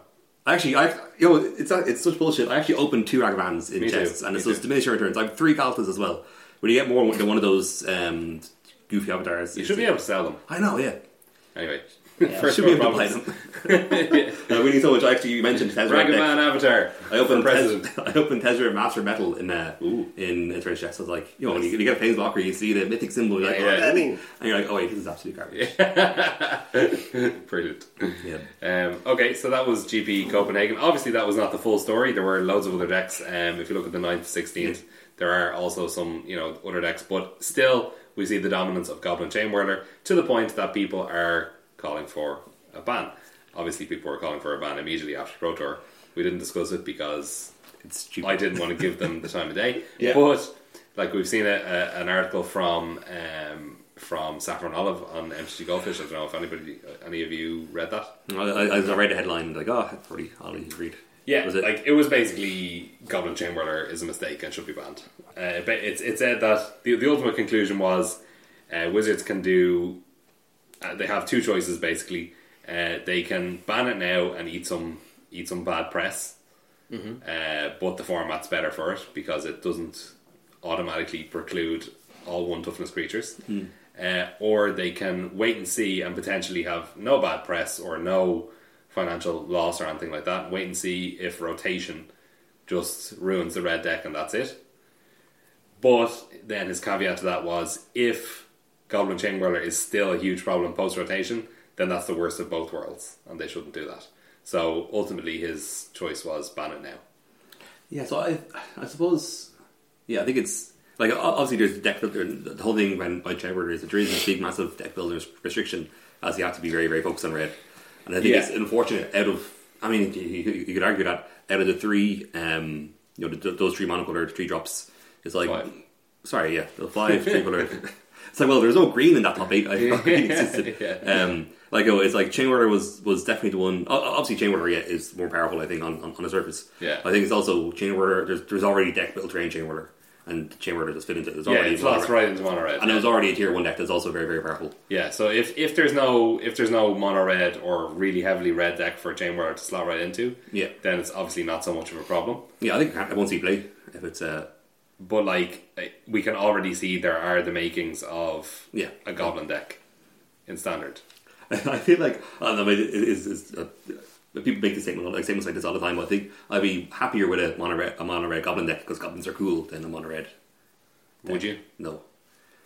[SPEAKER 3] Actually, I you know it's it's such bullshit. I actually opened two Ragavans in
[SPEAKER 1] Me too,
[SPEAKER 3] chests, and
[SPEAKER 1] me
[SPEAKER 3] it's those
[SPEAKER 1] too.
[SPEAKER 3] diminished returns. I have three Galtas as well. When you get more than one of those um, goofy avatars,
[SPEAKER 1] You should be able to sell them.
[SPEAKER 3] I know. Yeah,
[SPEAKER 1] Anyway,
[SPEAKER 3] I
[SPEAKER 1] <laughs> first
[SPEAKER 3] should be able to play
[SPEAKER 1] problems.
[SPEAKER 3] them.
[SPEAKER 1] <laughs>
[SPEAKER 3] <laughs> no, we need so much. Actually, you mentioned Tezzeret deck.
[SPEAKER 1] Ragavan avatar.
[SPEAKER 3] I opened
[SPEAKER 1] For <laughs>
[SPEAKER 3] Tez-
[SPEAKER 1] president.
[SPEAKER 3] <laughs> I opened Tezzeret Master Metal in uh,
[SPEAKER 1] Ooh.
[SPEAKER 3] in a trash chest. I was like, you know, when you, when you get a Planeswalker, you see the mythic symbol, you're like,
[SPEAKER 1] Yeah,
[SPEAKER 3] oh,
[SPEAKER 1] yeah.
[SPEAKER 3] that thing. and you're like, oh wait, this is absolute garbage.
[SPEAKER 1] <laughs> Brilliant.
[SPEAKER 3] Yeah.
[SPEAKER 1] Um, okay, so that was GP Copenhagen. Obviously, that was not the full story. There were loads of other decks. Um, if you look at the 9th to 16th, there are also some, you know, other decks. But still, we see the dominance of Goblin Chainwhirler to the point that people are calling for a ban. Obviously, people were calling for a ban immediately after Pro Tour. We didn't discuss it because
[SPEAKER 3] It's stupid.
[SPEAKER 1] I didn't want to give them the time of day.
[SPEAKER 2] Yeah.
[SPEAKER 1] But like we've seen a, a, an article from um, from Saffron Olive on MCG Goldfish. I don't know if anybody, any of you, read that.
[SPEAKER 3] I, I, I read a headline like, oh, that's probably all you read.
[SPEAKER 1] Yeah,
[SPEAKER 3] Was it?
[SPEAKER 1] like it was basically Goblin Chainwhirler is a mistake and should be banned. Uh, but it's it said that the, the ultimate conclusion was uh, wizards can do. Uh, they have two choices basically. Uh, they can ban it now and eat some eat some bad press,
[SPEAKER 3] Mm-hmm.
[SPEAKER 1] uh, but the format's better for it because it doesn't automatically preclude all one toughness creatures.
[SPEAKER 3] Hmm.
[SPEAKER 1] Uh, or they can wait and see and potentially have no bad press or no financial loss or anything like that. Wait and see if rotation just ruins the red deck and that's it. But then his caveat to that was if Goblin Chainwhirler is still a huge problem post rotation, then that's the worst of both worlds and they shouldn't do that. So ultimately, his choice was ban it now.
[SPEAKER 3] Yeah, so I, I suppose, yeah, I think it's like o- obviously there's the deck builder. The whole thing when by Chadward is that there is this big, massive deck builders restriction, as you have to be very, very focused on red. And I think
[SPEAKER 1] Yeah.
[SPEAKER 3] it's unfortunate. Out of, I mean, you, you, you could argue that out of the three, um, you know, th those three monocolor three drops, it's like,
[SPEAKER 1] Five.
[SPEAKER 3] sorry, yeah,
[SPEAKER 1] <laughs>
[SPEAKER 3] the five three color. <laughs> It's like, well, there's no green in that top eight. I <laughs> fucking existed.
[SPEAKER 1] <laughs> Yeah.
[SPEAKER 3] Um, like, oh, it's like Chainwhirler was was definitely the one. o- o- Obviously, Chainwhirler yeah, is more powerful, I think, on, on, on the surface.
[SPEAKER 1] Yeah.
[SPEAKER 3] I think it's also Chainwhirler. There's there's already deck built terrain Chainwhirler, and Chainwhirler just fit into it. There's
[SPEAKER 1] Yeah,
[SPEAKER 3] already
[SPEAKER 1] it's lost right into mono red.
[SPEAKER 3] and it was already a tier one deck that's also very very powerful.
[SPEAKER 1] Yeah, so if, if there's no if there's no mono red or really heavily red deck for Chainwhirler to slot right into,
[SPEAKER 3] Yeah.
[SPEAKER 1] then it's obviously not so much of a problem.
[SPEAKER 3] Yeah, I think I won't see play if it's uh
[SPEAKER 1] But like eh, we can already see there are the makings of
[SPEAKER 3] Yeah. <laughs>
[SPEAKER 1] a goblin deck in standard.
[SPEAKER 3] I feel like I don't know. but It, it, it's, it's, uh, people make the statement like statements like this all the time. But I think I'd be happier with a mono red, a mono red goblin deck because goblins are cool than a mono red.
[SPEAKER 1] Would you?
[SPEAKER 3] No,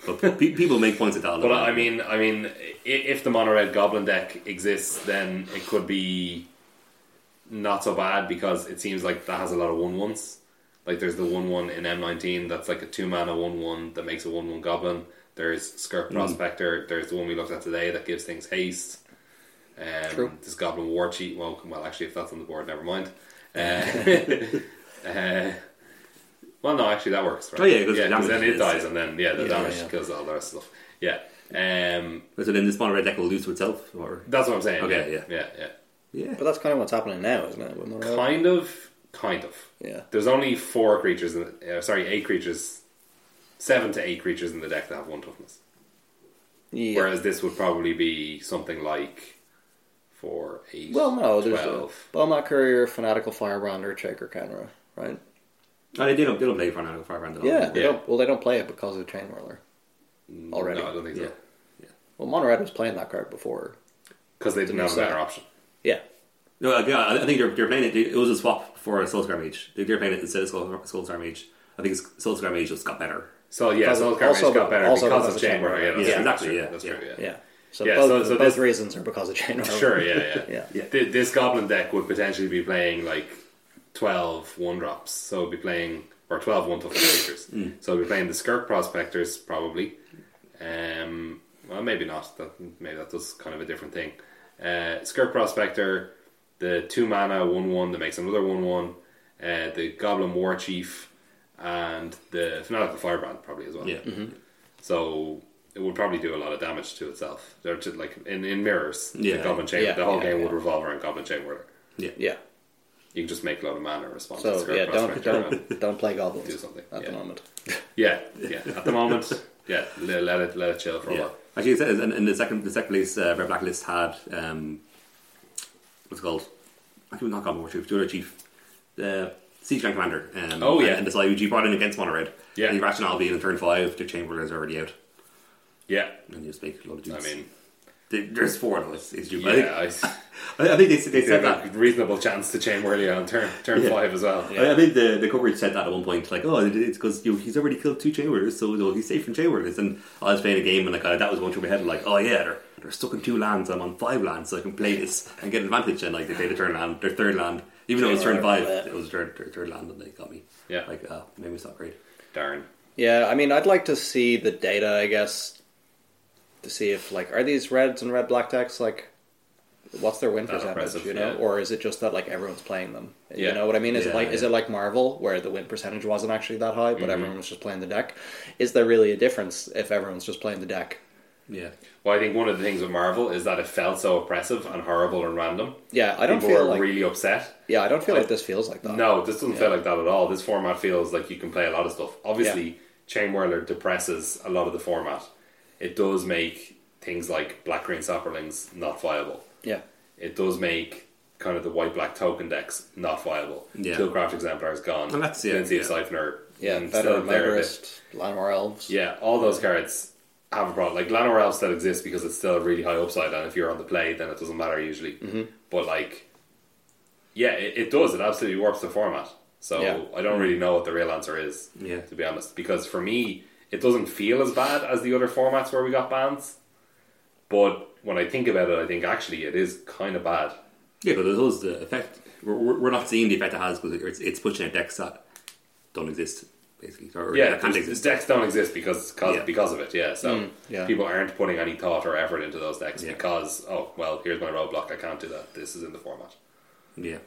[SPEAKER 3] but pe- <laughs> people make points at that. all the
[SPEAKER 1] But
[SPEAKER 3] time.
[SPEAKER 1] I mean, I mean, i- if the mono red goblin deck exists, then it could be not so bad because it seems like that has a lot of one ones. Like there's the one one in M nineteen that's like a two mana one one that makes a one one goblin. There's Skirk Prospector. There's the one we looked at today that gives things haste. Um,
[SPEAKER 2] True.
[SPEAKER 1] This Goblin War Cheat. Well, well, actually, if that's on the board, never mind. Uh, <laughs> uh, well, no, actually, that works. Right?
[SPEAKER 3] Oh, yeah, because the
[SPEAKER 1] because then
[SPEAKER 3] damage
[SPEAKER 1] it
[SPEAKER 3] is-
[SPEAKER 1] dies, and then yeah, the
[SPEAKER 3] Yeah,
[SPEAKER 1] damage
[SPEAKER 3] yeah.
[SPEAKER 1] kills all the rest of the stuff. Yeah, um,
[SPEAKER 3] so then this mono red deck will lose to itself, or
[SPEAKER 1] that's what I'm saying.
[SPEAKER 3] Okay,
[SPEAKER 1] yeah, yeah,
[SPEAKER 3] yeah,
[SPEAKER 2] But that's kind of what's happening now, isn't it? With
[SPEAKER 1] yeah.
[SPEAKER 2] Mono Red?
[SPEAKER 1] Kind of, kind of.
[SPEAKER 2] Yeah.
[SPEAKER 1] There's only four creatures. In the, uh, sorry, eight creatures, seven to eight creatures in the deck that have one toughness.
[SPEAKER 2] yeah.
[SPEAKER 1] Whereas this would probably be something like four, eight,
[SPEAKER 2] well, no, there's a
[SPEAKER 1] twelve.
[SPEAKER 2] Belmont Courier, Fanatical Firebrander, Shaker Kenra, right?
[SPEAKER 3] Oh, they did. They don't play for now. Five round.
[SPEAKER 2] Yeah. They
[SPEAKER 1] Oh, Yeah.
[SPEAKER 2] don't, well, they don't play it because of Chain Whirler. Already.
[SPEAKER 1] No, I don't think
[SPEAKER 3] yeah.
[SPEAKER 1] so.
[SPEAKER 2] Well, Mono Red was playing that card before.
[SPEAKER 1] Because they didn't have a
[SPEAKER 2] Didn't
[SPEAKER 1] better
[SPEAKER 2] say.
[SPEAKER 1] option.
[SPEAKER 2] Yeah.
[SPEAKER 3] No, like, yeah, I I think they're, they're playing it. It was a swap for a Soul Scar Mage. They- They're playing it instead of Soul, Soul Scar Mage. I think it's- Soul Scar Mage just got better.
[SPEAKER 1] So yeah,
[SPEAKER 2] Because
[SPEAKER 1] Soul
[SPEAKER 2] of-
[SPEAKER 1] Carnage
[SPEAKER 2] also-
[SPEAKER 1] got better
[SPEAKER 2] also
[SPEAKER 1] because of
[SPEAKER 2] because of
[SPEAKER 1] Chamber.
[SPEAKER 2] Chamber.
[SPEAKER 1] Yeah, that's
[SPEAKER 3] Yeah,
[SPEAKER 1] true, that's
[SPEAKER 3] exactly, yeah,
[SPEAKER 1] True, that's
[SPEAKER 3] yeah.
[SPEAKER 1] true. Yeah.
[SPEAKER 2] Yeah. So
[SPEAKER 1] Yeah,
[SPEAKER 2] both,
[SPEAKER 1] so- so
[SPEAKER 2] both
[SPEAKER 1] this-
[SPEAKER 2] reasons are because of Chain Whirler.
[SPEAKER 1] <laughs> Sure, yeah, yeah.
[SPEAKER 2] Yeah.
[SPEAKER 3] Yeah.
[SPEAKER 1] Th- This Goblin deck would potentially be playing like 12 one drops, so it'd be playing or 12 one tough creatures. So it'd be playing the Skirk Prospectors probably. Um, well, maybe not. That maybe that does kind of a different thing. Uh, Skirk Prospector, the two mana one one that makes another one one. Uh, the Goblin War Chief and the Fanatical Firebrand probably as well.
[SPEAKER 3] Yeah.
[SPEAKER 1] So it would probably do a lot of damage to itself. They're just like in, in mirrors.
[SPEAKER 3] Yeah.
[SPEAKER 1] The Goblin Chain,
[SPEAKER 2] Yeah,
[SPEAKER 1] the whole
[SPEAKER 2] yeah,
[SPEAKER 1] game would
[SPEAKER 2] yeah.
[SPEAKER 1] revolve around Goblin Chain Whirler.
[SPEAKER 2] Yeah.
[SPEAKER 1] You can just make a lot of mana response. to
[SPEAKER 2] So
[SPEAKER 1] Skirt
[SPEAKER 2] yeah, don't
[SPEAKER 1] Prospector and-
[SPEAKER 2] don't don't play goblins <laughs>
[SPEAKER 1] Do something,
[SPEAKER 2] at
[SPEAKER 1] yeah.
[SPEAKER 2] the moment.
[SPEAKER 1] yeah, yeah. At the moment,
[SPEAKER 2] <laughs>
[SPEAKER 1] yeah, le- let it let it chill for a
[SPEAKER 3] Yeah.
[SPEAKER 1] while.
[SPEAKER 3] Actually, it says, and, and the second the second place uh, red black list had um, what's it called? I think it was not Goblin War Chief, the other chief, the Siege Gang Commander. Um,
[SPEAKER 1] Oh, yeah.
[SPEAKER 3] and this IUG brought in against Mono Red.
[SPEAKER 1] Yeah.
[SPEAKER 3] and the rationale being in turn five, the Chamberlain is already out,
[SPEAKER 1] Yeah,
[SPEAKER 3] and you just make a lot of
[SPEAKER 1] I
[SPEAKER 3] dudes.
[SPEAKER 1] mean,
[SPEAKER 3] They- there's four of us. It's stupid.
[SPEAKER 1] yeah, I,
[SPEAKER 2] <laughs>
[SPEAKER 3] I think, I think they, they
[SPEAKER 1] they
[SPEAKER 3] said that.
[SPEAKER 1] have a reasonable chance to Chain Whirler on turn turn
[SPEAKER 3] Yeah.
[SPEAKER 1] five as well.
[SPEAKER 3] I, I think the, the coverage said that at one point, like, oh, it- it's because you know, he's already killed two chain warders, so you know, he's safe from chain warders. And I was playing a game, and like I, that was going through my head, like, oh yeah, they're, they're stuck in two lands. I'm on five lands, so I can play this and get advantage. And like they played a turn land, their third land, even though it was turn five, it was their, their third land, and they got me.
[SPEAKER 1] Yeah.
[SPEAKER 3] like uh, maybe it's not great.
[SPEAKER 1] Darn.
[SPEAKER 2] Yeah, I mean, I'd like to see the data, I guess, to see if like are these reds and red black decks like what's their win
[SPEAKER 1] That
[SPEAKER 2] percentage,
[SPEAKER 1] impressive,
[SPEAKER 2] you know,
[SPEAKER 1] yeah.
[SPEAKER 2] or is it just that like everyone's playing them?
[SPEAKER 1] Yeah. Mm-hmm.
[SPEAKER 2] You know what I mean? Is it
[SPEAKER 3] Yeah,
[SPEAKER 2] like is
[SPEAKER 3] yeah.
[SPEAKER 2] it like Marvel where the win percentage wasn't actually that high, but everyone was just playing the deck? Is there really a difference if everyone's just playing the deck?
[SPEAKER 3] Yeah,
[SPEAKER 1] Well, I think one of the things with Marvel is that it felt so oppressive and horrible and random.
[SPEAKER 2] Yeah, I don't
[SPEAKER 1] People
[SPEAKER 2] feel
[SPEAKER 1] were
[SPEAKER 2] like
[SPEAKER 1] really upset.
[SPEAKER 2] yeah, I don't feel like this feels like that.
[SPEAKER 1] No, this doesn't feel like that at all. This format feels like you can play a lot of stuff. Obviously, Chain Whirler depresses a lot of the format. It does make things like Black Green Sapperlings not viable.
[SPEAKER 2] Yeah.
[SPEAKER 1] It does make kind of the white black token decks not viable.
[SPEAKER 3] Yeah.
[SPEAKER 1] Killcraft Exemplar is gone.
[SPEAKER 3] And that's- yeah,
[SPEAKER 1] Lindsay
[SPEAKER 3] yeah.
[SPEAKER 1] Siphner.
[SPEAKER 2] Yeah,
[SPEAKER 1] mm,
[SPEAKER 2] better
[SPEAKER 1] still there a bit.
[SPEAKER 2] Murderist, Lanmar Elves.
[SPEAKER 1] Yeah, all those cards have a problem. Like Lanor Elf still exists because it's still a really high upside, and if you're on the play, then it doesn't matter usually. But like, yeah, it, it does. It absolutely warps the format. So
[SPEAKER 2] Yeah.
[SPEAKER 1] I don't really know what the real answer is.
[SPEAKER 3] Yeah.
[SPEAKER 1] to be honest, because for me, it doesn't feel as bad as the other formats where we got bans. But when I think about it, I think actually it is kind of bad.
[SPEAKER 3] yeah, but those the effect. We're, we're we're not seeing the effect it has because it's, it's pushing out decks that don't exist basically. Or, or
[SPEAKER 1] Yeah,
[SPEAKER 3] that can't
[SPEAKER 1] there's-
[SPEAKER 3] exist.
[SPEAKER 1] decks don't exist because cause,
[SPEAKER 3] Yeah.
[SPEAKER 1] because of it. Yeah, so
[SPEAKER 2] yeah.
[SPEAKER 1] people aren't putting any thought or effort into those decks
[SPEAKER 3] Yeah.
[SPEAKER 1] because oh well, here's my roadblock. I can't do that. This is in the format.
[SPEAKER 3] Yeah,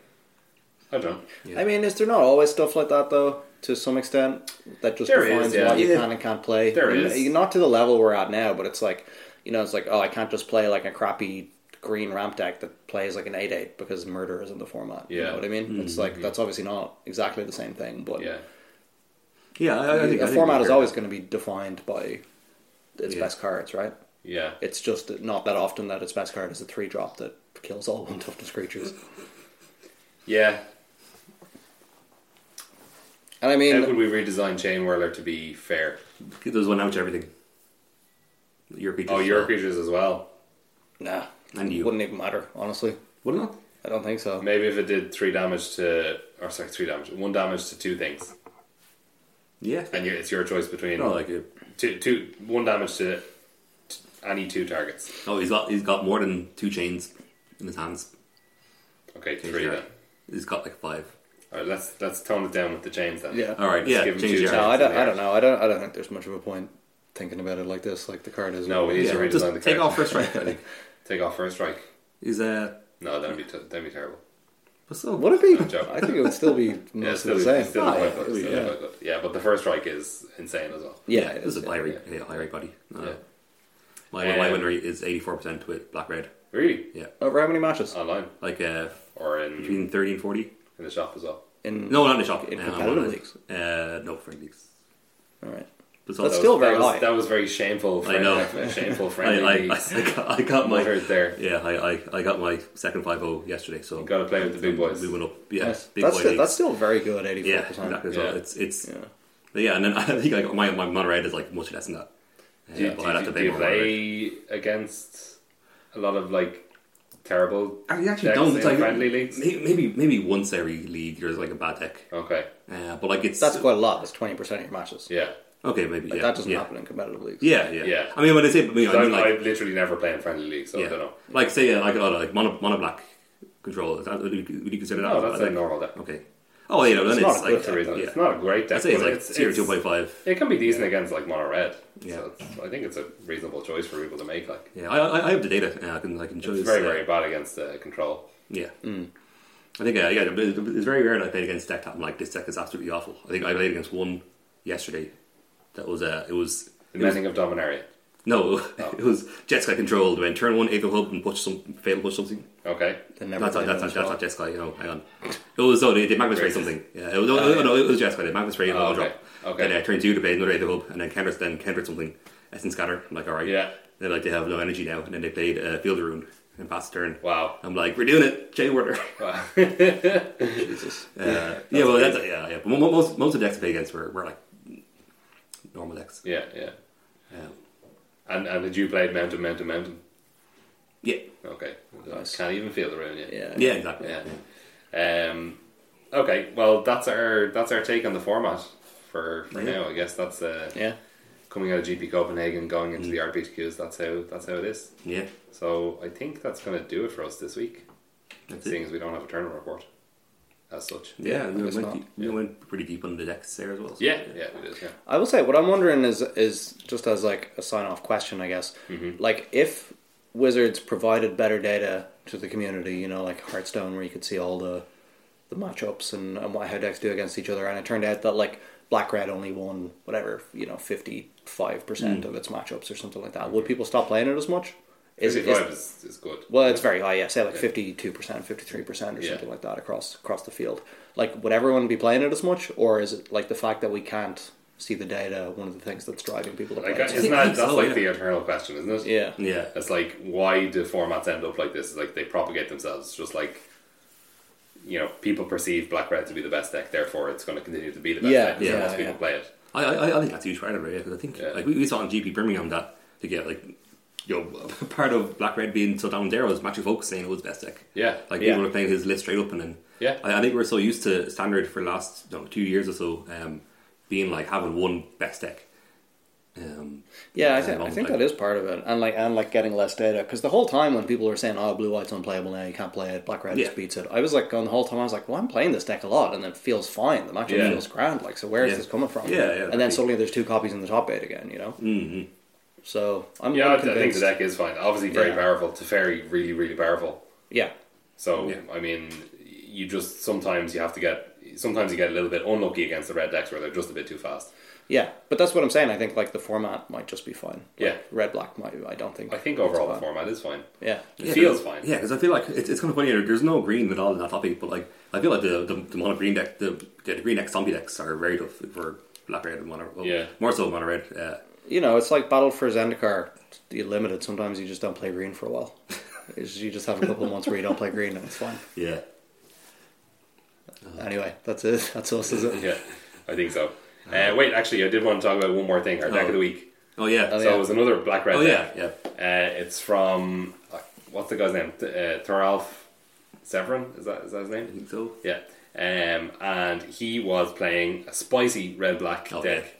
[SPEAKER 1] I don't. know.
[SPEAKER 2] I mean, is there not always stuff like that though? To some extent, that just
[SPEAKER 1] There is,
[SPEAKER 2] defines
[SPEAKER 1] yeah.
[SPEAKER 2] what you
[SPEAKER 3] Yeah.
[SPEAKER 2] can and can't play.
[SPEAKER 1] There
[SPEAKER 2] You-
[SPEAKER 1] is.
[SPEAKER 2] you- not to the level we're at now, but it's like you know, it's like oh, I can't just play like a crappy green ramp deck that plays like an eight eight because murder is in the format. you
[SPEAKER 1] Yeah.
[SPEAKER 2] know what I mean?
[SPEAKER 3] Mm-hmm.
[SPEAKER 2] It's like that's obviously not exactly the same thing, but
[SPEAKER 1] Yeah,
[SPEAKER 3] yeah. I, I think,
[SPEAKER 2] the
[SPEAKER 3] I think
[SPEAKER 2] format
[SPEAKER 3] we're
[SPEAKER 2] is
[SPEAKER 3] fair.
[SPEAKER 2] always going to be defined by its
[SPEAKER 3] Yeah.
[SPEAKER 2] best cards, right?
[SPEAKER 1] yeah.
[SPEAKER 2] It's just not that often that its best card is a three drop that kills all <laughs> one toughness creatures.
[SPEAKER 1] Yeah.
[SPEAKER 2] And I
[SPEAKER 1] How
[SPEAKER 2] mean,
[SPEAKER 1] could we redesign Chain Whirler to be fair?
[SPEAKER 3] There's one out to everything. Your creatures.
[SPEAKER 1] Oh, your creatures as well.
[SPEAKER 2] nah,
[SPEAKER 3] And you.
[SPEAKER 2] wouldn't even matter, honestly.
[SPEAKER 3] Wouldn't it?
[SPEAKER 2] I don't think so.
[SPEAKER 1] Maybe if it did three damage to, or sorry, three damage, one damage to two things,
[SPEAKER 3] Yeah.
[SPEAKER 1] and you it's your choice between
[SPEAKER 3] No, like, uh,
[SPEAKER 1] two, two, one damage to t- any two targets.
[SPEAKER 3] oh, he's got he's got more than two chains in his hands.
[SPEAKER 1] Okay, three then.
[SPEAKER 3] He's got like five.
[SPEAKER 1] All right, let's let's tone it down with the chains then.
[SPEAKER 2] Yeah.
[SPEAKER 3] All right,
[SPEAKER 1] Let's
[SPEAKER 3] yeah,
[SPEAKER 1] give him
[SPEAKER 3] change
[SPEAKER 1] two
[SPEAKER 3] your-
[SPEAKER 1] chances
[SPEAKER 2] No, I don't.
[SPEAKER 1] there.
[SPEAKER 2] I don't know. I don't. I don't think there's much of a point thinking about it like this. Like the card is
[SPEAKER 1] No, we need to
[SPEAKER 3] Yeah,
[SPEAKER 1] redesign
[SPEAKER 3] just
[SPEAKER 1] the card.
[SPEAKER 3] take off first
[SPEAKER 1] <laughs>
[SPEAKER 3] strike. I think
[SPEAKER 1] Take off first strike.
[SPEAKER 3] he's uh.
[SPEAKER 1] No, that'd be t- that'd be terrible.
[SPEAKER 3] What's up?
[SPEAKER 2] Would it be?
[SPEAKER 1] I'm joking.
[SPEAKER 2] I think it would still
[SPEAKER 1] <laughs>
[SPEAKER 2] be
[SPEAKER 1] Yeah,
[SPEAKER 2] mostly
[SPEAKER 1] still,
[SPEAKER 2] the same.
[SPEAKER 1] it's still
[SPEAKER 2] Ah,
[SPEAKER 3] Oh,
[SPEAKER 1] quite
[SPEAKER 2] yeah,
[SPEAKER 1] good, still
[SPEAKER 2] yeah.
[SPEAKER 1] quite good. Yeah, but the first strike is insane as well.
[SPEAKER 2] Yeah,
[SPEAKER 3] it was a
[SPEAKER 2] yeah.
[SPEAKER 3] high rate, yeah, high rate body. No.
[SPEAKER 1] Yeah.
[SPEAKER 3] My, my- my
[SPEAKER 1] Um,
[SPEAKER 3] win rate is eighty four percent with black red.
[SPEAKER 1] Really?
[SPEAKER 3] Yeah,
[SPEAKER 2] Over how Oh, many matches
[SPEAKER 1] Online
[SPEAKER 3] like uh,
[SPEAKER 1] or in
[SPEAKER 3] between thirty and forty.
[SPEAKER 1] in the shop as well.
[SPEAKER 2] in?
[SPEAKER 3] No, not in the shop.
[SPEAKER 2] In
[SPEAKER 3] uh,
[SPEAKER 2] competitive
[SPEAKER 3] online.
[SPEAKER 2] leagues?
[SPEAKER 3] Uh, no, friend leagues.
[SPEAKER 2] All right.
[SPEAKER 3] That's
[SPEAKER 2] That's still very
[SPEAKER 1] that was,
[SPEAKER 2] high.
[SPEAKER 1] That was very shameful. Friend, <laughs>
[SPEAKER 3] know.
[SPEAKER 1] Shameful
[SPEAKER 3] <laughs> I,
[SPEAKER 1] friendly.
[SPEAKER 3] I, I,
[SPEAKER 1] leagues.
[SPEAKER 3] got, I got my
[SPEAKER 1] Muttered there.
[SPEAKER 3] Yeah, I, I, I got my second 5-0 yesterday. So
[SPEAKER 1] Gotta play with the big boys.
[SPEAKER 3] We went up. Yeah,
[SPEAKER 2] That's
[SPEAKER 3] big boy
[SPEAKER 2] that's still,
[SPEAKER 3] leagues.
[SPEAKER 2] that's still very good. Eighty
[SPEAKER 3] yeah,
[SPEAKER 2] four
[SPEAKER 3] exactly.
[SPEAKER 2] percent.
[SPEAKER 3] So
[SPEAKER 1] Yeah.
[SPEAKER 3] it's it's
[SPEAKER 2] Yeah.
[SPEAKER 3] but yeah, and then I <laughs> think I got my my Monterey is like much less than that.
[SPEAKER 1] Do,
[SPEAKER 3] Yeah,
[SPEAKER 1] do,
[SPEAKER 3] but I'd have
[SPEAKER 1] do,
[SPEAKER 3] to
[SPEAKER 1] do
[SPEAKER 3] pay
[SPEAKER 1] you
[SPEAKER 3] more Monterey.
[SPEAKER 1] play against a lot of like terrible?
[SPEAKER 3] I actually
[SPEAKER 1] decks
[SPEAKER 3] don't
[SPEAKER 1] in
[SPEAKER 3] like
[SPEAKER 1] friendly leagues?
[SPEAKER 3] Maybe, maybe maybe once every league there's like a bad deck,
[SPEAKER 1] Okay,
[SPEAKER 3] uh, but like it's
[SPEAKER 2] That's quite a lot. That's twenty percent of your matches.
[SPEAKER 1] yeah.
[SPEAKER 3] okay. Maybe
[SPEAKER 2] Like,
[SPEAKER 3] yeah,
[SPEAKER 2] that doesn't
[SPEAKER 3] yeah.
[SPEAKER 2] happen in competitive leagues.
[SPEAKER 3] Yeah, yeah,
[SPEAKER 1] Yeah.
[SPEAKER 3] I mean, when I say, I mean,
[SPEAKER 1] So
[SPEAKER 3] I
[SPEAKER 1] I,
[SPEAKER 3] mean like,
[SPEAKER 1] I literally never play in friendly leagues, so
[SPEAKER 3] yeah.
[SPEAKER 1] I don't know.
[SPEAKER 3] like say uh, like a lot of like mono, mono black control. Is that, would, you, would you consider that?
[SPEAKER 1] No,
[SPEAKER 3] a bad
[SPEAKER 1] that's a
[SPEAKER 3] deck?
[SPEAKER 1] normal deck.
[SPEAKER 3] Okay. Oh, yeah, no, then
[SPEAKER 2] It's
[SPEAKER 3] it's,
[SPEAKER 2] not a
[SPEAKER 3] like
[SPEAKER 2] good
[SPEAKER 1] It's a-
[SPEAKER 3] yeah.
[SPEAKER 1] It's not a great deck.
[SPEAKER 3] I'd say it's
[SPEAKER 1] but
[SPEAKER 3] like
[SPEAKER 1] it's,
[SPEAKER 3] tier
[SPEAKER 1] it's-
[SPEAKER 3] two point five.
[SPEAKER 1] It can be decent against like mono red.
[SPEAKER 3] Yeah.
[SPEAKER 1] So it's, I think it's a reasonable choice for people to make. Like
[SPEAKER 3] Yeah, I, I, I have the data. Uh, I can I can show
[SPEAKER 1] it's
[SPEAKER 3] you.
[SPEAKER 1] very Mm.
[SPEAKER 3] uh,
[SPEAKER 1] very bad against uh, control.
[SPEAKER 3] Yeah. I think uh, yeah, it- it's very rare that I played against a deck that I'm like this deck is absolutely awful. I think I played against one yesterday. That was uh, it was
[SPEAKER 1] The mending of Dominaria.
[SPEAKER 3] no, <laughs>
[SPEAKER 1] Oh.
[SPEAKER 3] it was Jetsky controlled. When turn one, Aether Hub and push some fail push something.
[SPEAKER 1] Okay.
[SPEAKER 2] They never
[SPEAKER 3] That's not
[SPEAKER 2] play
[SPEAKER 3] that's
[SPEAKER 2] them
[SPEAKER 3] not,
[SPEAKER 2] as
[SPEAKER 3] that's
[SPEAKER 2] well.
[SPEAKER 3] not Jetsky. You know, hang on. It was oh they, they Magnus Ray something. Yeah, it was, no, no,
[SPEAKER 1] yeah.
[SPEAKER 3] no, it was Jetsky. They Magnus Ray and
[SPEAKER 1] Oh,
[SPEAKER 3] oh,
[SPEAKER 1] okay.
[SPEAKER 3] drop.
[SPEAKER 1] Okay.
[SPEAKER 3] Then uh, turn two to play another Aether Hub and then counter then counter something. Essence scatter. I'm like all right.
[SPEAKER 1] Yeah.
[SPEAKER 3] Then like they have no energy now, and then they played uh, Field of Rune and passed the turn.
[SPEAKER 1] Wow. <laughs>
[SPEAKER 3] I'm like, we're doing it, Jay <laughs> Warder.
[SPEAKER 2] Jesus.
[SPEAKER 3] yeah, yeah, well, that's, yeah, yeah. But mo- mo- most most of the decks I play against were, were like normal decks.
[SPEAKER 1] Yeah, yeah.
[SPEAKER 3] Um,
[SPEAKER 1] And and did you play Mountain Mountain Mountain?
[SPEAKER 3] yeah,
[SPEAKER 1] Okay.
[SPEAKER 2] Nice.
[SPEAKER 1] Can't even feel the room yet.
[SPEAKER 2] Yeah.
[SPEAKER 3] yeah, exactly.
[SPEAKER 1] Yeah. Um, okay. Well, that's our that's our take on the format for for now. I guess that's uh,
[SPEAKER 2] Yeah.
[SPEAKER 1] coming out of GP Copenhagen, going into the RPQs. That's how that's how it is.
[SPEAKER 3] Yeah.
[SPEAKER 1] So I think that's going to do it for us this week,
[SPEAKER 3] That's
[SPEAKER 1] seeing
[SPEAKER 3] it.
[SPEAKER 1] as we don't have a tournament report as such.
[SPEAKER 3] Yeah, we,
[SPEAKER 4] guess
[SPEAKER 3] went
[SPEAKER 4] not.
[SPEAKER 3] deep, we went pretty deep on the decks there as well. so-
[SPEAKER 1] Yeah, yeah, it is. Yeah.
[SPEAKER 2] I will say what I'm wondering is is just as like a sign off question, I guess. Like if Wizards provided better data to the community, you know, like Hearthstone, where you could see all the the matchups and, and what, how decks do against each other, and it turned out that like Black Red only won whatever you know fifty five percent of its matchups or something like that. Would people stop playing it as much? Is it?
[SPEAKER 1] Fifty-five
[SPEAKER 2] Is,
[SPEAKER 1] is, is good.
[SPEAKER 2] well, it's very high. Yeah, say like fifty-two percent, fifty-three percent, or
[SPEAKER 1] Yeah.
[SPEAKER 2] something like that across across the field. Like, would everyone be playing it as much, or is it like the fact that we can't see the data one of the things that's driving people to play?
[SPEAKER 1] Like,
[SPEAKER 2] it?
[SPEAKER 1] isn't
[SPEAKER 2] <laughs>
[SPEAKER 1] that
[SPEAKER 3] think
[SPEAKER 1] that's
[SPEAKER 3] so,
[SPEAKER 1] like
[SPEAKER 3] yeah.
[SPEAKER 1] the eternal question, isn't it?
[SPEAKER 2] Oh, yeah,
[SPEAKER 3] Yeah.
[SPEAKER 1] It's like why do formats end up like this? It's like they propagate themselves. Just like you know, people perceive black red to be the best deck, therefore it's going to continue to be the best
[SPEAKER 2] Yeah,
[SPEAKER 1] deck. 'cause
[SPEAKER 3] yeah,
[SPEAKER 1] unless
[SPEAKER 2] yeah.
[SPEAKER 1] people play it.
[SPEAKER 3] I, I, I think that's a huge part of it, yeah, because I think
[SPEAKER 1] Yeah.
[SPEAKER 3] like we, we saw on GP Birmingham that to get like you know, <laughs> part of Black Red being so down there was Matthew Folks saying it was best deck.
[SPEAKER 1] Yeah,
[SPEAKER 3] Like
[SPEAKER 2] Yeah.
[SPEAKER 3] people were playing his list straight up and then
[SPEAKER 1] Yeah.
[SPEAKER 3] I, I think we're so used to standard for the last you know, two years or so, um, being like having one best deck. Um,
[SPEAKER 2] yeah. I,
[SPEAKER 3] Yeah,
[SPEAKER 2] think I
[SPEAKER 3] long
[SPEAKER 2] think
[SPEAKER 3] play.
[SPEAKER 2] that is part of it, and like and like getting less data because the whole time when people were saying, "Oh, blue white's unplayable now, you can't play it," black red
[SPEAKER 3] Yeah.
[SPEAKER 2] just beats it. I was like, on the whole time, I was like, "Well, I'm playing this deck a lot, and it feels fine. The matchup
[SPEAKER 1] Yeah.
[SPEAKER 2] feels grand. Like, so where is
[SPEAKER 3] Yeah.
[SPEAKER 2] this coming from?"
[SPEAKER 3] Yeah, yeah,
[SPEAKER 2] And
[SPEAKER 3] that'd
[SPEAKER 2] then
[SPEAKER 3] be-
[SPEAKER 2] suddenly there's two copies in the top eight again. You know. Mm-hmm. So I'm
[SPEAKER 1] Yeah,
[SPEAKER 2] I'm
[SPEAKER 1] I think
[SPEAKER 2] convinced.
[SPEAKER 1] the deck is fine. Obviously, very
[SPEAKER 2] Yeah.
[SPEAKER 1] powerful. To very, really, really powerful.
[SPEAKER 2] Yeah.
[SPEAKER 1] So
[SPEAKER 3] Yeah.
[SPEAKER 1] I mean, you just sometimes you have to get sometimes you get a little bit unlucky against the red decks where they're just a bit too fast.
[SPEAKER 2] Yeah, but that's what I'm saying. I think like the format might just be fine. Like,
[SPEAKER 1] Yeah.
[SPEAKER 2] red black might. I don't think.
[SPEAKER 1] I think overall the
[SPEAKER 2] it's bad.
[SPEAKER 1] format is
[SPEAKER 3] <laughs>
[SPEAKER 1] fine.
[SPEAKER 2] Yeah,
[SPEAKER 1] It
[SPEAKER 3] yeah,
[SPEAKER 1] feels
[SPEAKER 3] because-
[SPEAKER 1] fine.
[SPEAKER 3] Yeah, because I feel like it's, it's kind of funny. There's no green at all in that topic, but like I feel like the the, the mono green deck, the, the green deck zombie decks are very tough for Black Red and mono. Well,
[SPEAKER 1] Yeah.
[SPEAKER 3] more so mono red. Uh,
[SPEAKER 2] you know, it's like Battle for Zendikar. The limited. Sometimes you just don't play green for a while. <laughs> It's just- you just have a couple of months where you don't play green, and it's fine.
[SPEAKER 3] yeah.
[SPEAKER 2] Anyway, that's it. <laughs> That's us, is it?
[SPEAKER 1] Yeah, I think so. Uh, wait, actually, I did want to talk about one more thing. Our deck of the
[SPEAKER 3] Uh-huh. Oh.
[SPEAKER 1] week.
[SPEAKER 3] Oh yeah.
[SPEAKER 1] So
[SPEAKER 2] yeah.
[SPEAKER 1] it was another black red.
[SPEAKER 3] Oh yeah,
[SPEAKER 1] deck.
[SPEAKER 3] yeah.
[SPEAKER 1] Uh, it's from uh, what's the guy's name? Th- Uh, Thoralf Severin. Is that is that his
[SPEAKER 3] I
[SPEAKER 1] name?
[SPEAKER 3] think so.
[SPEAKER 1] Yeah. Um, and he was playing a spicy red black
[SPEAKER 3] Oh,
[SPEAKER 1] deck.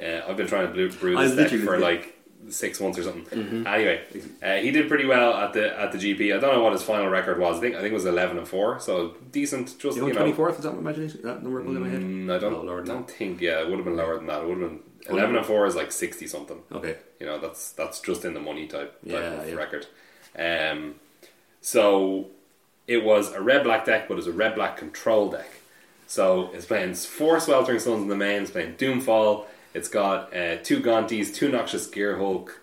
[SPEAKER 1] Uh, I've been trying to brew, brew
[SPEAKER 3] I
[SPEAKER 1] this
[SPEAKER 3] was
[SPEAKER 1] deck
[SPEAKER 3] literally- Mm-hmm.
[SPEAKER 1] for like six months or something. Anyway, uh, he did pretty well at the at the GP. I don't know what his final record was. I think I think it was eleven and four. So decent. Just
[SPEAKER 3] You
[SPEAKER 1] you,
[SPEAKER 3] know,
[SPEAKER 1] know,
[SPEAKER 3] twenty fourth is that my imagination? Is that number in my head?
[SPEAKER 1] Mm, I don't,
[SPEAKER 3] No, lower than
[SPEAKER 1] don't think. Yeah, it would have been lower than that. It would have been
[SPEAKER 3] Would
[SPEAKER 1] eleven
[SPEAKER 3] it?
[SPEAKER 1] and four is like sixty something.
[SPEAKER 3] Okay.
[SPEAKER 1] You know, that's that's just in the money type, type
[SPEAKER 3] Yeah,
[SPEAKER 1] of
[SPEAKER 3] yeah.
[SPEAKER 1] record. Um, so it was a red black deck, but it was a red black control deck. So it's playing four sweltering suns in the main. It's playing Doomfall. It's got uh, two Gontis, two Noxious Gear Hulk.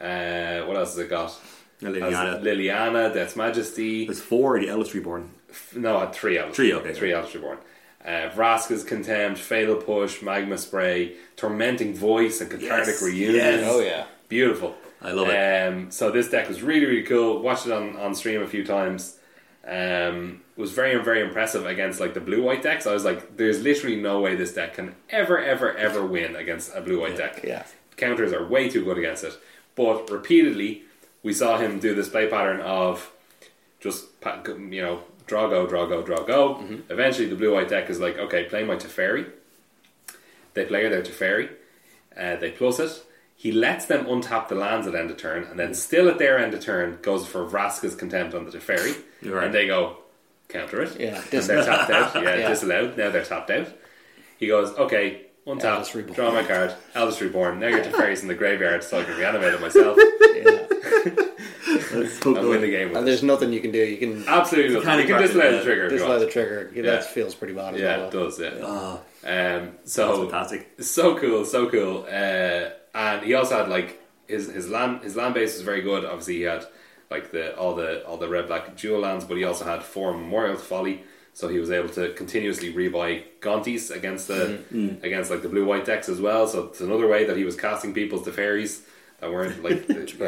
[SPEAKER 1] Uh, what else has it got?
[SPEAKER 3] And
[SPEAKER 1] It has
[SPEAKER 3] Liliana.
[SPEAKER 1] Liliana, Death's Majesty.
[SPEAKER 3] There's four of the Ellis Reborn.
[SPEAKER 1] No, I had three out.
[SPEAKER 3] Three, okay,
[SPEAKER 1] Three out Reborn. Uh, Vraska's Contempt, Fatal Push, Magma Spray, Tormenting Voice, and Cathartic
[SPEAKER 3] Yes,
[SPEAKER 1] Reunion.
[SPEAKER 3] yes. Oh,
[SPEAKER 2] yeah.
[SPEAKER 1] Beautiful.
[SPEAKER 3] I love
[SPEAKER 1] it. Um, so this deck was really, really cool. Watched it on, on stream a few times. Um, was very, very impressive against like the blue white decks. I was like, there's literally no way this deck can ever, ever, ever win against a blue white deck.
[SPEAKER 2] Yeah.
[SPEAKER 1] Counters are way too good against it. But repeatedly, we saw him do this play pattern of just pa- you know draw go draw go draw go. Eventually, the blue white deck is like, okay, play my Teferi. They play their Teferi. Uh, they plus it. He lets them untap the lands at end of turn, and then still at their end of turn goes for Vraska's contempt on the Teferi,
[SPEAKER 3] You're right.
[SPEAKER 1] and they go counter it.
[SPEAKER 2] Yeah,
[SPEAKER 1] and they're tapped
[SPEAKER 2] <laughs>
[SPEAKER 1] out. Yeah,
[SPEAKER 2] Yeah.
[SPEAKER 1] disallowed. Now they're tapped out. He goes, okay,
[SPEAKER 2] Eldest
[SPEAKER 1] untap,
[SPEAKER 2] Reborn.
[SPEAKER 1] draw my card, Eldest Reborn.
[SPEAKER 2] <laughs>
[SPEAKER 1] Now your Teferi's in the graveyard, so I can reanimate it myself
[SPEAKER 2] yeah.
[SPEAKER 3] <laughs> That's so
[SPEAKER 1] and win the
[SPEAKER 3] good.
[SPEAKER 1] game. With
[SPEAKER 2] And
[SPEAKER 1] it.
[SPEAKER 2] there's nothing you can do. You can
[SPEAKER 1] Absolutely, nothing.
[SPEAKER 3] kind
[SPEAKER 1] you
[SPEAKER 3] of
[SPEAKER 1] can
[SPEAKER 3] crack
[SPEAKER 1] disallow
[SPEAKER 3] it,
[SPEAKER 1] the
[SPEAKER 3] yeah.
[SPEAKER 1] trigger. if you
[SPEAKER 2] disallow Ah.
[SPEAKER 1] want.
[SPEAKER 2] the trigger.
[SPEAKER 1] Yeah.
[SPEAKER 2] That feels pretty bad as
[SPEAKER 1] Yeah,
[SPEAKER 2] well.
[SPEAKER 1] it does. Yeah.
[SPEAKER 3] Oh,
[SPEAKER 1] Um,
[SPEAKER 3] that's
[SPEAKER 1] so
[SPEAKER 3] fantastic.
[SPEAKER 1] so cool, so cool. Uh, and he also had like his his land his land base was very good. Obviously, he had like the all the all the red black jewel lands, but he also had four memorial to folly. So he was able to continuously rebuy Gontis against the against like the blue white decks as well. So it's another way that he was casting people's to fairies that weren't like the, you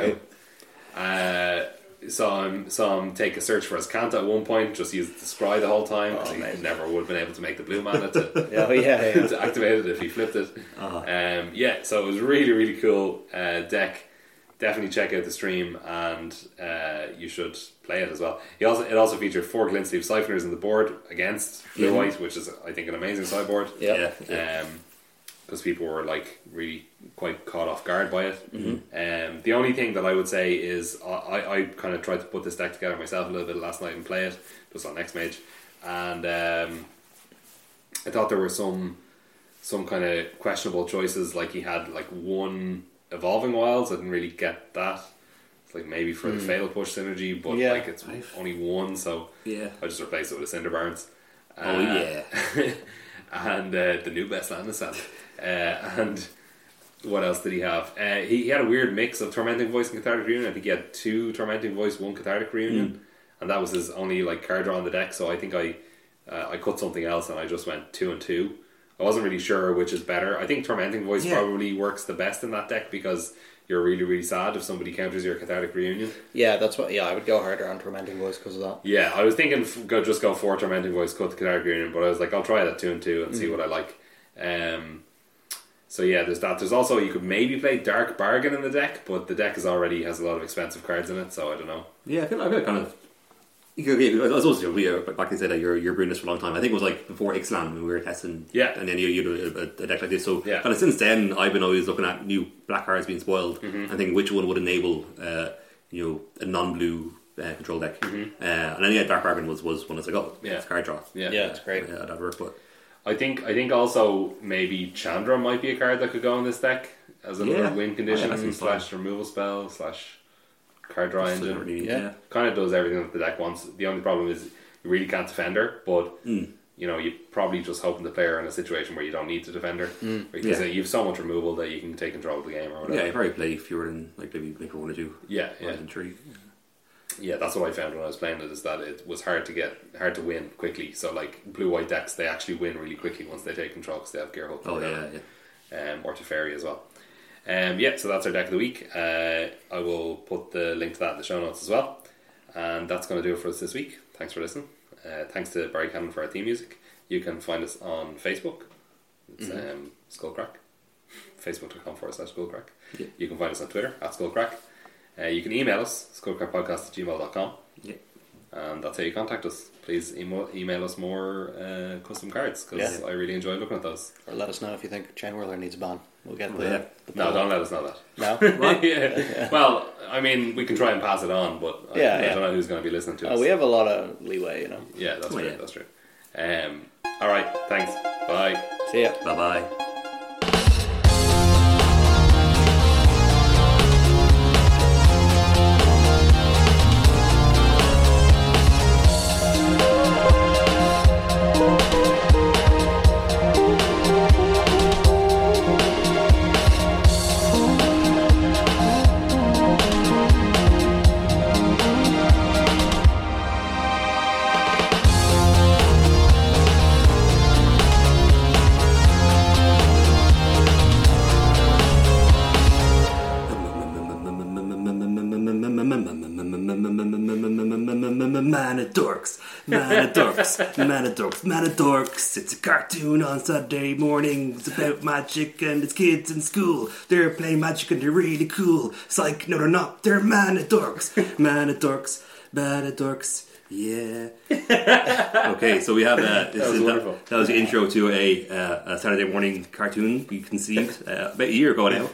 [SPEAKER 1] know, uh, saw him saw him take a search for his cant at one point. Just used the scry the whole time. 'cause he
[SPEAKER 2] amazing.
[SPEAKER 1] never would have been able to make the blue mana to, <laughs>
[SPEAKER 2] Yeah, oh, yeah, yeah. Uh-huh.
[SPEAKER 1] to activate it if he flipped it. Um, yeah, so it was really really cool uh, deck. Definitely check out the stream, and uh, you should play it as well. He also it also featured four glint sleeve siphoners in the board against blue white, which is I think an amazing sideboard.
[SPEAKER 2] Yeah.
[SPEAKER 3] Yeah. yeah.
[SPEAKER 1] Um, because people were like really quite caught off guard by it.
[SPEAKER 3] Mm-hmm.
[SPEAKER 1] Um, the only thing that I would say is I, I, I kind of tried to put this deck together myself a little bit last night and play it just on next mage, and um, I thought there were some some kind of questionable choices. Like he had like one evolving wilds. I didn't really get that. It's like maybe for
[SPEAKER 3] Hmm.
[SPEAKER 1] the fatal push synergy, but
[SPEAKER 5] Yeah.
[SPEAKER 1] like it's only one, so
[SPEAKER 3] Yeah.
[SPEAKER 1] I just replaced it with a cinder barons.
[SPEAKER 3] Oh, yeah.
[SPEAKER 1] <laughs> and uh, the new best land is Sand. Uh, and what else did he have? Uh, he, he had a weird mix of tormenting voice and cathartic reunion. I think he had two tormenting voice, one cathartic reunion, and that was his only like card draw on the deck. So I think I uh, I cut something else and I just went two and two. I wasn't really sure which is better. I think tormenting voice
[SPEAKER 3] Yeah.
[SPEAKER 1] probably works the best in that deck because you're really really sad if somebody counters your cathartic reunion.
[SPEAKER 5] Yeah, that's what. Yeah, I would go harder on tormenting voice because of that.
[SPEAKER 1] Yeah, I was thinking f- go just go for tormenting voice, cut the Canary Green, but I was like, I'll try that two and two and see what I like. Um, so yeah, there's that. There's also you could maybe play Dark Bargain in the deck, but the deck is already has a lot of expensive cards in it, so I don't know.
[SPEAKER 3] Yeah, I feel, I feel kind of. Okay, I was also we uh, back in the day that you're you're brewing this for a long time. I think it was like before Ixalan when we were testing.
[SPEAKER 1] Yeah.
[SPEAKER 3] and then you you do a, a deck like this. So
[SPEAKER 1] Yeah.
[SPEAKER 3] kind of since then, I've been always looking at new black cards being spoiled.
[SPEAKER 1] Mm-hmm.
[SPEAKER 3] I think which one would enable uh, you know a non-blue uh, control deck. Uh, and then yeah, Dark Bargain was was one that's like oh
[SPEAKER 1] Mm-hmm. Yeah.
[SPEAKER 3] it's card draw.
[SPEAKER 1] Yeah.
[SPEAKER 5] Yeah, it's great.
[SPEAKER 3] yeah, that worked. But
[SPEAKER 1] I think I think also maybe Chandra might be a card that could go in this deck as another
[SPEAKER 3] Yeah.
[SPEAKER 1] win
[SPEAKER 3] Yeah,
[SPEAKER 1] condition
[SPEAKER 3] that's fine.
[SPEAKER 1] slash removal spell slash card draw
[SPEAKER 3] so I don't
[SPEAKER 1] engine.
[SPEAKER 3] really-
[SPEAKER 5] Yeah.
[SPEAKER 3] yeah.
[SPEAKER 1] kind of does everything that the deck wants. The only problem is you really can't defend her, but
[SPEAKER 3] Mm.
[SPEAKER 1] you know you probably just hoping the player in a situation where you don't need to defend her because
[SPEAKER 3] Mm. Yeah.
[SPEAKER 1] you have so much removal that you can take control of the game or
[SPEAKER 3] Yeah, uh, you
[SPEAKER 1] whatever.
[SPEAKER 3] probably play fewer than like maybe like one or two,
[SPEAKER 1] Yeah, yeah,
[SPEAKER 3] rather
[SPEAKER 1] yeah,
[SPEAKER 3] than three.
[SPEAKER 1] That's what I found when I was playing it is that it was hard to get hard to win quickly. So like blue white decks, they actually win really quickly once they take control because they have gear hook.
[SPEAKER 3] Oh yeah, yeah.
[SPEAKER 1] um, or to Fairy as well. Um, yeah, so that's our deck of the week. Uh, I will put the link to that in the show notes as well. And that's going to do it for us this week. Thanks for listening. Uh, thanks to Barry Cannon for our theme music. You can find us on Facebook. It's um, Skullcrack. Facebook.com forward slash Skullcrack.
[SPEAKER 3] Yeah.
[SPEAKER 1] You can find us on Twitter at Skullcrack. Uh, you can email us, skullcrackpodcast at gmail.com.
[SPEAKER 3] yeah.
[SPEAKER 1] And that's how you contact us. Please email, email us more uh, custom cards because
[SPEAKER 5] Yeah.
[SPEAKER 1] I really enjoy looking at those.
[SPEAKER 5] Or let us know if you think Jane Whirler needs a ban. We'll get the.
[SPEAKER 3] yeah.
[SPEAKER 5] the
[SPEAKER 1] No, don't let us know that.
[SPEAKER 5] No.
[SPEAKER 3] <laughs>
[SPEAKER 1] <laughs> yeah. Well, I mean, we can try and pass it on, but I,
[SPEAKER 5] Yeah,
[SPEAKER 1] I
[SPEAKER 5] yeah.
[SPEAKER 1] don't know who's going to be listening to us.
[SPEAKER 5] Uh, we have a lot of leeway, you know.
[SPEAKER 1] yeah, that's
[SPEAKER 3] Oh,
[SPEAKER 1] true.
[SPEAKER 3] yeah.
[SPEAKER 1] That's true. Um, all right. Thanks. Bye.
[SPEAKER 5] See ya.
[SPEAKER 3] Bye bye.
[SPEAKER 6] Manadorks, Manadorks, Manadorks, Manadorks. It's a cartoon on Saturday mornings about magic and it's kids in school. They're playing magic and they're really cool. Psych, no, they're not. They're Manadorks, Manadorks, Manadorks. Yeah.
[SPEAKER 3] <laughs> Okay, so we have uh, this
[SPEAKER 1] was
[SPEAKER 3] is- that,
[SPEAKER 1] wonderful.
[SPEAKER 3] that was the intro to a, uh, a Saturday morning cartoon we conceived uh, about a year ago now,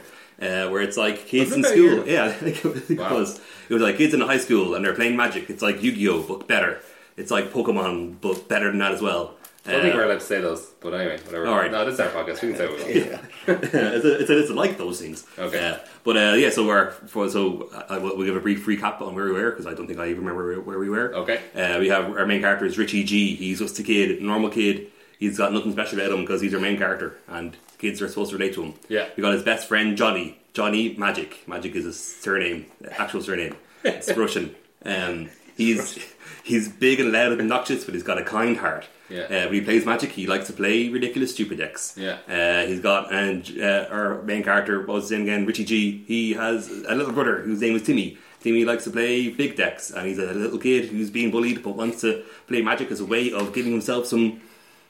[SPEAKER 3] uh, where it's like kids
[SPEAKER 1] Was it
[SPEAKER 3] in
[SPEAKER 1] about a
[SPEAKER 3] school.
[SPEAKER 1] year?
[SPEAKER 3] Yeah, <laughs> I think it think it
[SPEAKER 1] Wow.
[SPEAKER 3] was. It was like kids in high school and they're playing Magic. It's like Yu-Gi-Oh, but better. It's like Pokemon, but better than that as well.
[SPEAKER 1] I don't think
[SPEAKER 3] Uh,
[SPEAKER 1] we're allowed to say those, but anyway, whatever.
[SPEAKER 3] All right.
[SPEAKER 1] No, this is our podcast. We can say what we want.
[SPEAKER 3] <laughs> it's, a, it's, a, it's a like those things.
[SPEAKER 1] Okay.
[SPEAKER 3] Uh, but uh, yeah, so we're for, so I, I will- we'll give a brief recap on where we were because I don't think I even remember where- where we were.
[SPEAKER 1] Okay.
[SPEAKER 3] Uh, we have our main character is Richie G. He's just a kid, normal kid. He's got nothing special about him because he's our main character, and kids are supposed to relate to him.
[SPEAKER 1] Yeah.
[SPEAKER 3] We got his best friend Johnny. Johnny Magic. Magic is his surname, actual surname.
[SPEAKER 1] <laughs>
[SPEAKER 3] It's Russian. Um, he's he's big and loud and obnoxious, but he's got a kind heart.
[SPEAKER 1] Yeah.
[SPEAKER 3] Uh, when he plays Magic, he likes to play ridiculous, stupid decks.
[SPEAKER 1] Yeah.
[SPEAKER 3] Uh, he's got and uh, our main character what was his name again? Richie G. He has a little brother whose name is Timmy. Timmy likes to play big decks, and he's a little kid who's being bullied but wants to play Magic as a way of giving himself some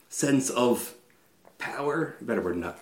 [SPEAKER 3] sense of power. Better word than that.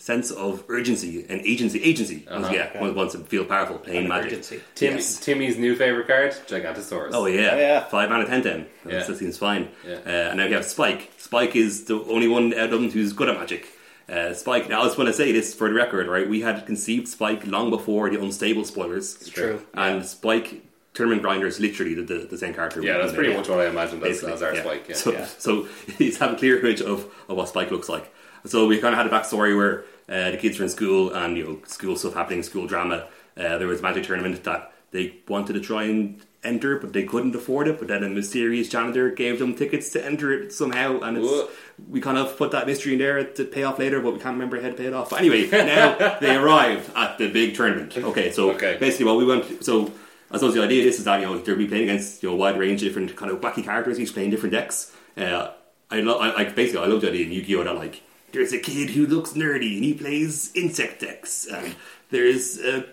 [SPEAKER 3] Sense of urgency and agency. Agency. yeah,
[SPEAKER 5] okay.
[SPEAKER 3] wants- wants to feel powerful playing
[SPEAKER 5] An
[SPEAKER 3] Magic.
[SPEAKER 5] urgency.
[SPEAKER 1] Tim,
[SPEAKER 3] Yes.
[SPEAKER 1] Timmy's new favorite card, Gigantosaurus.
[SPEAKER 3] Oh yeah,
[SPEAKER 5] Oh, yeah.
[SPEAKER 3] five out of ten then. That's-
[SPEAKER 1] Yeah.
[SPEAKER 3] That seems fine.
[SPEAKER 1] Yeah.
[SPEAKER 3] Uh, and now we have Spike. Spike is the only one out of them who's good at magic. Uh, Spike. Now, I just want to say this for the record, right? We had conceived Spike long before the unstable spoilers. It's
[SPEAKER 2] true.
[SPEAKER 3] And Spike, Tournament Grinder is literally the, the, the same character.
[SPEAKER 1] Yeah, that's pretty
[SPEAKER 3] much.
[SPEAKER 1] much what I imagined as, as our
[SPEAKER 3] yeah.
[SPEAKER 1] Spike. Yeah.
[SPEAKER 3] So,
[SPEAKER 5] Yeah.
[SPEAKER 3] so <laughs> he's have a clear image of, of what Spike looks like. So we kind of had a backstory where uh, the kids were in school and you know school stuff happening, school drama. Uh, there was a magic tournament that they wanted to try and enter, but they couldn't afford it. But then a mysterious janitor gave them tickets to enter it somehow, and it's,
[SPEAKER 1] Whoa.
[SPEAKER 3] we kind of put that mystery in there to pay off later, but we can't remember how to pay it off. But anyway, now they arrive at the big tournament. Okay, so
[SPEAKER 1] Okay.
[SPEAKER 3] basically what we want so I suppose the idea of this is that you know they'll be playing against you know a wide range of different kind of wacky characters, each playing different decks. Uh, I, lo- I, I basically I love the idea in Yu-Gi-Oh that like
[SPEAKER 6] There's a kid who looks nerdy and he plays insect decks. And there's a,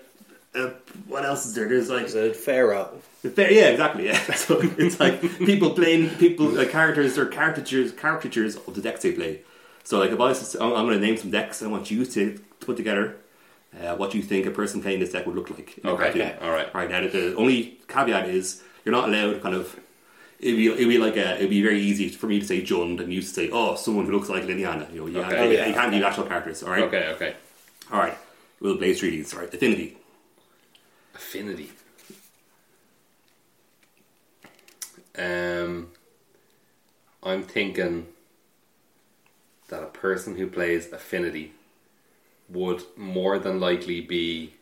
[SPEAKER 6] a what else is there? There's like
[SPEAKER 5] Is it Pharaoh?
[SPEAKER 3] Fair- yeah, exactly. Yeah, <laughs> so it's like people playing people like characters or caricatures caricatures of the decks they play. So like if I was, I'm, I'm going to name some decks, I want you to put together uh, what you think a person playing this deck would look like. in a
[SPEAKER 1] Okay,
[SPEAKER 3] cartoon.
[SPEAKER 1] yeah, all right.
[SPEAKER 3] All right. Now that the only caveat is you're not allowed kind of. It'd be, it'd be like a, it'd be very easy for me to say Jund and you to say oh someone who looks like Liliana. You know, you,
[SPEAKER 1] Okay.
[SPEAKER 3] can't-
[SPEAKER 1] Yeah.
[SPEAKER 3] you can't do national characters. All right.
[SPEAKER 1] Okay, okay.
[SPEAKER 3] All right. We'll play three these. All right. Affinity.
[SPEAKER 1] Affinity. Um, I'm thinking that a person who plays affinity would more than likely be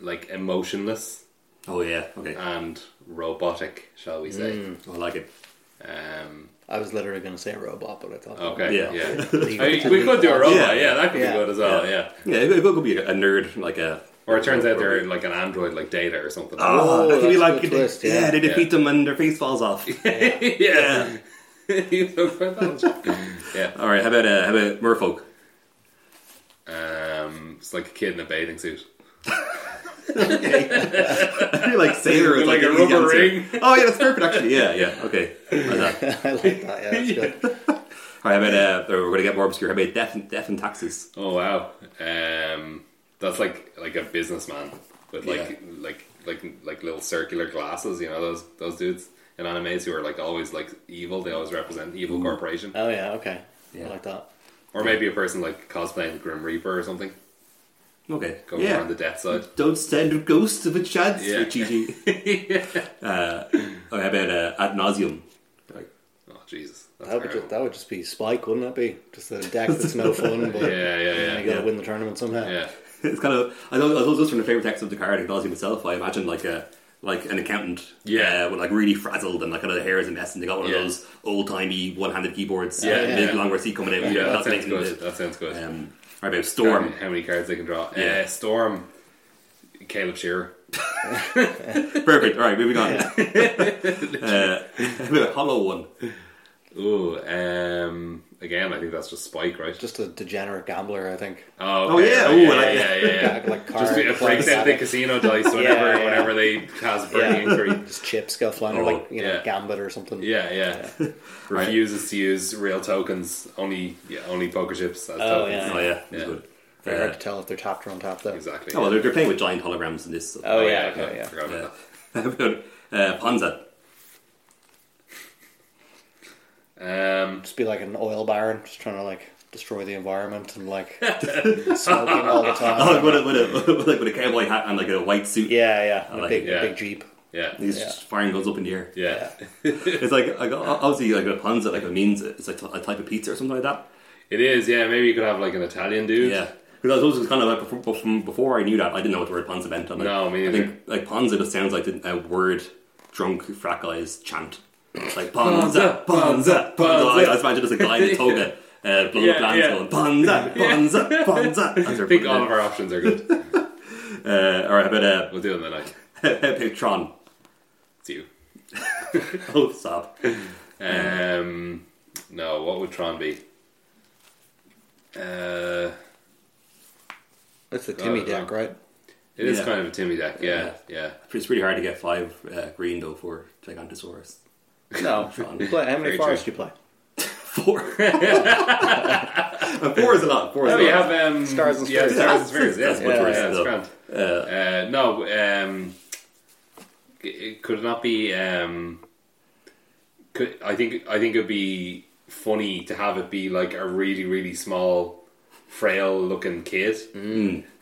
[SPEAKER 1] like emotionless
[SPEAKER 3] Oh yeah. Okay.
[SPEAKER 1] and robotic, shall we say?
[SPEAKER 3] I like it.
[SPEAKER 1] Um,
[SPEAKER 5] I was literally going to say robot, but I thought.
[SPEAKER 1] okay, yeah.
[SPEAKER 3] Yeah.
[SPEAKER 1] <laughs> I mean, we could do a robot, yeah,
[SPEAKER 3] Yeah.
[SPEAKER 1] that could
[SPEAKER 5] Yeah.
[SPEAKER 1] be good as well, yeah.
[SPEAKER 3] Yeah, it, it could be a, a nerd, like a.
[SPEAKER 1] Or it turns out they're like an android like Data or something.
[SPEAKER 3] Oh, that could be
[SPEAKER 5] that's a
[SPEAKER 3] like.
[SPEAKER 5] good
[SPEAKER 3] they-
[SPEAKER 5] twist,
[SPEAKER 3] yeah.
[SPEAKER 5] yeah.
[SPEAKER 3] they defeat them and their face falls off.
[SPEAKER 1] <laughs> yeah. You look quite knowledgeable. yeah.
[SPEAKER 3] <laughs> All right, how about uh, how about merfolk?
[SPEAKER 1] Um, it's like a kid in a bathing suit.
[SPEAKER 3] I feel <laughs> <laughs> like sailor is
[SPEAKER 1] Like
[SPEAKER 3] like,
[SPEAKER 1] a
[SPEAKER 3] the easy
[SPEAKER 1] rubber
[SPEAKER 3] answer.
[SPEAKER 1] ring.
[SPEAKER 3] Oh yeah, that's perfect actually. <laughs> Yeah, yeah. Okay. Like that.
[SPEAKER 5] <laughs>
[SPEAKER 3] All
[SPEAKER 5] I like that. Yeah,
[SPEAKER 1] <laughs>
[SPEAKER 5] that's good.
[SPEAKER 3] right, how about uh, we're gonna get more obscure. How about death and death and taxes?
[SPEAKER 1] Oh wow. Um, that's like like a businessman with like
[SPEAKER 3] Yeah.
[SPEAKER 1] like like like little circular glasses. You know those those dudes in animes who are like always like evil. They always represent evil corporation.
[SPEAKER 5] Oh yeah. Okay.
[SPEAKER 3] Yeah.
[SPEAKER 5] I like that.
[SPEAKER 1] Or maybe a person like cosplaying the Grim Reaper or something.
[SPEAKER 3] Okay.
[SPEAKER 1] Go
[SPEAKER 3] yeah.
[SPEAKER 1] around the death side.
[SPEAKER 3] Don't stand a ghost of a chance.
[SPEAKER 1] Yeah.
[SPEAKER 3] Yeah. GG. <laughs> Uh, oh, how about uh, ad nauseum? Like,
[SPEAKER 1] Oh Jesus. That's
[SPEAKER 5] That would
[SPEAKER 1] horrible.
[SPEAKER 5] just, that would just be Spike, wouldn't it be? Just a deck that's no fun, but
[SPEAKER 1] <laughs>
[SPEAKER 5] <laughs>
[SPEAKER 1] yeah, yeah,
[SPEAKER 5] you
[SPEAKER 1] yeah,
[SPEAKER 5] got to win the tournament somehow.
[SPEAKER 1] yeah.
[SPEAKER 3] <laughs> It's kind of I don't I suppose just from the favorite text of the card it does itself. I imagine like a like an accountant,
[SPEAKER 1] Yeah.
[SPEAKER 3] uh, with like really frazzled and like kind of the hair is a mess, and they got one
[SPEAKER 1] Yeah.
[SPEAKER 3] of those old timey one handed keyboards, uh,
[SPEAKER 1] Yeah,
[SPEAKER 3] yeah,
[SPEAKER 1] yeah,
[SPEAKER 3] big
[SPEAKER 1] yeah.
[SPEAKER 3] long receipt coming out.
[SPEAKER 1] Yeah, that
[SPEAKER 3] that's
[SPEAKER 1] sounds
[SPEAKER 3] making
[SPEAKER 1] good.
[SPEAKER 3] the,
[SPEAKER 1] That sounds good.
[SPEAKER 3] um, all right, about storm.
[SPEAKER 1] How many cards they can draw?
[SPEAKER 3] Yeah.
[SPEAKER 1] Uh, Storm, Caleb Shearer.
[SPEAKER 3] <laughs> Perfect. All right, moving on. uh, <laughs> hollow one.
[SPEAKER 1] Ooh, um, again, I think that's just Spike, right?
[SPEAKER 5] Just a degenerate gambler, I think.
[SPEAKER 1] oh,
[SPEAKER 3] yeah,
[SPEAKER 1] right,
[SPEAKER 3] ooh,
[SPEAKER 1] yeah,
[SPEAKER 3] I like
[SPEAKER 1] yeah, yeah, yeah.
[SPEAKER 2] <laughs>
[SPEAKER 5] Like, like
[SPEAKER 1] Just
[SPEAKER 5] card
[SPEAKER 1] it
[SPEAKER 5] plays
[SPEAKER 1] breaks out the
[SPEAKER 5] that.
[SPEAKER 1] casino dice whenever
[SPEAKER 5] Yeah, yeah.
[SPEAKER 1] whenever they cast
[SPEAKER 5] Yeah.
[SPEAKER 1] Burning Inquiry.
[SPEAKER 5] Just chips go flying, or
[SPEAKER 3] Oh,
[SPEAKER 5] like you know,
[SPEAKER 1] yeah.
[SPEAKER 5] gambit or something.
[SPEAKER 1] Yeah, yeah. <laughs> Refuses to use real tokens, only yeah, only poker chips as
[SPEAKER 5] Oh,
[SPEAKER 1] tokens.
[SPEAKER 5] yeah.
[SPEAKER 3] Oh yeah, that's
[SPEAKER 1] Yeah.
[SPEAKER 3] good.
[SPEAKER 5] Very
[SPEAKER 3] Uh,
[SPEAKER 5] hard to tell if they're tapped or untapped though.
[SPEAKER 1] Exactly.
[SPEAKER 3] oh, well, they're, they're playing with giant holograms in this.
[SPEAKER 5] Oh,
[SPEAKER 1] Oh,
[SPEAKER 5] yeah, okay, yeah.
[SPEAKER 1] forgot about
[SPEAKER 3] Uh, <laughs>
[SPEAKER 1] that.
[SPEAKER 3] how about uh, Ponza?
[SPEAKER 1] Um,
[SPEAKER 5] Just be like an oil baron, just trying to like destroy the environment and like smoking all the time.
[SPEAKER 3] <laughs> Oh, with a, with a, <laughs> with a, with a cowboy hat and like a white suit.
[SPEAKER 5] yeah, yeah, and a
[SPEAKER 3] like
[SPEAKER 5] big,
[SPEAKER 1] it, yeah.
[SPEAKER 5] big jeep.
[SPEAKER 1] yeah,
[SPEAKER 3] He's
[SPEAKER 5] Yeah.
[SPEAKER 3] just firing guns up in the air.
[SPEAKER 1] yeah,
[SPEAKER 3] It's like, like obviously like a panza like it means it's like a type of pizza or something like that.
[SPEAKER 1] <laughs> it is. Yeah, maybe you could have like an Italian dude.
[SPEAKER 3] Yeah. Because I was always kind of like before, before- from before I knew that I didn't know what the word panza meant. I'm like,
[SPEAKER 1] No, me
[SPEAKER 3] I think like panza just sounds like the- a word drunk frat guys chant.
[SPEAKER 1] <laughs>
[SPEAKER 3] It's like panza, panza, panza. I I just imagine just a guy in
[SPEAKER 1] <laughs>
[SPEAKER 3] a toga, uh, blowing
[SPEAKER 1] Yeah,
[SPEAKER 3] up
[SPEAKER 1] <laughs>
[SPEAKER 3] lands
[SPEAKER 1] yeah.
[SPEAKER 3] going panza, panza,
[SPEAKER 1] <laughs>
[SPEAKER 3] panza.
[SPEAKER 1] <laughs>
[SPEAKER 3] That's
[SPEAKER 1] I think all of our options are good.
[SPEAKER 3] Uh, all right, but uh, <laughs>
[SPEAKER 1] We'll do them tonight.
[SPEAKER 3] Patron.
[SPEAKER 1] It's you.
[SPEAKER 3] <laughs> Oh, stop.
[SPEAKER 1] Um, no, what would Tron be? Uh,
[SPEAKER 5] That's the Timmy
[SPEAKER 1] I don't
[SPEAKER 5] deck,
[SPEAKER 1] know.
[SPEAKER 5] right?
[SPEAKER 1] it is
[SPEAKER 3] Yeah.
[SPEAKER 1] kind of a Timmy deck, yeah, yeah.
[SPEAKER 3] It's really hard to get five uh, green though for Gigantosaurus.
[SPEAKER 2] <laughs>
[SPEAKER 5] No,
[SPEAKER 1] <laughs>
[SPEAKER 5] you play, how many
[SPEAKER 1] Very
[SPEAKER 5] forests do
[SPEAKER 1] true.
[SPEAKER 5] you play?
[SPEAKER 3] Four. <laughs> Uh, four is a lot. Four is
[SPEAKER 1] Oh,
[SPEAKER 3] a
[SPEAKER 1] you
[SPEAKER 3] lot.
[SPEAKER 1] have um,
[SPEAKER 5] Stars and
[SPEAKER 1] yeah,
[SPEAKER 5] Spheres.
[SPEAKER 1] Stars and Spheres, yeah,
[SPEAKER 3] That's
[SPEAKER 1] yeah,
[SPEAKER 3] much worse,
[SPEAKER 1] yeah, it's
[SPEAKER 3] though.
[SPEAKER 1] grand.
[SPEAKER 3] Uh,
[SPEAKER 1] Uh, no, um, c- it could not be. Um, could I think I think it'd be funny to have it be like a really really small, frail looking kid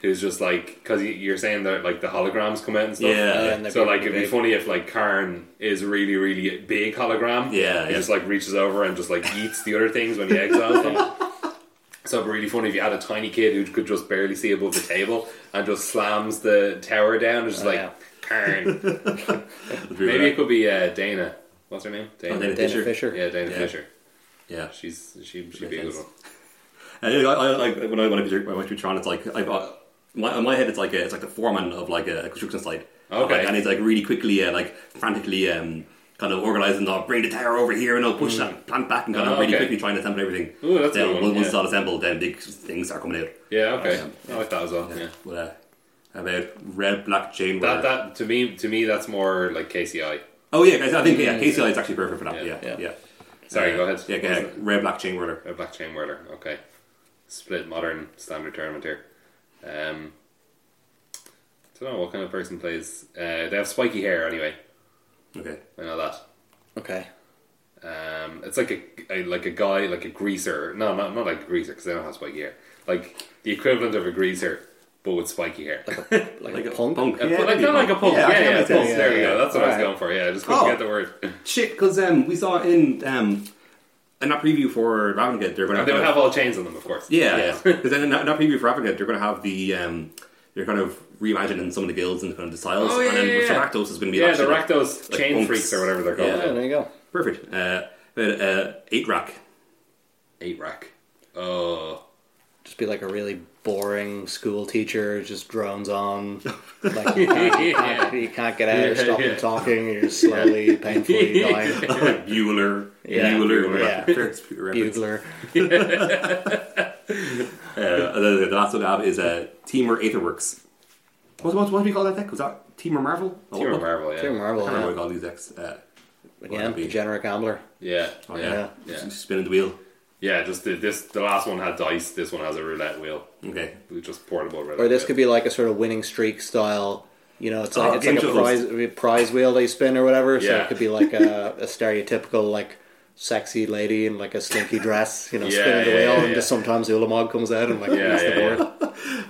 [SPEAKER 1] who's just like because you're saying that like the holograms come out and stuff.
[SPEAKER 3] Yeah. Yeah,
[SPEAKER 2] and they
[SPEAKER 1] Uh, so
[SPEAKER 2] become
[SPEAKER 1] like it'd be
[SPEAKER 2] big.
[SPEAKER 1] funny if like Karn is really really big hologram.
[SPEAKER 3] Yeah,
[SPEAKER 1] He
[SPEAKER 3] yeah.
[SPEAKER 1] just like reaches over and just like eats the other things when he exiles them.
[SPEAKER 3] <laughs>
[SPEAKER 1] So it'd be really funny if you had a tiny kid who could just barely see above the table and just slams the tower down and just like
[SPEAKER 2] yeah.
[SPEAKER 3] <laughs>
[SPEAKER 1] Karn. Maybe it could be uh, Dana. What's her name? Dana.
[SPEAKER 3] Oh, Dana
[SPEAKER 2] Dana
[SPEAKER 3] Fisher.
[SPEAKER 2] Fisher.
[SPEAKER 1] Yeah, Dana
[SPEAKER 3] Yeah.
[SPEAKER 1] Fisher.
[SPEAKER 3] Yeah.
[SPEAKER 1] She's she she'd be a good
[SPEAKER 3] Makes
[SPEAKER 1] one.
[SPEAKER 3] sense. And I, I, I like when I want to be when I watch Tron, it's like I've uh, my, in my head it's like a, it's like the foreman of like a construction site.
[SPEAKER 1] Okay.
[SPEAKER 3] Like, and he's like really quickly, uh, like frantically, um, kind of organising. I'll bring the tower over here and I'll push that plant back and kind
[SPEAKER 1] Oh,
[SPEAKER 3] of really
[SPEAKER 1] Mm. okay.
[SPEAKER 3] quickly trying to assemble everything.
[SPEAKER 1] Ooh, that's a
[SPEAKER 3] then
[SPEAKER 1] good one,
[SPEAKER 3] once once
[SPEAKER 1] yeah.
[SPEAKER 3] it's all assembled, then big things are coming out.
[SPEAKER 1] Yeah, okay.
[SPEAKER 3] Um,
[SPEAKER 1] I like that as well. Yeah.
[SPEAKER 3] But, uh, about red black chain.
[SPEAKER 1] That that to me to me that's more like KCI.
[SPEAKER 3] oh yeah, guys, I think yeah, KCI is actually perfect for that.
[SPEAKER 1] Mm. Yeah.
[SPEAKER 3] Yeah, yeah.
[SPEAKER 2] Yeah.
[SPEAKER 1] Sorry,
[SPEAKER 3] Uh,
[SPEAKER 1] go ahead.
[SPEAKER 3] Yeah, go
[SPEAKER 1] What was
[SPEAKER 3] ahead. Red black chain whirler.
[SPEAKER 1] A black chain whirler. Okay. Split modern standard tournament here. Um, don't know what kind of person plays. Uh, they have spiky hair anyway.
[SPEAKER 3] Okay.
[SPEAKER 1] I know that.
[SPEAKER 2] Okay.
[SPEAKER 1] Um, it's like a, a like a guy like a greaser. No, not not like a greaser because they don't have spiky hair. Like the equivalent of a greaser, but with spiky <laughs> hair.
[SPEAKER 2] Like,
[SPEAKER 3] Like
[SPEAKER 2] a
[SPEAKER 3] a
[SPEAKER 2] punk.
[SPEAKER 3] punk.
[SPEAKER 1] A
[SPEAKER 3] Yeah,
[SPEAKER 1] pu- like not like a punk.
[SPEAKER 3] Yeah,
[SPEAKER 1] Yeah,
[SPEAKER 3] I
[SPEAKER 1] yeah,
[SPEAKER 3] think that makes
[SPEAKER 1] punk.
[SPEAKER 3] sense.
[SPEAKER 1] there
[SPEAKER 3] Yeah,
[SPEAKER 1] we go.
[SPEAKER 3] yeah.
[SPEAKER 1] That's what I was
[SPEAKER 2] Alright.
[SPEAKER 1] going for. Yeah, I just couldn't
[SPEAKER 3] Oh.
[SPEAKER 1] get the word. <laughs>
[SPEAKER 3] Shit, because um, we saw in um, in that preview for Ravengate, they're going
[SPEAKER 1] And they
[SPEAKER 3] to
[SPEAKER 1] would have all chains on them, of course.
[SPEAKER 3] yeah, <laughs> because then in that, in that preview for Ravengate, they're going to have the um, they're kind of reimagining some of the guilds and kind of the styles,
[SPEAKER 1] Oh, yeah,
[SPEAKER 3] and then
[SPEAKER 1] yeah,
[SPEAKER 3] with
[SPEAKER 1] yeah.
[SPEAKER 3] Rakdos is going to be
[SPEAKER 1] Yeah,
[SPEAKER 3] that
[SPEAKER 1] the
[SPEAKER 3] shit, like,
[SPEAKER 1] Rakdos
[SPEAKER 3] like
[SPEAKER 1] chain
[SPEAKER 3] punks.
[SPEAKER 1] freaks or whatever they're
[SPEAKER 2] Yeah,
[SPEAKER 1] called.
[SPEAKER 2] Oh, there you go.
[SPEAKER 3] perfect. Uh, but, uh, eight rack.
[SPEAKER 1] Eight rack. Oh.
[SPEAKER 2] Just be like a really boring school teacher, just drones on. Like you can't, you can't, you can't get out, stop
[SPEAKER 1] Yeah, yeah.
[SPEAKER 2] them talking, you're slowly, painfully dying.
[SPEAKER 3] <laughs> Like Bueller,
[SPEAKER 2] Yeah.
[SPEAKER 3] Bueller, <laughs>
[SPEAKER 2] Yeah.
[SPEAKER 3] There's a reference.
[SPEAKER 2] Bugler.
[SPEAKER 3] Uh, and then the last one I have is uh, Teamer Aetherworks. What, what, what do we call that deck? Was that Teamer Marvel? Oh,
[SPEAKER 1] You're a
[SPEAKER 3] what-
[SPEAKER 1] marvel, yeah.
[SPEAKER 2] Dear Marvel,
[SPEAKER 3] I can't remember what
[SPEAKER 2] yeah.
[SPEAKER 3] we call these decks. Uh,
[SPEAKER 2] Again, the generic gambler.
[SPEAKER 1] Yeah.
[SPEAKER 3] oh,
[SPEAKER 1] yeah.
[SPEAKER 3] yeah,
[SPEAKER 1] Yeah.
[SPEAKER 3] Just spinning the wheel.
[SPEAKER 1] Yeah, just the, this the last one had dice, this one has a roulette wheel.
[SPEAKER 3] Okay,
[SPEAKER 1] Just portable roulette.
[SPEAKER 2] Or this
[SPEAKER 1] wheel.
[SPEAKER 2] could be like a sort of winning streak style. You know, it's like
[SPEAKER 3] Oh,
[SPEAKER 2] it's
[SPEAKER 3] game
[SPEAKER 2] like a
[SPEAKER 3] shows.
[SPEAKER 2] prize, a prize wheel they spin or whatever. So
[SPEAKER 1] Yeah.
[SPEAKER 2] it could be like a, a stereotypical like sexy lady in like a slinky dress. You know,
[SPEAKER 1] Yeah,
[SPEAKER 2] spinning the
[SPEAKER 1] yeah,
[SPEAKER 2] wheel,
[SPEAKER 1] yeah,
[SPEAKER 2] and
[SPEAKER 1] yeah.
[SPEAKER 2] just sometimes Ulamog comes out and like
[SPEAKER 1] Yeah,
[SPEAKER 2] beats
[SPEAKER 1] yeah, yeah.
[SPEAKER 2] the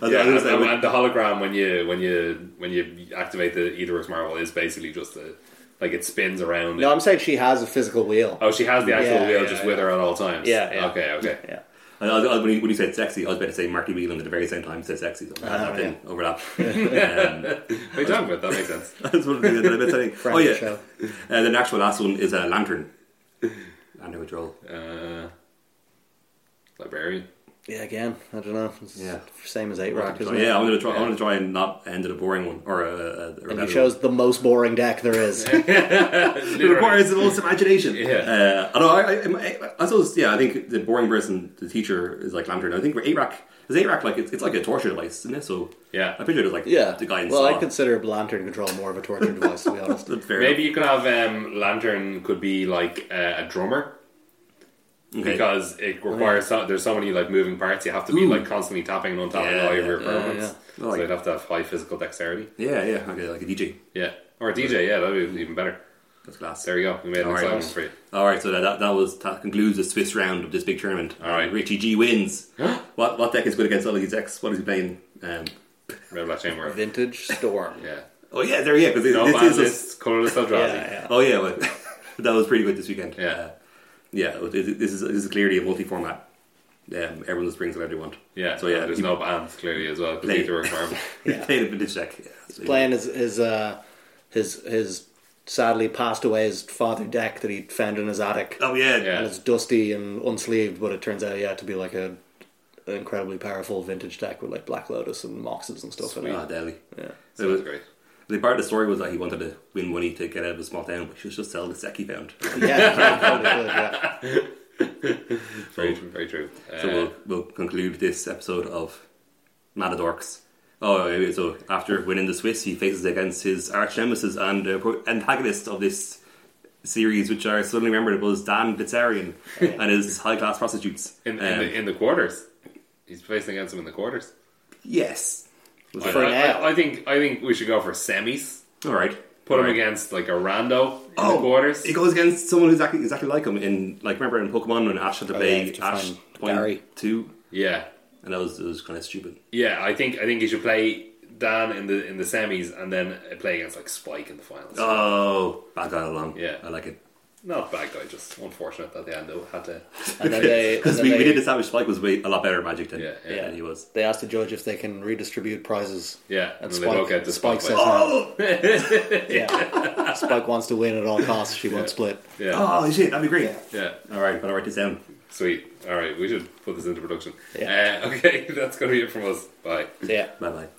[SPEAKER 2] board.
[SPEAKER 1] Yeah,
[SPEAKER 3] I
[SPEAKER 1] and,
[SPEAKER 3] was gonna say,
[SPEAKER 1] and the hologram when you when you when you activate the Etherworks Marvel is basically just a like it spins around.
[SPEAKER 2] No, I'm saying she has a physical wheel.
[SPEAKER 1] oh, she has the actual
[SPEAKER 2] Yeah,
[SPEAKER 1] wheel
[SPEAKER 2] yeah,
[SPEAKER 1] just
[SPEAKER 2] yeah.
[SPEAKER 1] with her at all times.
[SPEAKER 2] Yeah, yeah.
[SPEAKER 1] Okay. Okay.
[SPEAKER 2] Yeah,
[SPEAKER 3] I, I, I- when, you, when you said sexy, I was about to say Marty Whelan at the very same time said sexy. So that
[SPEAKER 2] Ah,
[SPEAKER 3] didn't
[SPEAKER 2] <laughs>
[SPEAKER 3] overlap. um,
[SPEAKER 1] What are you talking about? That makes sense. <laughs>
[SPEAKER 3] I was wondering did I miss anything.
[SPEAKER 2] Friend
[SPEAKER 3] oh
[SPEAKER 2] of the
[SPEAKER 3] yeah.
[SPEAKER 2] show.
[SPEAKER 3] Uh, the actual last one is a lantern. Lantern control.
[SPEAKER 1] Uh, librarian.
[SPEAKER 2] yeah. Again, I don't know. It's
[SPEAKER 3] Yeah.
[SPEAKER 2] same as eight <laughs> rock.
[SPEAKER 3] So,
[SPEAKER 2] Isn't
[SPEAKER 3] yeah,
[SPEAKER 2] it?
[SPEAKER 3] I'm gonna try. I'm gonna try and not end at a boring one or a. a, a
[SPEAKER 2] And
[SPEAKER 3] repetitive
[SPEAKER 2] he chose the most boring deck there is.
[SPEAKER 3] one. It requires the most imagination.
[SPEAKER 1] Yeah.
[SPEAKER 3] Uh, although I, I, I, I suppose, yeah, I think the boring person, the teacher, is like lantern. I think for eight rack, is eight rack like it's, it's like a torture device, isn't it? So
[SPEAKER 1] Yeah.
[SPEAKER 3] I picture it as
[SPEAKER 2] <laughs>
[SPEAKER 3] like
[SPEAKER 2] yeah.
[SPEAKER 3] the guy in
[SPEAKER 2] well, I
[SPEAKER 3] Saw.
[SPEAKER 2] consider lantern control more of a torture device, to be
[SPEAKER 3] <laughs>
[SPEAKER 2] honest.
[SPEAKER 3] Fair
[SPEAKER 1] Maybe you could have um, lantern could be like uh, a drummer
[SPEAKER 3] Okay.
[SPEAKER 1] because it requires so, there's so many like moving parts. You have to be
[SPEAKER 3] Ooh.
[SPEAKER 1] like constantly tapping and untapping
[SPEAKER 3] Yeah,
[SPEAKER 1] all of your
[SPEAKER 3] yeah,
[SPEAKER 1] opponents.
[SPEAKER 3] yeah. I like
[SPEAKER 1] So you'd have to have high physical dexterity.
[SPEAKER 3] Yeah, yeah, okay, like a DJ.
[SPEAKER 1] Yeah, or a DJ. Yeah, that'd be even better.
[SPEAKER 3] That's class.
[SPEAKER 1] There you go. We made an
[SPEAKER 3] All right,
[SPEAKER 1] exciting one
[SPEAKER 3] nice.
[SPEAKER 1] for you.
[SPEAKER 3] All right, so that, that, that was that concludes the Swiss round of this big tournament.
[SPEAKER 1] All right.
[SPEAKER 3] Richie
[SPEAKER 1] <gasps>
[SPEAKER 3] G wins. what what deck is good against all of these decks? What is he playing? Um,
[SPEAKER 1] Red Black Chain
[SPEAKER 3] <laughs>
[SPEAKER 1] Whirler.
[SPEAKER 2] Vintage storm.
[SPEAKER 1] Yeah.
[SPEAKER 3] oh yeah, there yeah, because
[SPEAKER 1] No
[SPEAKER 3] this
[SPEAKER 1] ban
[SPEAKER 3] is a-
[SPEAKER 1] list, colorless Eldrazi.
[SPEAKER 2] Yeah, yeah.
[SPEAKER 3] oh yeah, well, <laughs> that was pretty good this weekend.
[SPEAKER 1] Yeah.
[SPEAKER 3] uh, yeah. it- it- This is this is clearly a multi-format. Um, everyone just brings whatever they want.
[SPEAKER 1] Yeah,
[SPEAKER 3] So yeah,
[SPEAKER 1] there's
[SPEAKER 3] he <laughs>
[SPEAKER 1] no bans clearly as well.
[SPEAKER 3] Play-
[SPEAKER 1] Because work Marvel.
[SPEAKER 3] <laughs> played a vintage deck. Yeah, so he-
[SPEAKER 2] playing his his uh, his his sadly passed away his father deck that he found in his attic.
[SPEAKER 3] Oh yeah,
[SPEAKER 1] Yeah.
[SPEAKER 2] And it's dusty and unsleeved, but it turns out yeah to be like a an incredibly powerful vintage deck with like Black Lotus and Moxes and stuff in
[SPEAKER 3] Ah,
[SPEAKER 2] it.
[SPEAKER 3] deadly.
[SPEAKER 2] Yeah.
[SPEAKER 3] It was-
[SPEAKER 1] Sounds great.
[SPEAKER 3] The part of the story was that he wanted to win money to get out of a small town, which was just sell the sec he found.
[SPEAKER 2] Yeah, probably good, yeah.
[SPEAKER 1] Very true. Very true. Uh,
[SPEAKER 3] So we'll, we'll conclude this episode of Matadorks. Oh, yeah, so after winning the Swiss, he faces against his arch nemesis and uh, pro- antagonist of this series, which I suddenly remembered was
[SPEAKER 1] <laughs>
[SPEAKER 3] Dan Pizzarian and his high class prostitutes.
[SPEAKER 1] in, in,
[SPEAKER 3] Um,
[SPEAKER 1] the, in the quarters, he's facing against him in the quarters.
[SPEAKER 3] yes.
[SPEAKER 1] I,
[SPEAKER 2] For
[SPEAKER 1] I-
[SPEAKER 2] now.
[SPEAKER 1] I, I think I think we should go for semis.
[SPEAKER 3] All right.
[SPEAKER 1] Put him
[SPEAKER 3] Right.
[SPEAKER 1] against like a rando in
[SPEAKER 3] Oh,
[SPEAKER 1] the quarters.
[SPEAKER 3] It goes against someone who's exactly, exactly like him in like remember in Pokemon when Ash had to
[SPEAKER 2] Oh, yeah,
[SPEAKER 3] play
[SPEAKER 2] to
[SPEAKER 3] Ash
[SPEAKER 2] find
[SPEAKER 3] point
[SPEAKER 2] Gary.
[SPEAKER 3] two,
[SPEAKER 1] Yeah,
[SPEAKER 3] and that was that was kind of stupid.
[SPEAKER 1] yeah. I think I think you should play Dan in the in the semis and then play against like Spike in the finals.
[SPEAKER 3] Oh, bad guy along.
[SPEAKER 1] Yeah.
[SPEAKER 3] I like it
[SPEAKER 1] Not a bad guy, just unfortunate that they had to had to.
[SPEAKER 2] And
[SPEAKER 3] <laughs>
[SPEAKER 2] then they, and
[SPEAKER 3] because
[SPEAKER 2] then
[SPEAKER 3] we,
[SPEAKER 2] they,
[SPEAKER 3] we did establish Spike was way a lot better at Magic than,
[SPEAKER 1] Yeah, yeah.
[SPEAKER 3] than he was.
[SPEAKER 2] they asked the judge if they can redistribute prizes.
[SPEAKER 1] Yeah, and,
[SPEAKER 2] And
[SPEAKER 1] then they
[SPEAKER 2] Spike-
[SPEAKER 1] broke out the
[SPEAKER 2] Spike
[SPEAKER 1] Spike.
[SPEAKER 2] says,
[SPEAKER 3] Oh,
[SPEAKER 2] Yeah. Spike wants to win at all costs. She won't split.
[SPEAKER 1] yeah,
[SPEAKER 3] oh shit, that'd be great.
[SPEAKER 1] yeah.
[SPEAKER 3] All right, but I write this down.
[SPEAKER 1] Sweet. All right, we should put this into production. <laughs>
[SPEAKER 2] Yeah.
[SPEAKER 1] Uh, okay, that's going to be it from us. Bye.
[SPEAKER 2] So, yeah.
[SPEAKER 3] Bye bye.